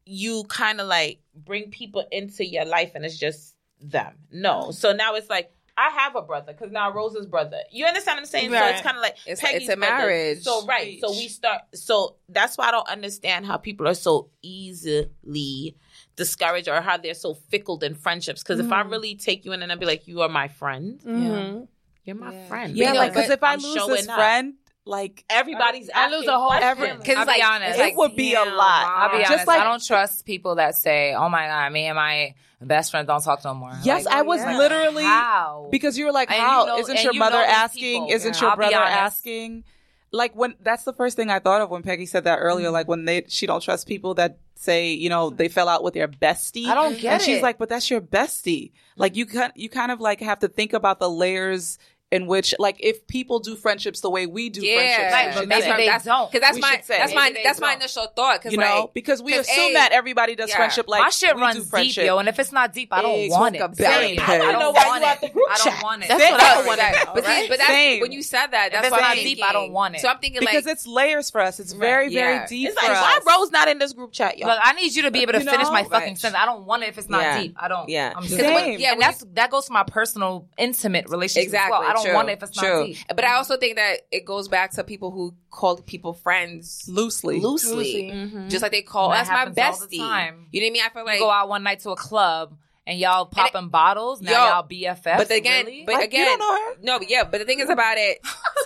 B: you kind of like bring people into your life and it's just them. No. So now it's like I have a brother because now Rose's brother. You understand what I'm saying? So
A: Right.
B: it's kind of like
F: It's-
B: Peggy's
F: it's a
B: brother.
F: marriage.
B: So right. So we start. So that's why I don't understand how people are so easily discouraged or how they're so fickle in friendships. Because if I
A: Mhm.
B: really take you in and i be like, you are my friend.
A: Mhm.
B: You're my
F: Yeah.
B: friend.
D: Yeah,
B: Because
D: like because if I
B: I'm
D: lose
B: showing
D: this
B: up.
D: friend, like
B: everybody's
A: I lose
B: asking
A: a whole
B: questions.
A: family.
E: I'll
F: like-
E: be honest.
F: it's
D: it
E: like,
D: would be a
F: damn,
D: lot.
E: I'll be
D: Just
E: honest.
D: like-
E: I don't trust people that say, "Oh my god, me and my best friend don't talk no more."
D: Yes,
E: Like,
D: I was
E: yeah.
D: literally
E: how
D: because you were like,
E: And you
D: "How
E: know-
D: not
E: and
D: your
E: you
D: mother
E: know these
D: asking?
E: people.
D: Isn't
E: Yeah.
D: your
E: I'll be
D: brother
E: honest.
D: asking?" Like when that's the first thing I thought of when Peggy said that
E: Mm-hmm.
D: earlier. Like when they she don't trust people that say you know they fell out with their bestie.
F: I don't get
D: and she's
F: it.
D: like, "But that's your bestie." Like you can you kind of like have to think about the layers in which like if people do friendships the way we do
F: Yeah.
D: friendships,
F: Like,
D: we
E: but
D: should
E: maybe
D: say.
E: they don't.
F: Because that's
D: We
F: my
D: should say.
F: that's my
E: Maybe they
F: that's my
E: don't.
F: initial thought. Because
D: you know, because we
F: 'cause,
D: assume
F: A,
D: that everybody does
F: yeah.
D: friendship like
E: my shit
D: we do
E: runs deep,
D: friendship.
E: yo. And if it's not deep, I don't
D: Hey,
E: want it.
D: talk about
E: Period.
D: it,
E: I
D: Peggy.
E: don't
B: know
E: want
B: why you out the
E: it.
B: group
E: I
B: chat.
E: don't want it.
B: That's
E: If
B: what I
F: Oh,
B: want.
F: that- but, see, but that's
D: Same.
F: when you said that. That's
E: it's
F: what
E: not
F: I'm
E: deep,
F: thinking.
E: I don't want it.
F: So I'm thinking
D: because
F: like,
D: it's layers for us. It's very, very
F: Yeah.
D: deep.
B: It's
D: for
B: like
D: us.
B: why Rose not in this group chat, y'all?
E: Look, I need you to be able to
D: You
E: finish
D: know?
E: my fucking
D: Right.
E: sentence. I don't want it if it's not
C: Yeah.
E: deep. I don't.
C: Yeah.
E: I'm
D: Same.
E: When, yeah,
F: Yeah,
E: and
F: when
E: that's that goes to my personal, intimate relationship. As
F: Exactly,
E: well. I don't
F: true,
E: want it if it's
C: true.
E: not deep.
F: but I also think that it goes back to people who call people friends
D: Loosely.
F: loosely, just like they call
E: That
F: that's my
E: happens all the
F: bestie.
E: time.
F: You know what I mean? I feel like
E: go out one night to a club and y'all popping bottles. Now
F: Yo,
E: y'all BFFs.
F: But again,
E: really?
F: but
D: Like, you
F: again,
D: don't know her?
F: No, but yeah, but the thing is about it.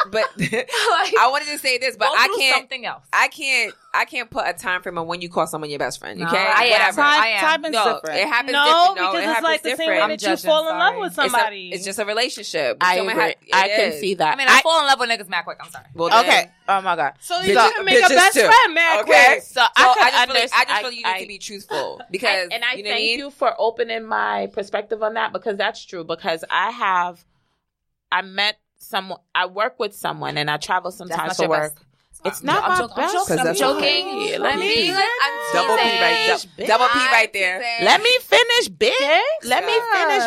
F: But
E: Like,
F: I wanted to say this, but
E: go
F: I
E: do
F: can't.
E: Something else.
F: I can't. I can't put a time frame on when you call someone your best friend.
E: No,
F: Okay,
E: I am.
F: whatever.
E: Time-
D: Time,
E: I am.
D: time is
F: no,
D: different.
F: it happens
A: No,
F: different. No,
A: because
F: it
A: it's
F: happens
A: like the
F: different.
A: same way
E: I'm
A: that you
E: judging,
A: fall in love
E: sorry.
A: with
E: It's
F: It's a-
A: somebody.
F: It's, just a relationship.
B: I
F: Someone
B: agree.
F: ha- it
B: I can
F: is.
B: see that.
E: I mean, I, fall in love with niggas Mac quick. I'm sorry.
F: Well, then,
B: okay. Oh my god.
A: so
B: you
A: you
B: Bitch-
A: can make a
F: bitches
A: best
F: too.
A: friend, man.
F: Okay.
A: Quick.
B: So I
F: So
B: can
F: I just, feel, like, I
B: understand.
F: just feel you need to be truthful because
B: and I
F: you know what
B: thank
F: I mean?
B: you for opening my perspective on that because that's true. Because I have, I met someone. I work with someone, and I travel sometimes
E: not
B: to
E: your
B: work.
E: Uh,
B: It's not my
E: joking.
B: best.
D: joking.
B: I'm
D: That's
B: joking. Let me
F: Double P right,
B: Bitch.
F: dou- double P right there.
B: let me finish, bitch. Let me finish,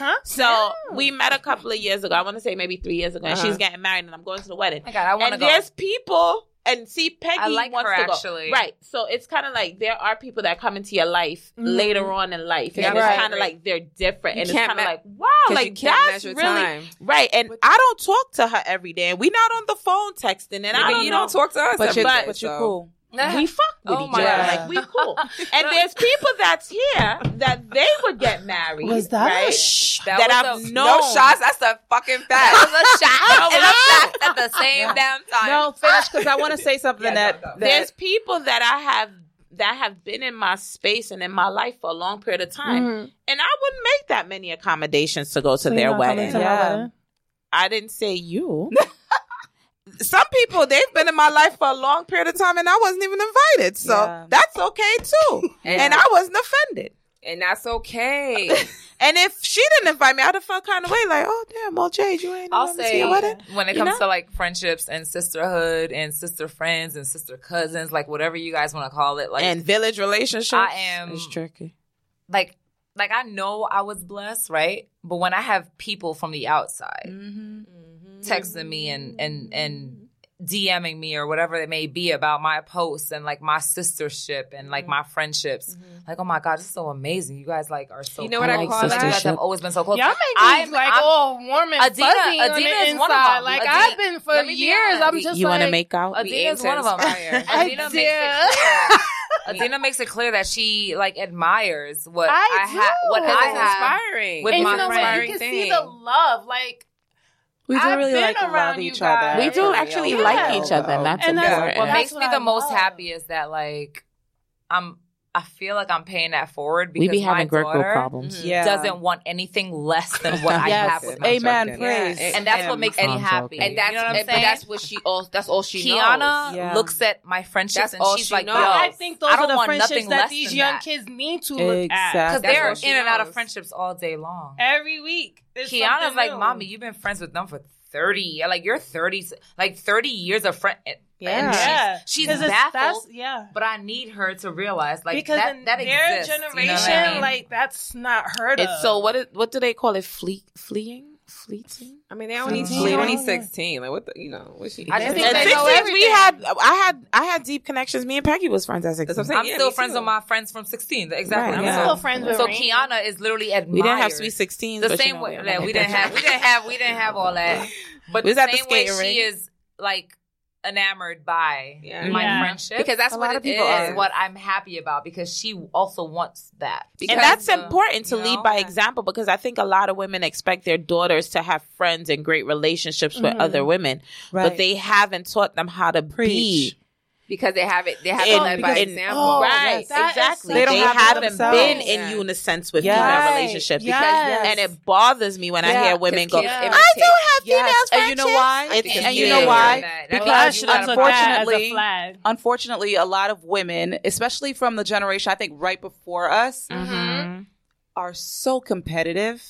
A: Uh, Huh?
B: So we met a couple of years ago. I want to say maybe three years ago, and she's getting married, and I'm going to the wedding.
E: Oh my God, I want to
B: and
E: go.
B: there's people and see Peggy
E: I like
B: wants
E: her,
B: to go.
E: actually.
B: Right. So it's kind of like there are people that come into your life
A: Mhm.
B: later on in life,
F: Mm-hmm. Yeah,
B: and it's
A: right.
B: kind of like they're different,
F: You
B: and it's
F: can't
B: kind of
F: me-
B: like wow,
F: 'Cause
B: like
F: you can't
B: that's
F: measure
B: really
F: time.
B: right. And I don't talk to her every day, and we're not on the phone texting, and I
F: Nigga,
B: don't
F: you
B: know.
F: don't talk to us,
D: but you're,
F: every day,
D: but you're
F: so.
D: cool.
B: We fuck with
E: Oh
B: each
E: my
B: other,
D: God.
B: like we cool. and there's people that's here that they would get married.
A: Was that
B: right?
A: a sh-
E: that,
B: that
E: was
B: I've
E: a,
B: known.
F: No shots. That's a fucking fact.
E: that was a shot and a shot at the same damn time.
D: No, finish because I want to say something that,
B: there's
D: that
B: people that I have that have been in my space and in my life for a long period of
A: Mm-hmm.
B: time, and I wouldn't make that many accommodations to go to
A: So you're
B: their
A: not coming
B: wedding.
A: to my
D: Yeah.
A: wedding?
B: I didn't say you.
C: Some people they've been in my life for a long period of time, and I wasn't even invited, so
D: Yeah.
C: that's okay too. And I wasn't offended.
F: and that's okay.
C: And if she didn't invite me, I'd have felt kind of way like, oh damn, well Jade, you ain't.
E: I'll
C: invited me to
E: say
C: your wedding.
E: when it
C: You
E: comes
C: know?
E: to like friendships and sisterhood and sister friends and sister cousins, like whatever you guys want to call it, like
C: and village relationships.
E: I am
C: It's tricky.
E: like like I know I was blessed, right? But when I have people from the outside texting me and and and DMing me or whatever it may be about my posts and like my sistership and like my friendships, like oh my god, this is so amazing. You guys like are so
F: You know what
E: close.
F: I
E: Like,
F: call
E: you guys
B: sistership?
E: have always been so close.
A: Y'all make me
E: I'm-
A: like
E: I'm-
A: all warm and
E: Adina-
A: fuzzy on
E: Adina
A: the
E: is one of
A: inside.
E: them.
A: Like
E: Adina-
A: I've been for
E: Let me be
A: years.
E: honest.
A: I'm just
B: you
A: like,
B: want to make out?
F: We
E: Adina is
F: aim
E: one
F: to
E: of them.
F: inspire.
E: Adina makes
A: Adina.
E: it clear. Adina makes it clear that she like admires what I,
A: I
E: ha-
A: do.
E: what
A: Because
E: I
F: That's
A: it's
E: have.
F: inspiring.
E: with
A: and
E: my
A: you know what? You
E: friend.
A: can see the love, like,
D: we do
A: I've
D: really
A: been
D: like love
A: around you
D: each other.
A: guys.
B: We do
D: For
B: actually
D: real,
B: like
D: though.
B: each other, and that's
A: And that's-
B: important.
E: What
A: That's
E: makes
A: what
E: me
A: I
E: the most
A: love.
E: happy is that like I'm I feel like I'm paying that forward
B: we
E: because
B: be having
E: my
B: girl
E: daughter mm-hmm,
B: problems.
D: Yeah.
E: doesn't want anything less than what I
D: Yes.
E: have. With my
D: Amen.
G: Yeah.
D: Praise.
E: and that's what makes me
B: I'm
E: happy.
B: joking.
C: And that's
E: you know what I'm
C: and-
E: saying.
C: but that's what she all that's all she knows.
E: Kiana
D: Yeah.
E: looks at my friendships
C: That's
E: and
C: all
E: she's
C: she
E: like,
C: knows.
E: "Yo,
A: I think those
E: I don't
A: are the
E: want
A: friendships
E: nothing
A: that
E: less
A: these
E: than
A: young
E: that.
A: kids need to look at
D: Exactly.
C: That's
E: because they're
C: all she
E: in and out of
C: knows.
E: friendships all day long."
A: every week. There's
E: Kiana's
A: something
E: like,
A: new.
E: "Mommy, you've been friends with them for thirty, like you're thirty, like thirty years of friend." eh,
D: Yeah.
A: yeah,
E: she's
A: 'Cause it's-
E: baffled.
A: that's- Yeah,
E: But I need her to realize, like,
A: because
E: that,
A: in
E: that
A: their
E: exists,
A: generation,
E: you know what I mean?
A: like that's not heard of.
B: It's so what is, what do they call it? Flee, fleeing, fleeting.
G: I mean, they only
A: Mhm.
G: fleet
A: Yeah.
G: only sixteen. Like what the you know what she?
E: I just think
B: At
E: they
B: 16,
E: know
B: we had I had I had deep connections. Me and Peggy was friends at
G: That's
B: sixteen.
G: what I'm saying.
E: I'm
G: yeah,
E: still
G: me
E: friends
G: too.
E: with my friends from 16. Exactly.
B: Right,
A: I'm
E: I'm
B: yeah.
A: still friends with
E: So, so
A: Rain.
E: Kiana is literally admired.
B: we didn't have sweet sixteens.
E: the
B: but you
E: same
B: know,
E: way
B: were
E: like,
B: like
E: we
B: that.
E: didn't have we didn't have we didn't have all that. But
B: We was
E: the
B: at the
E: same way
B: skating rink.
E: she is like enamored by
G: Yeah.
C: Mm-hmm.
E: my
A: Yeah.
E: friendship
C: Because that's
G: A
C: what
G: lot
C: it
G: of people
C: is.
E: is
G: are.
E: what I'm happy about because she also wants that. Because
B: and that's
E: the-
B: important to
E: you
B: lead
E: know?
B: by example because I think a lot of women expect their daughters to have friends and great relationships with
A: Mhm.
D: Mm-hmm.
B: other women, but they haven't taught them how to
D: Preach.
B: be.
C: Because they have it they have
B: in-
C: it led by
B: in-
C: example.
A: Oh,
B: right,
A: yes. That is
B: exactly.
A: such
B: They,
D: They don't have it
B: haven't
D: themselves.
B: been in
C: Yeah.
B: unison with
D: Yes.
B: female
A: Right.
B: relationships
A: Yes.
B: because, and it bothers me when I
D: Yeah.
B: hear women go,
C: Because kids
B: "I don't
C: imitate.
B: have female
D: Yes.
B: friendships."
D: And you know why?
B: It's-
C: Because
B: and you
C: kids
B: know
C: do
B: why?
E: that. That's why
A: I
D: Because
A: should have took that as a
D: unfortunately-
A: flag.
D: Unfortunately, a lot of women, especially from the generation I think right before us,
B: "Mm-hmm,
D: are so competitive.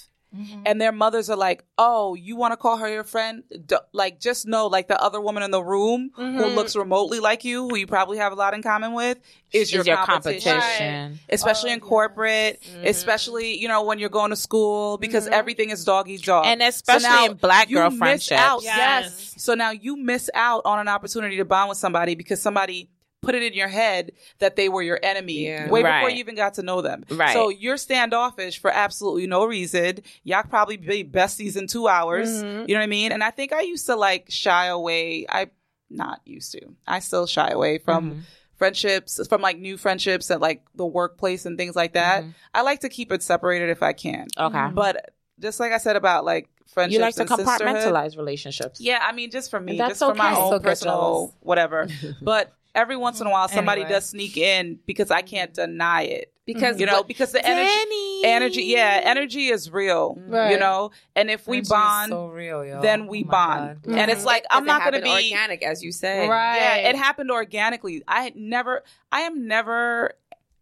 D: And their mothers are like, "Oh, you want to call her your friend? D- like, just know, like the other woman in the room who
A: Mhm.
D: looks remotely like you, who you probably have a lot in common with, is,
B: Is
D: your, competition.
A: Right.
D: Especially
A: Oh, Mm-hmm.
D: in corporate, especially you know when you're going to school, because everything is doggy dog,
B: and especially in black
D: you
B: girl
D: miss
B: friendships.
D: out.
A: Yes.
D: Yes. So now you miss out on an opportunity to bond with somebody because somebody put it in your head that they were your enemy
G: Yeah.
D: way before
B: Right.
D: you even got to know them.
B: Right.
D: So you're standoffish for absolutely no reason. Y'all probably be besties in two hours.
B: Mm-hmm.
A: Mhm.
D: You know what I mean? And I think I used to like shy away. I not used to. I still shy away from
B: Mm-hmm.
D: friendships, from like new friendships at like the workplace and things like that.
B: Mm-hmm.
D: I like to keep it separated if I can.
B: Okay.
D: But just like I said about like mm-hmm. friendships,
B: You like to
D: and sisterhood,
B: compartmentalize relationships.
D: yeah, I mean, just for me,
B: And that's
D: just for
B: okay.
D: my
B: I still
D: own
B: get jealous.
D: personal whatever. But every once in a while, somebody
E: Anyway.
D: does sneak in because I can't deny it.
C: Because
D: You know, because the energy,
B: Danny.
D: energy, yeah, energy is real.
A: Right.
D: You know, and if we
E: Energy is
D: bond,
E: so real, yo.
D: then we
E: Oh my
D: bond,
E: God.
D: and it's like
C: Because
D: I'm
C: it
D: not going to
C: happened
D: be.
C: organic as you said.
A: Right.
D: Yeah, it happened organically. I had never, I am never,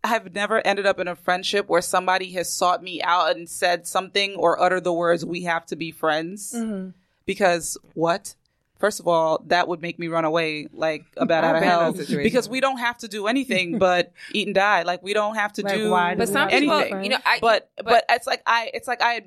D: I have never ended up in a friendship where somebody has sought me out and said something or uttered the words "we have to be friends."
A: Mhm.
D: because what? First of all, that would make me run away like a bat out
G: I've
D: of
G: been in
D: hell
G: that situation.
D: because we don't have to do anything but eat and die. Like we don't have to
A: Like,
D: do
A: why do
C: But
A: we
C: some
A: have to be
D: anything.
C: people, you know, I,
D: but, but it's like I it's like I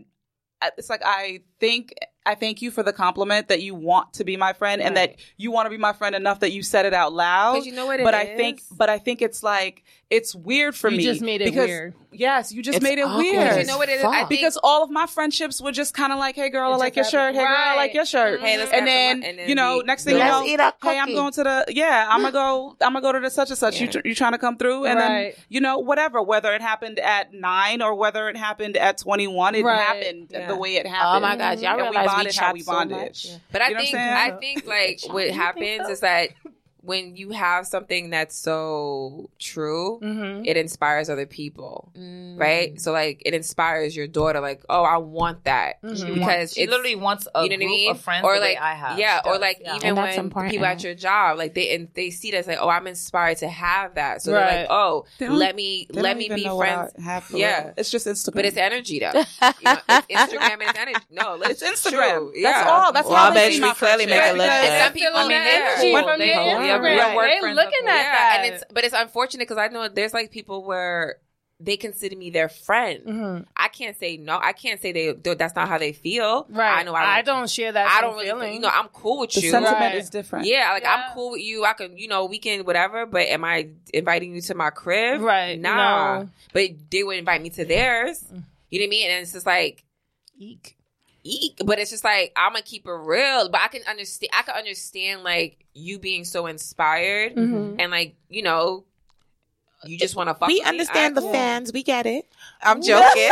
D: it's like I think I thank you for the compliment that you want to be my friend and that you want to be my friend enough that you said it out loud.
C: because you know what it
D: But I
C: is?
D: think but I think it's like it's weird for
A: You
D: me
A: just made it
D: because
A: weird.
D: yes, you just
B: It's
D: made it
B: awkward.
D: weird.
C: you know what it is?
B: Oh, Fuck.
C: I think
D: because all of my friendships were just kind of like, "Hey girl, I
C: It
D: like your
C: just
D: shirt.
C: happened.
D: Hey girl, I
C: Right.
D: like your shirt."
C: Hey, let's
D: and
C: have some
D: then,
C: lunch, and then
D: you know,
C: we-
D: next thing you
C: Let's
D: know,
B: eat a
D: hey, I'm
B: cookie."
D: going to the yeah, I'm gonna go, I'm gonna go to the such and such. You tr- you trying to come through, and
A: Right.
D: then you know whatever, whether it happened at nine or whether it happened at 21, it
A: Right.
D: happened
G: Yeah.
D: the way it
B: Oh
D: happened.
B: my God! Y'all
D: And we
B: realize we,
D: bonded how
B: chat
D: we
B: so
D: bonded.
B: much.
C: But I
D: You know what
C: think
D: I'm
C: I think like what happens is that when you have something that's so true,
E: Mm-hmm.
A: Mhm.
C: it inspires other people.
B: Mm,
G: Mm.
C: Right? So like it inspires your daughter, like, oh, I want that.
A: Mhm.
C: Because
E: Mm-hmm. She
C: it's
E: literally wants a
C: you know what I
E: group
C: mean?
E: of friends
C: Or
E: the way
C: like-
E: I have.
C: yeah,
E: She
C: or
E: does,
C: like
E: yeah.
C: even
B: And that's
C: when the people at
B: important.
C: your job, like they and they see that's like, oh, I'm inspired to have that. So they're
A: Right.
C: like, oh,
D: They don't-
C: let me
D: They
C: let
D: don't
C: me
D: even
C: be
D: know what I
C: friends.
D: have for
C: Yeah.
D: real. it's just Instagram.
C: But it's energy though. You know, it's Instagram and it's energy. No, it's,
D: It's Instagram.
C: True.
D: That's
C: Yeah.
D: all. That's
B: Well,
D: how
B: I
D: they
B: bet
D: see
B: we
D: my
B: clearly
D: friendship.
B: make it look
D: Because
B: good.
C: Some people
A: I mean,
C: that
A: they're
C: energy
A: cool.
C: from
A: They
C: their
A: cool.
C: Instagram.
A: They're
C: Yeah,
A: real
E: we're
A: They
E: friends
A: looking
E: before.
A: at that.
C: and it's but it's unfortunate because I know there's like people where they consider me their friend.
D: Mm.
A: Mhm.
C: I can't say no. I can't say they. th- That's not how they feel.
A: right.
C: I know. I don't. I don't,
A: share that. same
C: really.
A: feeling.
C: You know, I'm cool with
D: The
C: you.
D: sentiment
A: Right.
D: is different.
C: Yeah, like
A: Yeah.
C: I'm cool with you. I can, you know, we can whatever. But am I inviting you to my crib?
A: Right.
C: Nah.
A: No.
C: But they would invite me to theirs.
A: Mm-hmm.
C: You know what I mean? And it's just like.
A: Eek.
C: Eek, but it's just like I'm gonna keep it real, but I can understand. I can understand like you being so inspired
A: Mhm.
C: and like you know
F: You just want to fuck.
B: we
F: with me?
B: understand
F: I-
B: the
F: cool.
B: fans. We get it. I'm joking.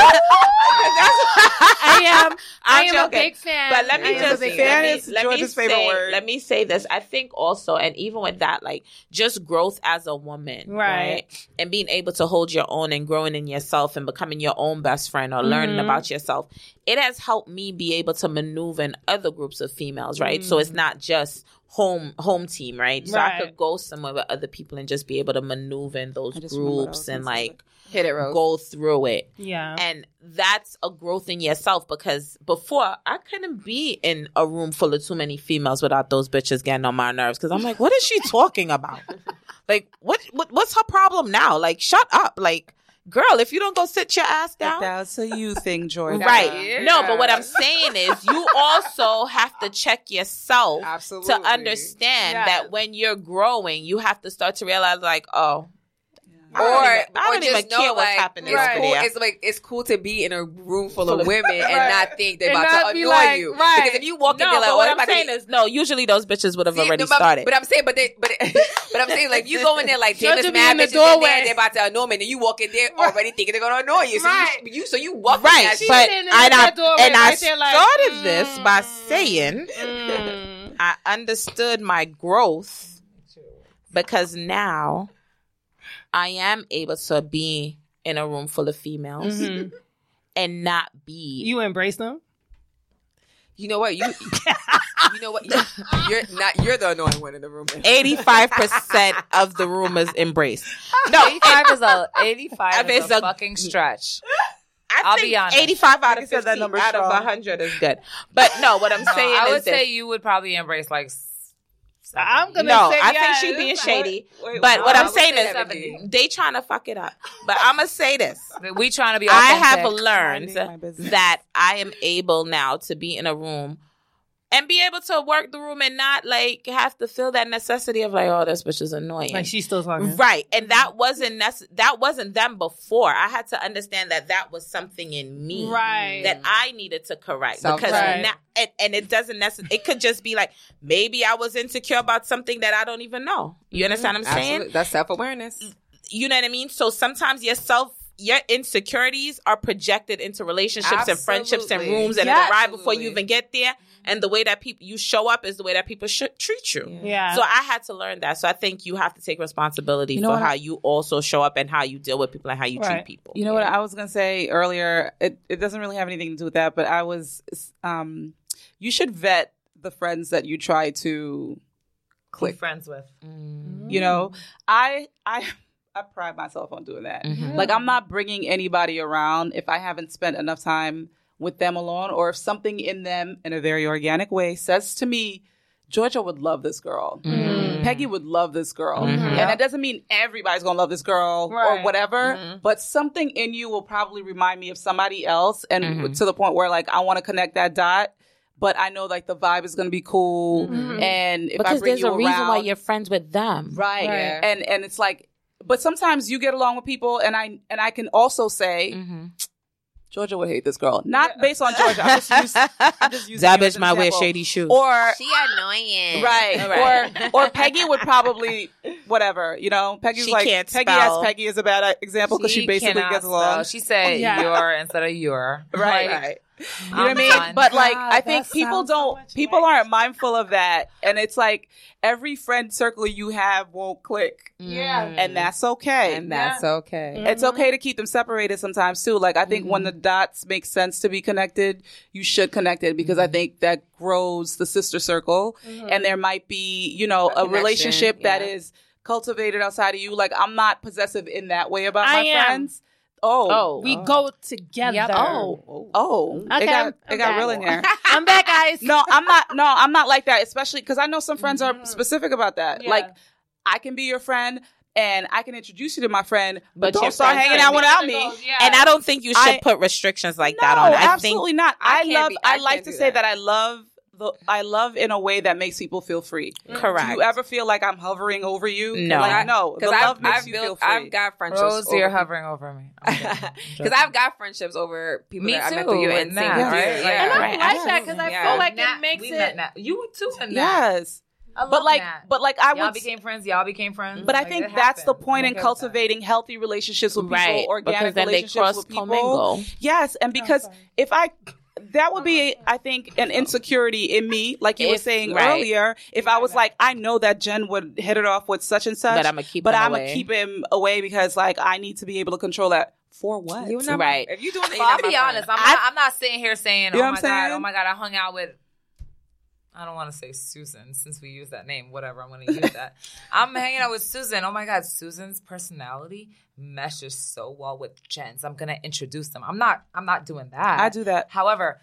B: I am.
A: I
B: I'm
A: am
B: joking.
A: a big fan.
B: But let
A: I am
B: me
A: a
B: just
A: big
B: let
A: fan.
B: me-
C: Fan is
B: let me
C: George's favorite
B: say,
C: word.
B: Let me say this. I think also, and even with that, like just growth as a woman, right?
A: Right.
B: And being able to hold your own and growing in yourself and becoming your own best friend or learning
A: Mhm.
B: about yourself. It has helped me be able to maneuver in other groups of females, right? So it's not just home home team, right? So I
A: Mm-hmm. Right.
B: could go somewhere with other people and just be able to maneuver in those
D: I just remembered what I
B: groups
D: was
B: and
D: gonna say.
B: like
F: Hit it, Rose.
B: go through it.
A: Yeah.
B: And that's a growth in yourself because before I couldn't be in a room full of too many females without those bitches getting on my nerves because I'm like, what is she talking about? like, what, what what's her problem now? Like, shut up. Like, girl, if you don't go sit your ass down.
D: That's a you thing, George.
B: Right.
F: Yeah.
B: No, but what I'm saying is you also have to check yourself
C: Absolutely.
B: to understand
A: Yes.
B: that when you're growing, you have to start to realize, like, oh, I
F: or
B: don't even, I
F: or
B: don't
F: just
B: even
F: know,
B: care what's
F: like,
B: happening
F: It's,
A: Right.
B: over
F: cool,
B: there.
F: it's like it's cool to be in a room full,
B: Full
F: of,
B: of-
F: women and
A: Right.
F: not think they're
A: And
F: about
A: not
F: to
A: be
F: annoy
A: like,
F: you.
A: right.
F: Because if you walk
B: no,
F: in, they're like,
B: but
F: "Oh,
B: what
F: I'm
B: I'm
F: about to
B: saying
F: get-"
B: is, no. Usually, those bitches would have
F: See,
B: already
F: no, but-
B: started.
F: But I'm saying, but they, but, but I'm saying, like, you go in there like, damn,
A: Judge
F: it's
A: will be
F: mad
A: in the
F: bitches in
A: doorway.
F: there, they're about to annoy me, and you walk in there already thinking they're gonna annoy you. So
A: Right.
F: you, you, so you walk in
B: right,
F: that
B: but
A: sitting in
B: and I
A: that doorway
B: and I
A: right there like,
B: started this by
A: mm.
B: saying
A: Mm.
B: I understood my growth because now I am able to be in a room full of
D: uh,
B: females
D: Mm-hmm.
C: Mm-hmm.
A: Mhm.
B: and not be
A: You embrace them.
F: You know what? You, you know what? You're not. You're the annoying one in the room.
B: 85% of the room is embraced.
E: No, 85 is a 85
B: If
E: is
B: it's
E: a,
B: a-
E: fucking stretch.
B: I
E: I'll
B: think
E: be honest.
B: 85 out of
C: said
B: 15
C: that number
B: out of
C: strong.
B: 100 is good. But no, what I'm
E: No,
B: saying
E: I
B: is
E: would
B: this.
E: say you would probably embrace like. s-
A: I'm gonna
B: no,
A: say
B: I
A: yeah,
B: think she's being
A: that's-
B: shady.
C: Wait,
B: But
F: wow.
B: what
F: I
B: I'm
F: would
B: saying
F: say
B: is,
F: 70.
B: they trying to fuck it up. But I'm gonna say this:
E: We trying to be.
B: I
E: Authentic.
B: have
D: Minding my
B: learned
D: business.
B: that I am able now to be in a room and be able to work the room and not like have to feel that necessity of like, oh, this bitch is annoying.
A: Like she's still talking.
B: Right, and that wasn't nece- that wasn't them before. I had to understand that that was something in me
A: Right.
B: that I needed to correct
F: Self-
B: because
A: Right.
B: now, and, and it doesn't necessarily. It could just be like maybe I was insecure about something that I don't even know. You understand what I'm saying?
F: That's self awareness.
B: You know what I mean? So sometimes yourself. Your insecurities are projected into relationships and friendships and
F: Absolutely.
B: rooms, and
A: Yeah.
B: arrive before you
F: Absolutely.
B: even get there. And the way that people you show up is the way that people should treat you.
A: Yeah.
B: So I had to learn that. So I think you have to take responsibility
D: You know
B: for
D: what I-
B: how you also show up and how you deal with people and how you treat
A: Right.
B: people.
D: You know what I was gonna say earlier? It it doesn't really have anything to do with that, but I was um, you should vet the friends that you try to
E: Be
D: click.
E: friends with.
A: Mm-hmm.
D: You know, I I I pride myself on doing that.
A: Mm-hmm. Mm.
D: Like I'm not bringing anybody around if I haven't spent enough time with them alone, or if something in them in a very organic way says to me, Georgia would love this girl.
B: Mm-hmm.
D: Peggy would love this girl. And that doesn't mean everybody's gonna love this girl or
A: Right.
D: whatever,
B: Mm-hmm.
D: but something in you will probably remind me of somebody else and
B: Mm-hmm.
D: to the point where like I wanna connect that dot, but I know like the vibe is gonna be cool.
A: Mm-hmm.
D: And if
B: Mm-hmm.
D: I
B: Because
D: bring
B: there's
D: you
B: a reason why
D: around-
B: you're friends with them.
D: Right.
A: Right.
D: And and it's like but sometimes you get along with people and I and I can also say
B: Mm-hmm.
D: Georgia would hate this girl. Not based on Georgia. I'm just use, I'm just using
B: That
D: you as
B: bitch
D: an
B: might wear
D: example.
B: shady shoes.
D: Or
F: She annoying.
D: right,
B: Right.
D: or or Peggy would probably whatever you know. Peggy's
B: She
D: like
B: can't
D: Peggy
B: spell.
D: as Peggy is a bad e-" example because she, basically
E: cannot
D: gets along.
E: spell. She said
A: Yeah.
E: your instead of your.
D: Right.
E: Like,
D: You know what I
E: I'm
D: mean?
E: done.
D: But like,
A: God,
D: I think
A: that
D: people
A: sounds so
D: don't,
A: much
D: people
A: like-
D: aren't mindful of that, and it's like every friend circle you have won't click,
A: Yeah.
D: and that's okay.
F: And that's okay.
D: It's
A: Mm-hmm.
D: okay to keep them separated sometimes too. Like I think when the dots make sense to be connected, you should connect it because I think that grows the sister circle
A: Mm-hmm.
D: and there might be, you know, a,
F: connection,
D: relationship that
F: yeah.
D: is cultivated outside of you. Like I'm not possessive in that way about
A: I
D: my
A: am.
D: friends. Oh.
A: We go together.
E: Yep.
D: Oh. Oh. Oh.
A: Okay,
D: it got,
A: I'm-
D: it
A: I'm
D: got
A: back.
D: real in there.
A: I'm back, guys.
D: no, I'm not no, I'm not like that, especially cuz I know some friends are specific about that.
A: Mm-hmm. Yeah.
D: Like I can be your friend and I can introduce you to my friend,
B: But
D: but,
B: your
D: don't start
B: friends
D: hanging
B: can't
D: out
B: be-
D: without me.
B: And I don't think you should
D: I-
B: put restrictions like that on.
D: No,
B: I
D: absolutely not. I,
F: can't
D: love.
F: be- I
D: I, like
F: can't
D: to
F: do
D: say
F: that.
D: that I love the. I love in a way that makes people feel free.
E: Mm.
B: think correct.
D: Do you ever feel like I'm hovering over you?
B: No.
D: like, no. The
F: Because
D: love
F: I've,
D: makes
F: I've
D: you feel
F: built,
D: free.
F: I've got friendships.
E: Rose, you're
F: over-
E: hovering over me.
F: Because I've got friendships over people
E: Me
F: that I met
E: too,
F: through you
E: and
F: and
E: Nat,
F: same with you.
E: right?
F: Yeah.
A: And I
B: Right.
A: like that because I
F: Yeah.
A: feel like
E: Nat,
A: it makes
E: we
A: it.
E: met Nat. You too, and Nat.
D: yes.
E: I love
D: but like,
E: that.
D: but like, I
E: y'all
D: would.
E: became friends. Y'all became friends.
D: But I
E: Like,
D: think
E: it
D: that's the
E: happened.
D: point
E: I'm
D: in
E: okay with that.
D: cultivating healthy relationships with people,
B: right. because
D: organic
B: then they
D: relationships
B: cross
D: with people.
B: commingle.
D: Yes,
E: Oh,
D: and because if I that would be I think an insecurity in me, like you were
B: If-
D: saying
B: right.
D: earlier, if I was like I know that Jen would hit it off with such and such,
B: But I'ma keep
D: but
B: him
D: I'ma
B: away.
D: keep him away because like I need to be able to control that for what?
C: You're not my-
B: Right.
C: If you're doing it, you're
E: Well, I'll
C: not
E: be
C: my
E: honest. I'm
D: I-
E: not, I'm not sitting here saying,
D: You know
E: "Oh
D: what
E: my
D: I'm
E: god, oh
D: saying?
E: my god, I hung out with." I don't want to say Susan since we use that name. Whatever, I'm going to use that. I'm hanging out with Susan. Oh my god, Susan's personality meshes so well with Jen's. I'm going to introduce them. I'm not. I'm not doing that.
D: I do that.
E: However,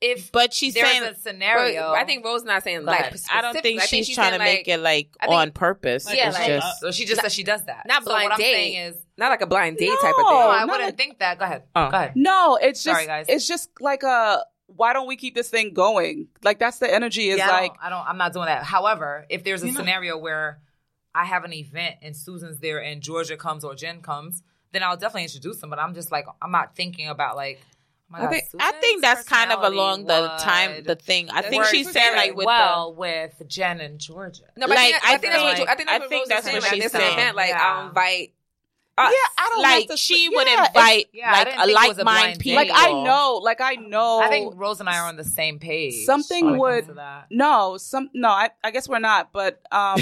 E: if
B: But she's
E: there's
B: saying
E: a scenario,
F: But I think Rose not saying
B: like
F: like.
B: I don't
F: specifically.
B: think
F: I
B: she's,
F: think she's
B: trying to
F: saying,
B: make
F: like-
B: it like
F: I think-
B: on purpose.
F: like,
E: yeah,
B: it's
E: like
B: just
E: so she just said she does that.
F: not
E: so what
F: blind
E: I'm
F: date.
E: saying is,
F: Not like a blind date type
D: No,
F: of
C: Oh,
F: thing.
E: no, I
D: not
E: wouldn't
D: like-
E: think that. Go ahead.
B: Oh.
E: Go ahead.
D: No, it's just
E: Sorry, guys.
D: it's just like a why don't we keep this thing going? Like that's the energy is
E: yeah, I
D: like
E: don't- I don't, I am not doing that. However, if there's a scenario where I have an event and Susan's there and Georgia comes or Jen comes, then I'll definitely introduce them. But I'm just like, I'm not thinking about like. oh my
D: I
E: God,
D: think-
B: I think
E: Susan's
B: that's kind of
E: personality
B: along the time
E: would
B: the thing. I think
E: work
B: she's saying
E: very
B: like with the,
E: well with Jen and Georgia.
F: No, but
B: Like,
F: I
B: I
F: think, that- I think that's
B: think-
F: what, I think that's
B: I
F: what
B: think
F: Rose
B: that's
F: is saying.
B: what
F: Like,
B: she's
F: this is an
B: saying.
F: event, like,
E: Yeah.
F: I'll invite.
D: yeah,
F: us.
D: I don't have
B: like
D: to,
B: she
D: yeah,
B: would
D: it's-
B: invite
E: yeah, I
B: like
E: didn't
B: a
E: think it was a
B: like-minded
E: blind date.
B: people.
D: like I know, like I know.
E: I think Rose and I are on the same page.
D: Something
E: when
D: would-
E: it comes to that.
D: No, some no. I, I guess we're not, but um,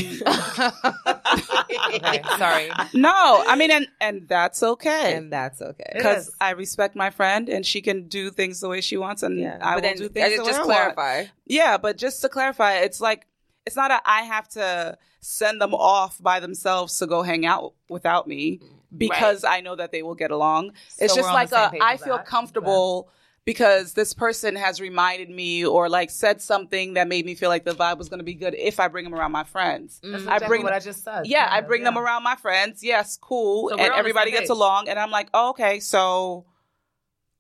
E: Okay, sorry.
D: no. I mean, and and that's okay
C: And that's okay.
D: because
E: It is.
D: I respect my friend, and she can do things the way she wants, and I
F: but
D: will
F: then
D: do
F: I
D: things
F: just,
D: the
F: just
D: way I want.
F: clarify.
D: Yeah, but just to clarify, it's like it's not a I have to send them off by themselves to go hang out without me because I know that they will get along. it's
E: So we're
D: just
E: on
D: like
E: the same
D: a
E: page
D: I
E: with
D: feel
E: that.
D: comfortable because this person has reminded me or like said something that made me feel like the vibe was going to be good if I bring them around my friends.
E: That's
D: I
E: exactly
D: bring-
E: what I just said.
D: Yeah, I bring
E: yeah.
D: them around my friends. Yes, cool.
E: So we're on
D: and
E: the
D: everybody
E: same
D: gets
E: page.
D: along. And I'm like, oh, okay, so,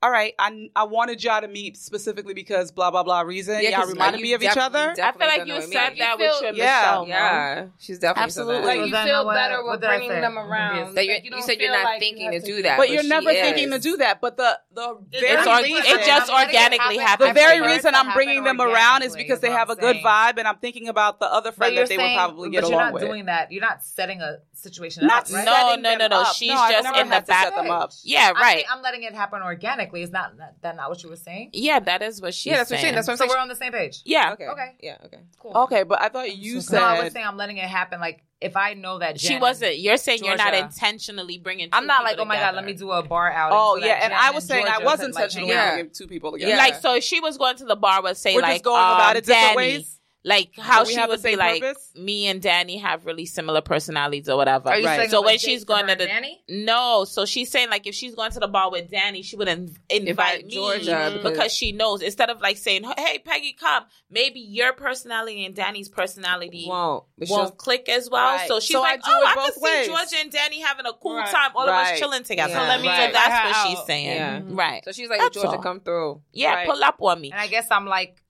D: all right, I, I wanted y'all to meet specifically because blah, blah, blah reason.
F: Yeah,
D: y'all
F: 'cause
D: reminded
F: you
D: me of
F: def-
D: each other.
F: you
B: I feel
F: definitely
B: like
F: don't know
B: you
F: what I
B: said
F: mean.
B: that
A: You
B: with
A: feel-
B: your
D: Yeah.
B: Michelle. Yeah.
F: Yeah, she's definitely
B: Absolutely.
F: Said that.
A: Like you
E: Well, then
A: feel
E: what-
A: better with
E: what did I
A: bringing
E: say?
A: them
E: Obvious.
A: around.
F: That you're-
A: Like,
F: you
A: don't
F: said you're
A: feel
F: not
A: like you
F: thinking
A: have
F: to do that,
D: but
F: but
D: you're
F: she
D: never
F: is.
D: thinking to do that. But the the very
B: It's or-
D: reason,
B: it just
E: I'm letting it
B: organically
E: happen.
D: the
B: happens.
D: very
E: for it
D: reason
E: to
D: I'm
E: happen
D: bringing them around is
E: organically,
D: because
E: is
D: they
E: what
D: have a
E: I'm
D: good
E: saying.
D: vibe, and I'm thinking about the other friend
E: you're
D: that they would
E: saying-
D: probably get
E: but
D: along
E: you're not
D: with.
E: doing that. You're not setting a situation
D: Not
E: up, right?
B: No,
D: setting
B: no,
D: them
B: no, no.
D: up.
B: She's
D: I've
B: just
D: never
B: in the
D: had to
B: back-
D: set them up.
B: Yeah,
E: I'm,
B: right.
E: saying- I'm letting it happen organically. Is not that, that not what you were saying?
B: Yeah, that is what she's
F: Yeah, that's what
B: saying.
F: I'm saying. That's what I'm
E: So
F: saying.
E: we're on the same page.
B: yeah.
F: Okay.
E: Okay.
F: Yeah. Okay.
E: Cool.
D: Okay, but I thought you
E: No, I was
D: said
E: saying I'm letting it happen. Like if I know that Jen
B: She wasn't. You're saying you're not
E: Georgia.
B: intentionally bringing.
E: I'm
B: two
E: not
B: people
E: like, oh my god,
B: together.
E: let me do a bar outing.
D: Oh
E: so that
D: yeah, and
E: Jen
D: I was saying I
E: Georgia
D: was
E: could, like,
D: intentionally
E: hang out.
D: bringing two people together.
F: Yeah.
B: Like so, she was going to the bar. Would say
D: We're
B: like,
D: just going
B: um,
D: about it different
B: Danny.
D: ways.
B: Like how
D: we
B: she
D: have the
B: would be
D: same
B: like,
D: purpose?
B: me and Danny have really similar personalities or whatever.
E: Are you
D: Right.
E: setting
B: So
E: up a
B: when
E: date
B: she's
E: for
B: going
E: her
B: to the
E: and Danny,
B: No, so she's saying like if she's going to the bar with Danny, she would in- invite,
F: Invite
B: me
F: Georgia
E: Mm-hmm.
F: because-
B: because she knows instead of like saying, "Hey, Peggy, come." Maybe your personality and Danny's personality won't,
F: Won't. But
B: click as well.
D: Right.
B: So she's
D: So I
B: like,
D: do
B: "Oh,
D: it
B: I
D: both
B: can
D: ways.
B: see Georgia and Danny having a cool
A: Right.
B: time, all of
D: Right.
B: us chilling together."
F: So let me
B: so
A: invite
B: that's
A: her
B: what she's
A: out.
B: saying,
F: Yeah.
B: right?
F: So she's like,
B: That's
F: Georgia,
B: all.
F: come through.
B: Yeah,
F: Right.
B: pull up on me.
E: and I guess I'm like,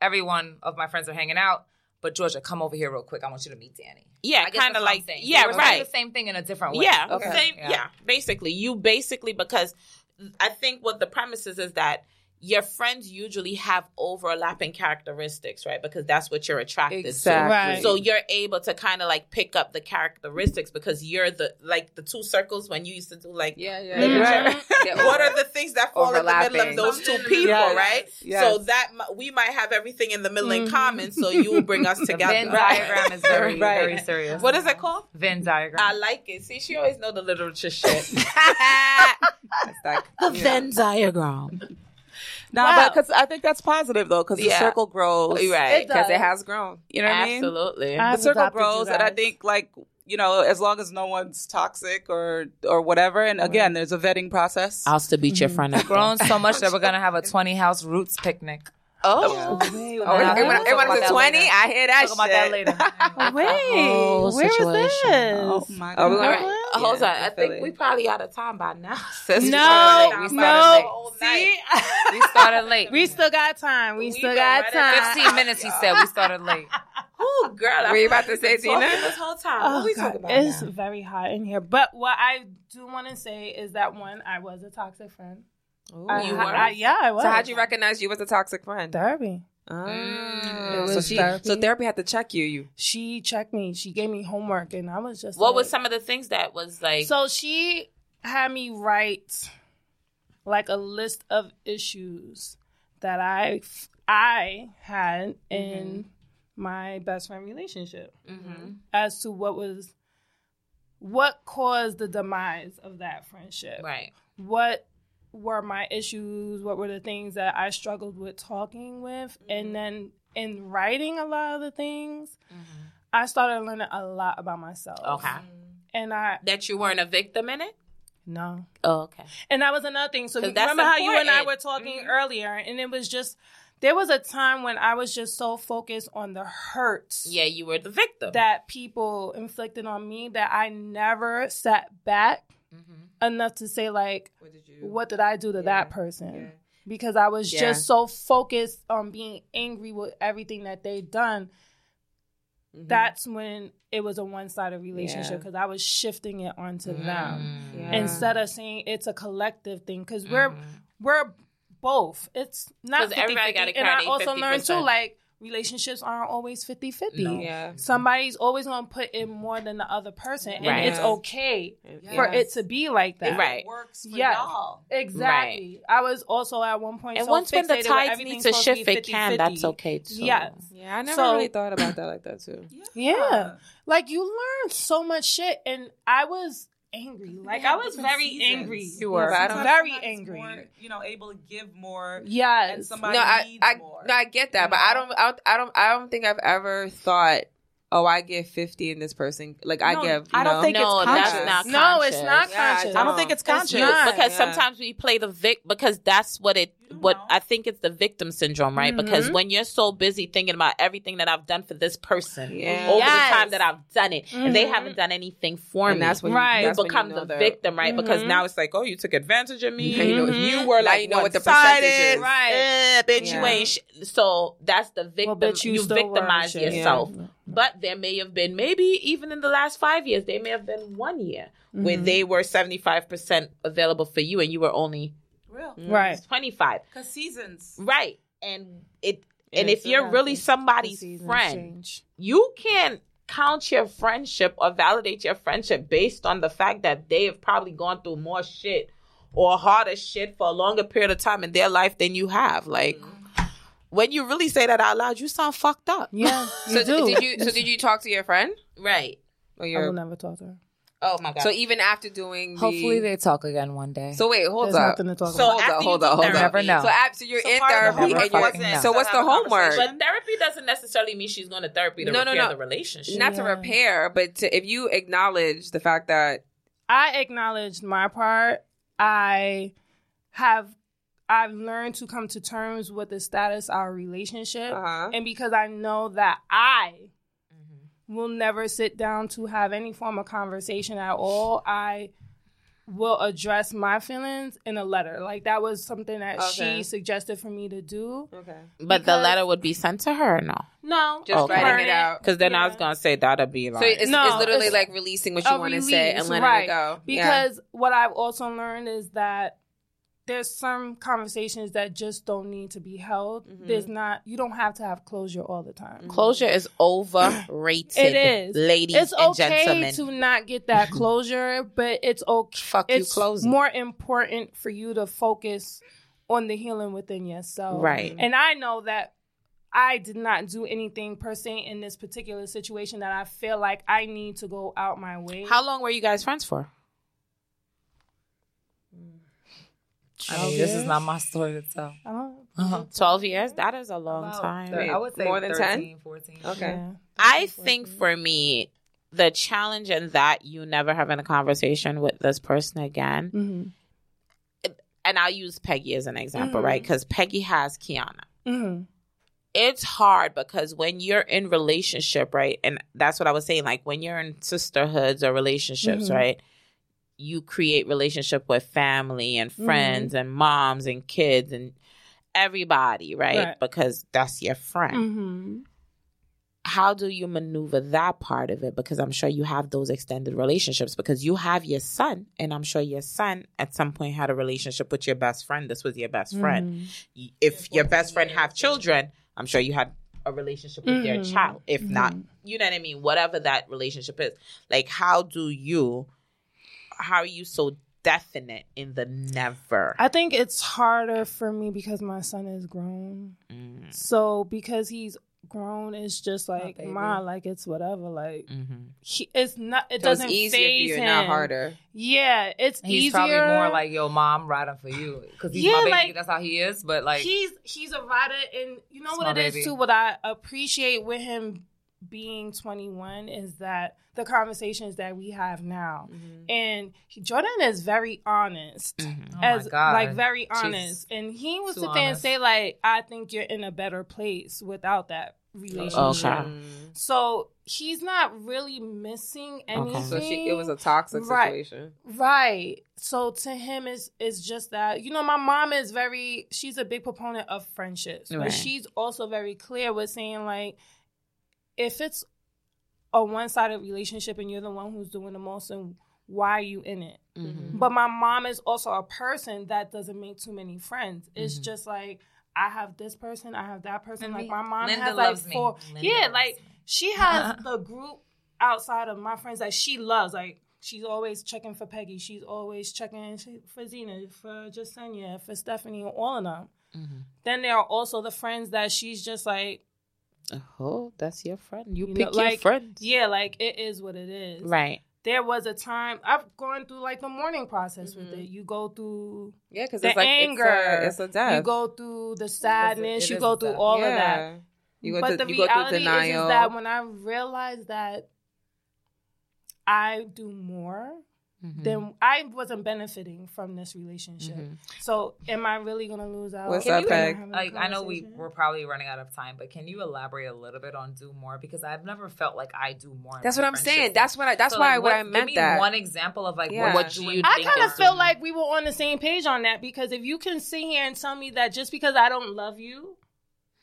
E: everyone of my friends are hanging out, but Georgia, come over here real quick. I want you to meet Danny.
B: Yeah,
E: I guess
B: kind of
E: that's what I'm
B: like
E: saying.
B: yeah,
E: We're saying
B: right.
E: The same thing in a different way.
B: Yeah,
F: Okay.
B: same.
E: Yeah.
B: Yeah. basically, you basically because I think what the premise is is that your friends usually have overlapping characteristics, right? Because that's what you're attracted
D: exactly.
A: Right.
B: to. So you're able to kind of like pick up the characteristics because you're the like the two circles when you used to do like
F: Yeah.
B: the
F: Yeah.
A: Mhm.
B: picture.
F: Yeah,
B: What are the things that fall in the middle
F: Overlapping.
B: of those two people,
D: Yes.
B: right?
D: Yes.
B: So that mi- we might have everything in the middle
A: Mhm.
B: in common. So you will bring us
E: The
B: together.
E: Venn
B: Right.
E: diagram is very,
D: Right.
E: very serious.
B: What is it called?
E: Venn diagram?
B: I like it. See, she always know the literature shit.
F: It's like,
B: the Venn diagram.
D: no,
B: Wow.
D: but because I think that's positive though, because the
B: Yeah.
D: circle grows.
B: Right.
F: because it has grown.
D: You know what I mean?
B: Absolutely.
A: I've
D: the circle
A: adopted you
D: grows, and I
A: guys.
D: think like you know, as long as no one's toxic or or whatever, and again, there's a vetting process.
C: Oh,
B: I'll still beat your friend up.
E: grown so much that we're gonna have a 20 house roots picnic.
B: Oh.
A: Wait,
F: Oh,
E: we're
A: wait,
E: not-
F: everyone,
E: Talk
F: everyone's
E: about
F: a
E: that
F: 20?
E: later.
F: I hear that
E: Talk about that
F: shit.
E: later.
A: wait, where is
D: Oh
A: this?
D: my
F: Oh,
D: god!
F: we're gonna-
A: Alright.
F: Yeah,
B: Hold on. I
F: feel
B: think
F: it.
B: we probably out of time by now.
F: Since we
A: No,
F: started late, we started
A: no.
F: late.
A: See,
E: We started late.
A: we still got time. We
B: We
A: still
B: go
A: got
B: right at
A: time.
E: 15 minutes, he said. We started late.
B: Oh, girl. I
F: Were you about
B: forgot
F: to
B: we've
F: say,
B: been talking
F: Gina?
B: This whole time.
A: Oh,
B: what we
A: God,
B: talking about?
A: it's
B: now?
A: very hot in here. But what I do want to say is that one, I was a toxic friend. I,
B: you
A: I-
B: were?
A: I- yeah, I was.
F: So how'd you recognize you was a toxic friend?
A: Derby.
C: Ah,
A: It
C: so
A: was
C: she,
A: therapy.
C: so therapy had to check you. You
A: She checked me. She gave me homework, and I was just
B: What
A: like-
B: was some of the things that was like?
A: So she had me write like a list of issues that I I had in
B: Mm-hmm.
A: my best friend relationship
B: Mhm.
A: as to what was what caused the demise of that friendship.
B: right.
A: What were my issues? What were the things that I struggled with talking with?
B: Mm-hmm.
A: And then in writing a lot of the things, I started learning a lot about myself.
B: Mm-hmm. Okay.
A: And I
B: That you weren't a victim in it.
A: no.
B: Oh, okay.
A: And that was another thing. So
B: 'Cause
A: remember
B: that's
A: how you and I
B: important.
A: were talking
C: Mm-hmm.
A: earlier, and it was just there was a time when I was just so focused on the hurt
B: Yeah, you were the victim.
A: that people inflicted on me that I never sat back
B: Mm-hmm.
A: enough to say like,
C: what did you?
A: what did I do to that person?
C: yeah.
A: Because I was
C: Yeah.
A: just so focused on being angry with everything that they done.
C: Mm-hmm.
B: Mm-hmm.
A: That's when it was a one sided relationship
C: Yeah.
A: because I was shifting it onto them
B: Mm. Mm-hmm.
C: Yeah.
A: instead of saying it's a collective thing because we're we're both it's not
B: 'Cause everybody
A: 50-50.
B: gotta
A: and i
B: carry
A: also learned too
B: 50%.
A: like relationships aren't always 50-50
B: No.
C: Yeah.
A: somebody's always gonna put in more than the other person and
B: Right.
A: it's okay
C: Yeah.
A: for it to be like that
B: Right.
H: works for
A: Yes.
H: y'all.
A: exactly i was also at one point
B: And
A: so
B: once when the
A: fixated with
B: tides
A: everything
B: need to
A: supposed be
B: shift, it can.
A: 50-50.
B: That's okay too.
A: yes
C: Yeah, I never
A: So-
C: really thought about that like that too.
A: yeah like you learn so much shit and i was angry like i was very angry
C: You were.
A: I
C: I
A: don't-
C: don't,
A: Sometimes very
H: Sometimes
A: angry.
H: More, you know, able to give more.
A: yes
H: And
F: No,
H: somebody
F: I,
H: needs
F: I,
H: more.
F: no, I get
H: You
F: that, but
H: know?
F: I
H: I
F: don't.
H: don't-
F: I,
C: I don't. I don't think I've ever thought. Oh, I give fifty and this person like I
H: No,
C: give.
D: I don't
C: no.
D: think
B: No,
D: it's
B: that's
D: conscious.
B: not
A: no it's
B: conscious.
A: not
C: Yeah, I
A: conscious
D: I don't think it's conscious.
A: not.
B: because
C: Yeah.
B: sometimes we play the vic because that's what it
H: You don't
B: what
H: know.
B: I think it's the victim syndrome, right? Because
A: Mhm.
B: when you're so busy thinking about everything that I've done for this person
C: Yeah.
B: over
A: Yes.
B: the time that I've done it, and they
A: Mhm.
B: haven't done anything for
C: And
B: me,
C: that's when
A: Right.
C: you,
B: you
C: that's when
B: become
C: you know
B: the
C: that-
B: victim, right? Because
A: Mhm.
B: now it's like, oh, you took advantage of me.
C: Yeah, you know,
A: Mhm.
C: you were
B: Now
C: like
B: you know what the
C: one-sided.
B: percentage is.
A: Right.
B: Eh, bitch, you
C: Yeah.
B: ain't. Sh-. So that's the victim.
A: Well, bitch, you
B: you
A: still were
B: victimize
A: shit.
B: yourself. But there may have been, maybe even in the last five years, they may have been one year where they were 75% available for you and you were only
H: Real.
A: right
B: 25.
H: Because seasons.
B: Right. And it,
C: And
B: and
C: it
B: if
C: still
B: you're really
C: happens.
B: somebody's friend, you can't count your friendship or validate your friendship based on the fact that they have probably gone through more shit or harder shit for a longer period of time in their life than you have. Like
H: Mm-hmm.
B: when you really say that out loud, you sound fucked up.
A: Yeah,
F: so did you? So did you talk to your friend?
B: Right.
A: I
C: Oh,
A: will
C: you're
A: never talk to her.
B: Oh my god.
F: So even after doing, the-
E: Hopefully they talk again one day.
F: So wait, hold
A: There's
F: up.
A: nothing to talk
B: So
F: Hold
A: about.
B: after
F: up,
B: you
F: hold
B: do
F: up, hold up.
E: Never know.
F: So after you're
H: So
F: in
H: part of the
F: therapy,
E: homework
F: and you're,
E: wasn't know.
F: so what's
H: to
F: the
H: have a
F: homework?
H: conversation.
B: But therapy doesn't necessarily mean she's going to therapy to
F: No, no,
B: repair
F: no.
B: the relationship.
F: Not to
A: Yeah.
F: repair, but to, if you acknowledge the fact that
A: I acknowledged my part. I have I've learned to come to terms with the status of our relationship,
C: uh-huh.
A: and because I know that I
F: Mm-hmm.
A: will never sit down to have any form of conversation at all, I will address my feelings in a letter. Like that was something that
C: Okay.
A: she suggested for me to do.
C: okay.
B: but the
A: because-
B: letter would be sent to her, no?
A: No,
F: just
B: Okay.
F: writing it out,
B: Because then I
A: Yeah.
B: was going to say that'll be like.
F: so it's,
A: No,
F: it's literally
A: it's-
F: like releasing what
A: a
F: you want to say and
A: release,
F: letting it
A: right.
F: go. Yeah.
A: Because what I've also learned is that there's some conversations that just don't need to be held.
F: Mm-hmm.
A: There's not you don't have to have closure all the time.
B: Closure is overrated.
A: It is.
B: ladies
A: It's
B: and
A: okay
B: gentlemen.
A: to not get that closure, but it's okay.
B: Fuck you,
A: it's
B: closing.
A: more important for you to focus on the healing within yourself.
B: Right.
A: And I know that I did not do anything per se in this particular situation that I feel like I need to go out my way.
B: How long were you guys friends for?
E: I mean, this is not my story to tell.
A: I don't-
B: Twelve years. That is a long time.
E: I would say
C: More than
E: 13, 14.
C: Okay.
A: Yeah.
B: I think for me, the challenge in that you never having a conversation with this person again,
A: Mhm.
B: and I'll use Peggy as an example,
A: Mhm.
B: right? Because Peggy has Kiana.
A: Mhm.
B: It's hard because when you're in relationship, right, and that's what I was saying. Like when you're in sisterhoods or relationships,
A: Mhm.
B: right, you create relationship with family and friends and moms and kids and everybody,
A: Right.
B: right?
A: Mm. Mm-hmm.
B: Because that's your friend.
A: Mhm.
B: how do you maneuver that part of it? Because I'm sure you have those extended relationships because you have your son, and I'm sure your son at some point had a relationship with your best friend. This was your best
A: Mm-hmm.
B: friend. Y- If your best friend have children, I'm sure you had a relationship with their
A: Mhm.
B: child. If not, you know what I mean? Whatever that relationship is. Like, how do you, how are you so definite in the never?
A: I think it's harder for me because my son is grown.
B: Mm,
A: So because he's grown, it's just like
F: baby.
A: ma, like it's whatever. Like
B: mhm.
A: he, it's not. It
C: So it's
A: doesn't
C: easier for
A: phase
C: you,
A: him.
C: not harder.
A: Yeah, it's
E: He's
A: easier.
E: probably more like yo, mom riding for you because he's
A: Yeah,
E: my baby.
A: like-
E: that's how he is. But like,
A: he's he's a rider, and you know
E: It's
A: what
E: my
A: it is
E: baby.
A: too. What I appreciate with him being 21 is that the conversations that we have now,
F: Mm-hmm.
A: and he- Jordan is very honest.
B: Mm-hmm.
E: oh
A: as
E: my god,
A: like very honest,
E: She's
A: and he will
E: too
A: sit there and
E: honest.
A: say like, "I think you're in a better place without that
E: Oh.
A: relationship."
B: Mm-hmm. Okay.
A: So he's not really missing
B: Okay.
A: anything.
B: So
C: Mm-hmm. So she, it was a toxic
A: Right.
C: situation.
A: right. So to him, is is just that you know, my mom is very. She's a big proponent of friendships,
B: Right.
A: but she's also very clear with saying like, if it's a one sided relationship and you're the one who's doing the most, and why are you in it?
B: Mhm.
A: But my mom is also a person that doesn't make too many friends. It's just like I have this person, I have that person.
E: And
A: Like
E: me-
A: my mom
E: Linda
A: has
E: loves
A: like
E: me.
A: four.
E: Linda
A: yeah,
E: loves
A: like
E: me.
A: she has the group outside of my friends that she loves. Like she's always checking for Peggy. She's always checking for Zena, for Jasenia, for Stephanie, and all of them.
E: Mm-hmm.
A: Then there are also the friends that she's just like,
B: Oh, that's your friend. You,
A: You know,
B: pick your
A: like-
B: friend.
A: yeah, Mm-hmm. like it is what it is.
B: Right.
A: There was a time I've gone through like the mourning process with
E: Mm-hmm.
A: it. You go through
C: Yeah, because
A: The
C: it's like
A: anger.
C: It's a, it's a death.
A: You go through the sadness.
D: it
A: you
D: is
A: go
D: a
A: through
D: death.
A: all of
C: yeah.
A: that.
C: You go
A: but
C: to
A: the
C: you go
A: reality
C: through
A: is,
C: denial.
A: is that when I realized that I do more,
C: Mm-hmm.
A: then I wasn't benefiting from this relationship. So am I really gonna lose out?
C: What's
A: on
C: up, Peg?
A: having a
E: like I know we
A: conversation?
E: we're probably running out of time, but can you elaborate a little bit on do more because I've never felt like I do more. in
F: That's
E: my
F: what I'm saying.
E: friendships.
F: That's what I. That's
E: So,
F: why
E: like,
F: what,
E: what-
F: I
E: give
F: meant
E: me
F: that.
E: one example of like
C: Yeah.
E: what do you?
A: I
E: think
A: kind of
E: is
A: feel
E: doing-
A: like we were on the same page on that because if you can sit here and tell me that just because I don't love you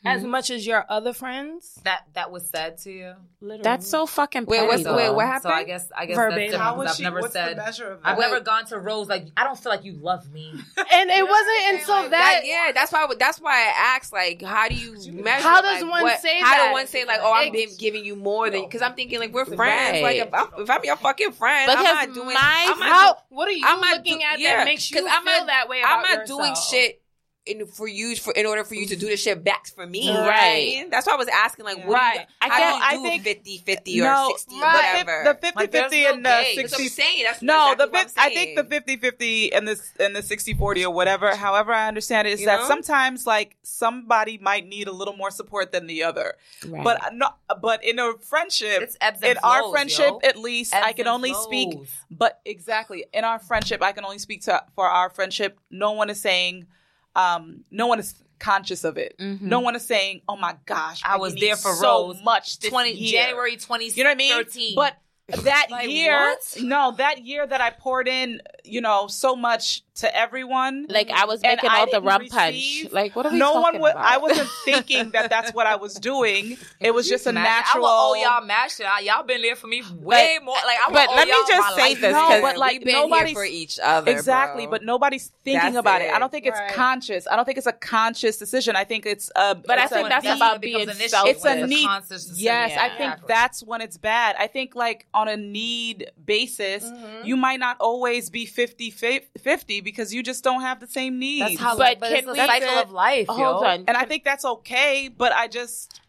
A: as
C: Mm-hmm.
A: much as your other friends,
E: that that was said to you.
A: literally,
B: That's so fucking petty.
C: what's-
B: though.
C: wait, what happened?
E: So I guess I guess
A: Verbatim.
E: that's
H: How
E: different
H: was
E: 'cause
H: she?
E: I've never
H: what's
E: said
H: the measure of that?
E: I've never gone to Rose like I don't feel like you love me.
A: and it wasn't until
F: Like,
A: that.
F: yeah, that's why. That's why I asked, like, how do you measure?
A: How does
F: like,
A: one
F: what-
A: say
F: How
A: that?
F: does one say, like, oh, I'm
A: Ex-
F: being- giving you more than? Because I'm thinking, like, we're friends.
B: Right.
F: Like, if I'm, if I'm your fucking friend,
B: Because
F: I'm not doing.
B: my-
F: I'm not
A: How? What are you
F: I'm not
A: looking
F: do-
A: at
F: yeah,
A: that makes you
F: 'cause
A: feel
F: I'm not-
A: that way?
F: I'm
A: about
F: not doing
A: yourself?
F: shit in for you for in order for you to do the shit back for me.
B: Right.
F: You know what I mean? That's why I was asking like what
A: Right.
F: do you,
B: I
F: how
B: get-
F: do you
B: I
F: do
B: think-
F: 50 50
D: No,
F: or 60
A: right.
F: whatever.
D: the 50
E: Like, there's
D: 50
E: no
D: and the
E: gauge.
F: That's what
D: 60
F: I'm saying. That's
D: No,
F: exactly
D: the
F: what I'm
D: fif- I think the
F: saying.
D: 50 50 and this and the 60 40 or whatever, however I understand it, is
F: You
D: that
F: know?
D: sometimes like somebody might need a little more support than the other.
B: Right.
D: But I- no, but in a friendship,
E: It's ebbs and
D: in our
E: flows,
D: friendship,
E: yo.
D: at least I
E: Ebbs
D: can
E: and
D: only speak.
E: flows.
D: But exactly in our friendship, I can only speak to for our friendship. No one is saying, um, no one is conscious of it.
B: Mm-hmm.
D: No one is saying, "Oh my gosh,
E: I
D: Peggy
E: was
D: needs
E: there for
D: so
E: Rose
D: much this
E: Twenty
D: year.
E: January twenty.
D: You know what I mean?
E: 13.
D: But that
E: Like,
D: year,
E: what?
D: no, that year that I poured in, you know, so much to everyone.
B: like I was
D: And
B: making
D: I
B: out the
D: didn't
B: rum punch.
D: receive-
B: Like what are we
D: no one
B: talking
D: was.
B: about?
D: I wasn't thinking that that's what I was doing. It was just a
E: Imagine,
D: natural.
E: I will owe y'all mad shit. I- Y'all been there for me way more. Like I will
B: but
E: owe
B: let me
E: y'all
B: just
E: my
B: say
E: life.
B: this,
D: No,
B: 'cause
D: but like
F: We've been
D: nobody's
F: here for each other.
D: exactly
F: bro.
D: but nobody's thinking
F: That's
D: about it. i
F: it.
D: don't think it's
A: Right.
D: conscious i don't think it's a conscious decision i think it's a
B: But I
D: it's
B: think
D: a
B: that's
D: need.
B: about
E: becomes
B: being
E: an issue
B: selfish.
D: it's
E: when
D: a
E: it's
D: need
E: conscious decision.
D: yes i
E: Yeah.
D: think that's when it's bad i think like on a need basis you might not always be 50 50 because you just don't have the same needs
E: That's how.
B: But
E: But,
B: can
E: it's the
B: we- Oh,
E: cycle of life?
B: Hold
E: yo.
B: on.
D: and i think that's okay but i just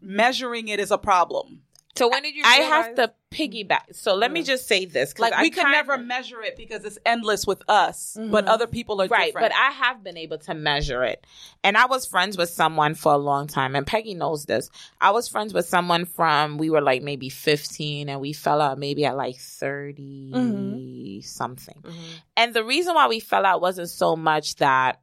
D: measuring it is a problem
F: So when did you?
B: I
F: realize-
B: have to piggyback. So let me just say this. 'cause
D: like
B: I
D: we can
B: kinda-
D: never measure it because it's endless with us but other people are
B: Right,
D: different
B: but I have been able to measure it. And I was friends with someone for a long time, and Peggy knows this. I was friends with someone from, we were like maybe 15, and we fell out maybe at like 30
C: Mm-hmm.
B: something. And the reason why we fell out wasn't so much that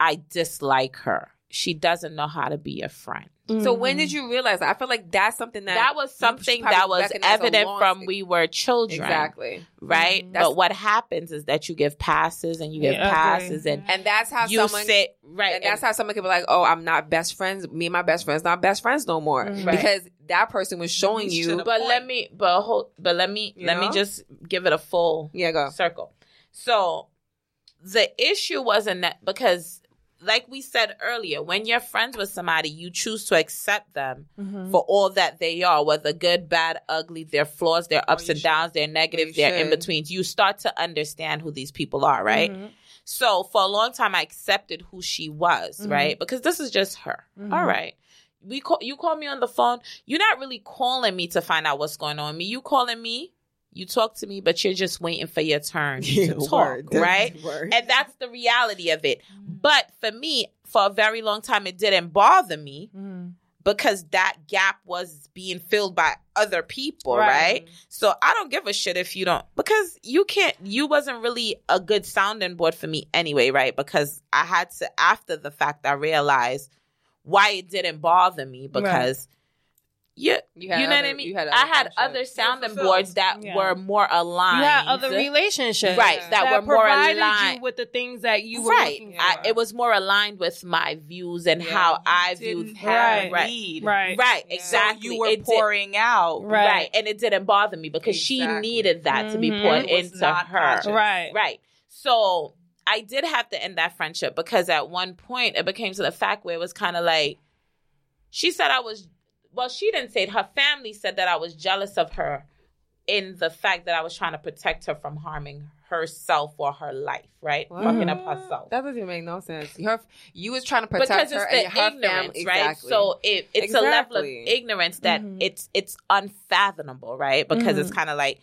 B: I dislike her, she doesn't know how to be a friend.
C: So when did you realize that? I feel like that's something that
B: that was
C: should
B: something
C: probably
B: that was
C: recognize a
B: evident
C: long
B: from
C: time.
B: we were children,
C: exactly,
B: right?
C: That's-
B: But what happens is that you give passes and you give
A: Yeah, okay.
B: passes and
C: and that's how
B: you
C: someone
B: sit right.
C: and that's how someone can be like, "Oh, I'm not best friends. Me and my best friends not best friends no more,"
A: Mhm.
B: Right.
C: because that person was showing Mm-hmm. you.
D: Reached to the
B: but
D: point.
B: let me, but hold, but let me,
C: You
B: let me
C: know?
B: just give it a full
C: yeah, go.
B: circle. So the issue wasn't that because, like we said earlier, when you're friends with somebody, you choose to accept them
A: Mm-hmm.
B: for all that they are, whether good, bad, ugly, their flaws, their ups
D: you
B: and downs, their negatives,
C: you
B: their in
C: should.
B: betweens. You start to understand who these people are, right? So for a long time, I accepted who she was,
A: Mhm.
B: right? Because this is just her.
A: Mhm.
B: All right. We call you call me on the phone. You're not really calling me to find out what's going on. with Me, you calling me. You talk to me, but you're just waiting for your turn to talk, right? And that's the reality of it. But for me, for a very long time, it didn't bother me because that gap was being filled by other people, right? So I don't give a shit if you don't because you can't you wasn't really a good sounding board for me anyway, right? Because I had to after the fact I realized why it didn't bother me because yeah, you,
C: had
B: know what I
C: other-
B: mean?
C: you had
B: I had
C: friendships.
B: other sounding
D: fulfilled.
B: boards that
A: Yeah.
B: were more aligned.
A: You had other relationships,
B: Right, that were more
A: provided
B: aligned.
A: you with the things that you were
B: right.
A: looking
B: I,
A: for.
B: it was more aligned with my views and
D: Yeah.
B: how I
D: didn't
B: viewed
D: have
B: her. Right.
D: need.
A: right,
B: Right,
D: So
B: exactly.
D: you were
B: It did-
D: pouring out.
A: Right.
B: right. And it didn't bother me because she
D: Exactly.
B: needed that to be
A: Mhm.
B: poured
D: Mm-hmm. It was
B: into
D: not
B: her.
D: conscious.
A: right,
B: Right. So I did have to end that friendship because at one point it became to the fact where it was kind of like she said I was well, she didn't say it. Her family said that I was jealous of her in the fact that I was trying to protect her from harming herself or her life, right? Fucking up herself.
C: That doesn't even make no sense. Her, you was trying to protect
B: because
C: her
B: it's the
C: and her
B: ignorance,
C: family.
B: right?
C: Exactly.
B: So it, it's a level of
C: Exactly.
B: ignorance that
A: Mhm.
B: it's it's unfathomable, right? Because it's kind of like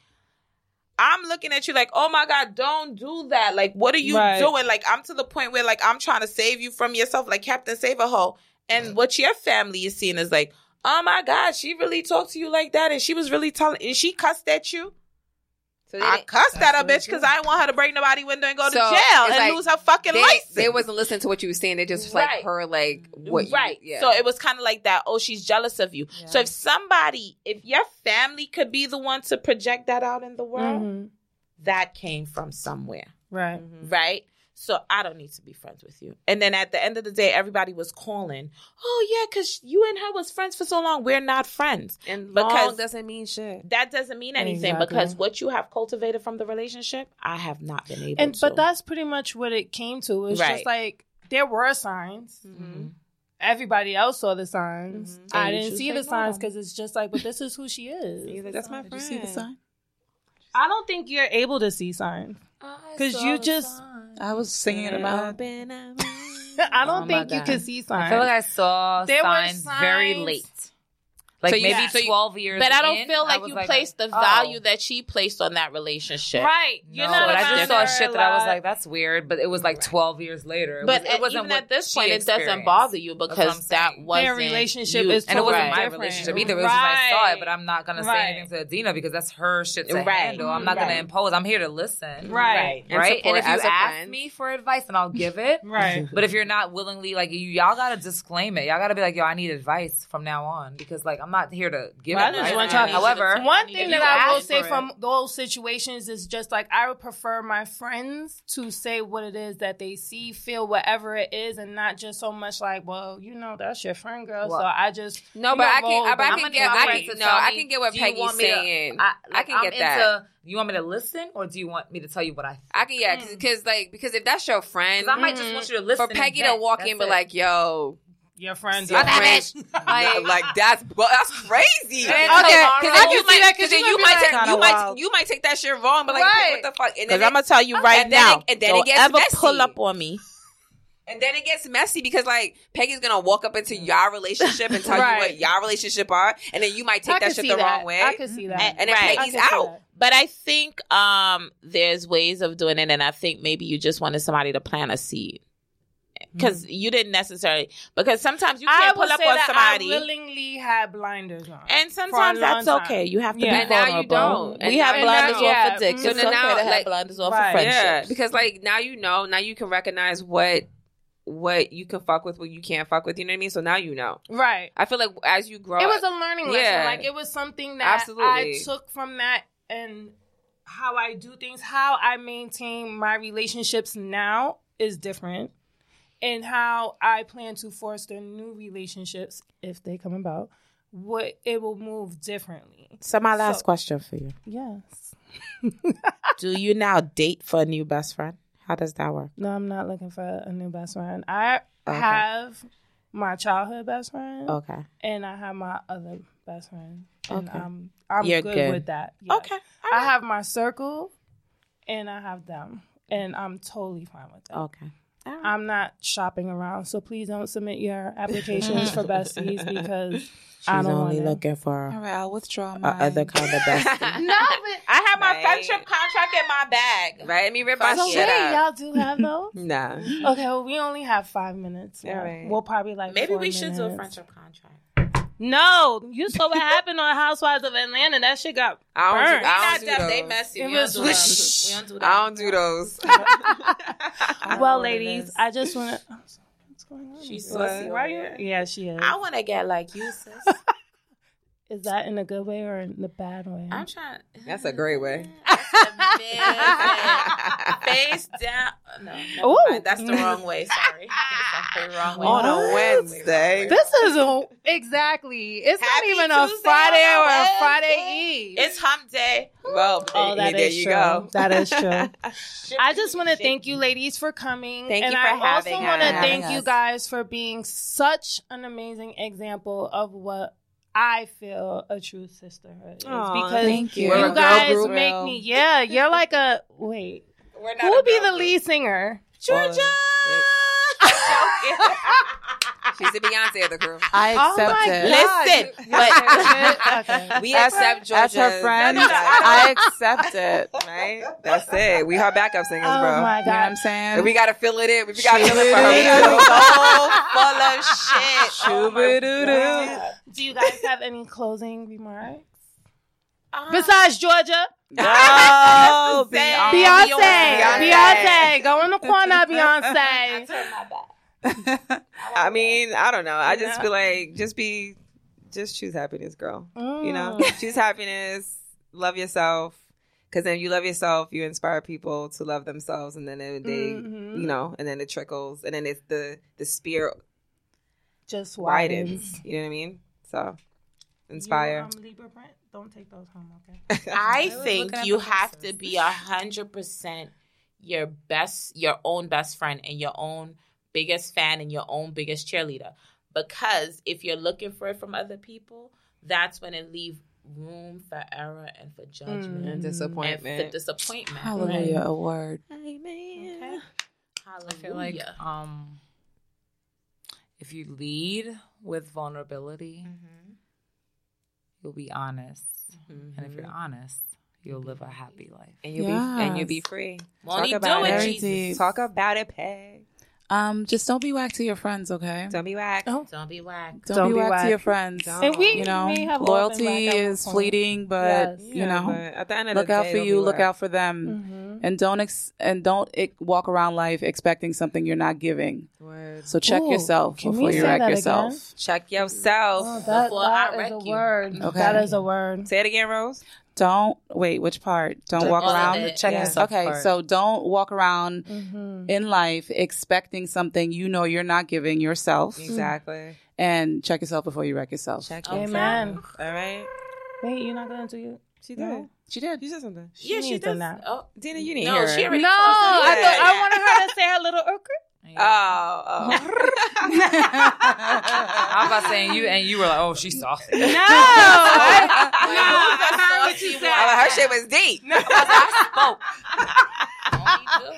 B: I'm looking at you like, oh my god, don't do that. Like, what are you
A: Right.
B: doing? Like, I'm to the point where like I'm trying to save you from yourself, like Captain Save a Hole. And what your family is seeing is like, oh my god, she really talked to you like that, and she was really telling, and she cussed at you.
C: So
B: I
C: they,
B: cussed at her
D: what
B: bitch because I didn't want her to break nobody window and go to
C: So,
B: jail and
C: it's like
B: lose her fucking
C: they,
B: license.
C: they wasn't listening to what you were saying. They just
B: Right.
C: like her, like what? you-
B: right.
C: yeah.
B: So it was kind of like that. Oh, she's jealous of you. So if somebody, if your family could be the one to project that out in the world,
A: Mhm.
B: that came from somewhere,
A: right.
C: Mm-hmm.
B: right? So I don't need to be friends with you. And then at the end of the day, everybody was calling. Oh yeah, because you and her was friends for so long. We're not friends.
C: and
B: because-
C: long doesn't mean shit.
B: That doesn't mean anything
A: Exactly.
B: because what you have cultivated from the relationship, I have not been able
A: And
B: to.
A: but that's pretty much what it came to. It's
B: Right.
A: just like there were signs.
C: Mm-hmm.
A: Everybody else saw the signs. I
C: Mhm.
B: And you
A: Mm-hmm. didn't
B: choose
A: see
B: to
A: the
B: ignore
A: signs
B: them.
A: because it's just like, but this is who she is.
C: That's my friend.
I: Did you see the sign?
A: I don't think you're able to see signs because you just.
I: I was singing it about.
A: I don't
C: Oh my
A: think you
C: God.
A: can see
E: I feel
A: signs.
E: like I saw
A: There were
E: signs, very
A: signs-
E: late. Like
B: So you-
E: maybe
B: yeah. So you-
E: 12 years
B: But I don't
E: in,
B: feel
E: I
B: like
E: was
B: you placed the
E: oh,
B: value that she placed on that relationship.
A: right.
E: No,
A: You're not.
E: but I just
A: around
E: saw
A: her
E: shit
A: a
E: that I was
A: lot.
E: like, that's weird. But it was like 12 years later. It
B: But
E: was, it
B: at-
E: wasn't
B: even
E: what
B: at this
E: she
B: point, it doesn't
E: experienced.
B: bother you
E: That's what I'm
B: because that
E: saying.
B: wasn't
A: Their relationship
B: you-
A: is
E: and it wasn't
A: Right.
E: my
A: Different.
E: relationship either. It was just like, I saw it, but I'm not gonna
A: Right.
E: say anything to Adina because that's her shit to
B: Right.
E: handle. I'm not
B: Right.
E: gonna impose. I'm here to
A: Right.
E: listen, Right? Right? And,
C: support
E: if you
C: as a
E: ask
C: friend.
E: me for advice, and I'll give it.
A: Right.
E: But if you're not willingly, like you, y'all gotta disclaim it. Y'all gotta be like, yo, I need advice from now on because, like, I'm not here to give
A: Well, I
E: it.
A: just
E: advice.
A: want y'all to-
E: However,
A: One
B: If
A: thing
E: you
A: that I will
E: ask
A: say
E: for it.
A: from those situations is just like I would prefer my friends to say what it is that they see, feel, whatever it is, and not just so much like, well, you know, that's your friend, girl.
E: Well,
A: so I just
C: No,
A: you
C: but
A: know,
C: I
A: roll
C: can. But I
A: with
C: can
A: it.
C: get.
E: I'm
C: I
E: waiting
C: can,
E: to
C: no,
E: tell
C: I
E: me,
C: can get what
E: do you want
C: Peggy's
E: me to-
C: saying.
E: I,
C: I can
E: I'm
C: get that.
E: Into, you want me to listen, or do you want me to tell you what I? Think?
C: I can, yeah, because like because if that's your friend, mm,
E: 'Cause mm. I
A: Mm-hmm.
E: might just want you to listen.
C: for Peggy
E: and
C: to
E: vent.
C: walk
E: That's
C: in, but
E: it.
C: like, yo,
A: your friend.
C: your friend-
E: Like-
C: like that's well, that's crazy.
E: And
C: because
E: tomorrow-
C: you might, cause then you might, take,
B: kinda
C: you might,
B: wild.
C: you might take that shit wrong, but like,
A: Right.
C: what the fuck? And
B: Because
C: then,
B: I'm
C: it,
B: gonna tell you right
C: and then
B: now,
C: it- and then it
B: don't
C: gets
B: ever
C: messy.
B: pull up on me.
C: and then it gets messy because like Peggy's gonna walk up into y'all relationship and tell
A: Right.
C: you what y'all relationship are, and then you might take that shit the wrong way,
A: I could see that.
C: and then
B: Right.
A: I
C: Peggy's
A: could see
C: out.
A: that.
B: But I think um, there's ways of doing it, and I think maybe you just wanted somebody to plant a seed because you didn't necessarily. Because sometimes you
A: I
B: can't
A: would
B: pull up
A: say
B: on
A: that
B: somebody,
A: I willingly had blinders on.
B: and
A: a
B: sometimes
A: long
B: that's
A: time.
B: okay. You have to
A: Yeah.
B: be
A: And
C: now you
B: vulnerable.
C: don't. And
B: we
C: now-
B: have
C: and
B: blinders
A: now-
B: off
A: yeah.
B: for dick.
A: So
C: now,
B: it's okay to have
C: like-
B: blinders off
A: Right.
B: for friendship.
C: Yeah, because like now you know, now you can recognize what what you can fuck with, what you can't fuck with. You know what I mean? So now you know.
A: Right.
C: I feel like as you grow,
A: It was a learning
C: Yeah.
A: lesson. Like it was something that
C: Absolutely.
A: I took from that and how I do things, how I maintain my relationships now is different. And how I plan to foster new relationships if they come about, what it will move differently.
B: So my last
A: So-
B: question for you:
A: Yes.
B: Do you now date for a new best friend? How does that work?
A: No, I'm not looking for a new best friend. I
B: Okay.
A: have my childhood best friend
B: Okay.
A: and I have my other best friend. And
B: Okay.
A: I'm I'm
B: You're
A: good,
B: good.
A: with that. Yeah.
B: Okay. All
A: I
B: right.
A: have my circle and I have them. And I'm totally fine with that.
B: Okay. All right.
A: I'm not shopping around, so please don't submit your applications for besties because I
B: She's
A: don't want
B: only
A: to.
B: looking for
D: All right, I'll withdraw
B: a
D: my
B: other kind of bestie.
C: no,
B: I have my
C: Right.
B: friendship contract in my bag.
C: right? I mean, rip
B: Fuck
C: my
A: So
C: shit
A: wait,
C: up.
A: y'all do have those?
C: Nah,
A: okay, well we only have five minutes. left.
C: right.
A: We'll probably like
B: Maybe
A: four
B: we should do a
A: minutes.
B: friendship contract.
A: No, you saw what happened on Housewives of Atlanta. That shit got
C: I don't.
A: Burn.
C: Do, I
B: Not
C: don't do
B: them.
C: those.
B: They messy.
A: It
B: we, don't
A: was
B: do them. we don't do
C: I
B: that.
C: don't do those.
A: well, ladies. I just want to. What's going on?
B: She's
A: Why-
B: saucy
A: Why
B: over
A: you? Yeah, she is.
B: I want to get like you, sis.
A: Is that in a good way or in the bad way?
B: I'm trying.
C: That's a great way.
B: That's amazing. Face down. No, never
A: Ooh.
B: mind. that's the wrong way. Sorry, That's the wrong way.
C: On a
B: Wrong way,
C: Wednesday.
B: wrong way.
A: This isn't exactly. It's
B: Happy
A: not even a
B: Tuesday
A: Friday
B: on
A: or
B: a
A: a Friday
B: Wednesday.
A: Eve.
B: It's hump day.
C: Well,
A: Oh,
C: there,
A: that
C: there
A: is
C: you
A: true.
C: go.
A: That is true. I just want to thank you, ladies, for coming.
C: Thank
A: and
C: you for
A: I also
C: having
A: want to
C: us.
A: thank
D: Having
A: you
D: us.
A: guys for being such an amazing example of what I feel a true sisterhood is.
C: Aw,
A: because
D: Thank you.
C: We're a
A: you
C: girl
A: guys
C: group.
A: make me. Yeah, you're like a wait.
B: We're not
A: Who
B: a
A: would be
B: girl
A: the
B: group.
A: lead singer?
C: Georgia. Oh, She's the Beyonce of the group.
D: I
A: Oh
D: accept
A: my
D: it.
A: God.
B: Listen, but
A: Okay.
C: We
D: As-
C: accept Georgia
D: As her friend, I accept it. You
C: right? That's it. We her backup singers,
A: Oh
C: bro.
A: my
D: know what
A: god.
D: I'm saying?
C: If we gotta fill it in. If we gotta fill it for
D: Shoo-ba-doo-doo.
C: her.
B: shit. Oh, my
D: Shoo-ba-doo-doo.
B: God.
A: Do you guys have any closing remarks? Um, Besides Georgia,
D: Oh,
B: Beyonce.
A: Beyonce,
B: Beyonce.
A: um, Beyonce, go in the corner, Beyonce.
B: Turn my back.
D: Oh,
C: I mean, I don't know. I just
A: Yeah.
C: feel like just be, just choose happiness, girl. You know,
A: Mm.
C: choose happiness. Love yourself, because then you love yourself, you inspire people to love themselves, and then they,
A: Mhm.
C: you know, and then it trickles, and then it's the the spear
A: just widens.
C: widens. You know what I mean? So,
A: You,
C: inspire.
A: um, Libra print, don't take those home, okay?
B: I
D: was
B: think
D: looking at
B: you
D: the
B: have to
D: boxes.
B: be a hundred percent your best, your own best friend, and your own biggest fan, and your own biggest cheerleader. Because if you're looking for it from other people, that's when it leaves room for error and for judgment
C: And
B: and
C: disappointment.
B: for disappointment.
D: Hallelujah, a word.
B: Okay.
E: I feel like
B: Hallelujah.
E: um, if you lead with vulnerability, you'll be honest, and if you're
A: Mm-hmm.
E: honest, you'll live a happy life.
C: and you'll be and you'll be free.
B: Won't he do
C: about
B: it,
C: it.
D: Very
B: Jesus?
D: deep.
C: Talk about it, Peg.
D: Um, just don't be whack to your friends, okay?
C: Don't be whack.
A: Oh,
B: Don't be whack.
D: Don't,
A: Don't
D: be,
A: be
D: whack,
A: whack.
D: to your friends.
C: Don't.
A: And we,
D: You
C: Um,
D: know,
A: we have all been
D: loyalty
A: black at one
D: is
A: point.
D: fleeting, but
A: Yes.
D: you know,
C: but at the end of
D: look
C: the
D: out
C: day,
D: for
C: don't
D: you,
C: be
D: look
C: whack.
D: out for
A: Mhm.
D: them, and don't ex- and don't ex- walk around life expecting something you're not giving. So check
A: Ooh,
D: yourself
A: can we
D: before you
A: say
D: wreck
A: that
D: yourself.
C: Check yourself.
A: Oh, that,
B: Before
A: that
B: I
A: is
B: wreck
A: a
B: you.
A: word.
D: Okay.
A: That is a word.
C: Say it again, Rose.
D: Don't wait. Which part? Don't
B: Check
D: walk
B: all of
D: around.
B: it.
E: Check
C: Yeah.
E: yourself.
D: Okay,
E: first.
D: so don't walk around
A: Mm-hmm.
D: in life expecting something you know you're not giving yourself,
C: Mm. Exactly.
D: and check yourself before you wreck yourself.
C: Check yourself.
A: Amen.
C: All right.
A: Wait, you're not going to do it?
C: She did.
A: No.
D: She did.
C: You said something.
B: yeah, she
A: needs a
B: does.
A: nap.
B: Oh,
C: Dina, you didn't
B: no,
C: hear.
B: she
C: it.
B: already.
A: No,
B: closed
A: I
B: it.
A: thought I wanted her to say her little okay.
E: Yeah.
C: Oh, oh.
E: I was about saying you, and you were like, "Oh, she's saucy."
A: No, I,
B: Wait, who's the saucy one?
C: Oh, her shit was deep.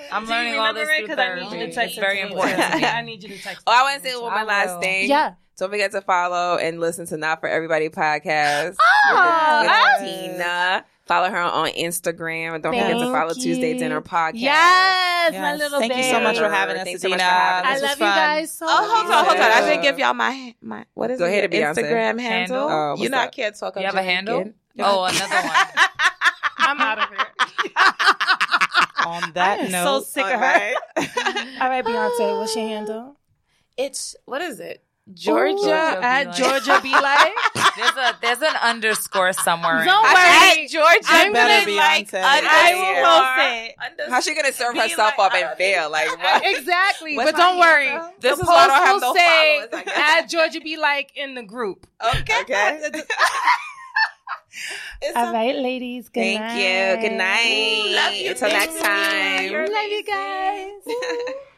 E: I'm
A: Do you
E: learning all
A: remember
E: this
A: it?
E: through
A: 'Cause I need you
E: therapy.
A: to text
E: it's
A: it
E: very
A: to me.
E: important. to me.
A: I need you to text.
C: Oh, I want to say one
E: I
C: my last
E: will.
C: thing.
A: Yeah.
C: Don't forget to follow and listen to Not For Everybody podcast.
A: Oh,
C: with, with Tina. Follow her on Instagram. And don't forget to
A: Thank
C: follow
A: you.
C: Tuesday Dinner podcast.
A: Yes, my
D: Yes.
A: little
D: Thank
A: babe.
D: you so much for having us,
C: Thanks so
D: Tina.
C: much for having
A: I
D: This was
A: love you
D: fun.
A: guys so
B: Oh, hold on, hold on. I didn't give y'all my my what is
C: Go
B: it?
C: ahead,
B: your
C: Beyonce.
B: Instagram handle.
E: Handle?
C: Oh,
B: you
C: what's
B: know I
C: up?
B: can't talk.
E: You
B: I'm
E: have a handle?
B: Jamaican.
E: Oh, another one.
A: I'm out of here.
D: On that note,
A: All right, Beyonce, what's your handle?
F: It's what is it?
E: Georgia
F: Georgia
E: be
F: at
E: like.
F: Georgia be like.
E: There's a there's an underscore somewhere. in
A: Don't
E: it.
A: worry.
F: Georgia.
B: I'm
D: better
B: gonna
D: be
B: like
D: on
B: underscore.
D: time.
F: I will post it.
B: Underscore.
C: How's she gonna serve
B: Be
C: herself
B: like,
C: up
B: I
C: and
B: don't
C: fail? Like what?
A: Exactly,
C: What's
A: but don't worry.
B: This
A: the post
B: is why I don't have
A: will
B: no
A: say
B: followers, I guess.
A: at Georgia be like in the group.
C: Okay.
B: It's
A: All right, ladies. Good
C: Thank
A: night.
C: you. Good night.
B: Love you.
C: Until next
B: Love you.
C: time.
B: You're
A: Love you guys.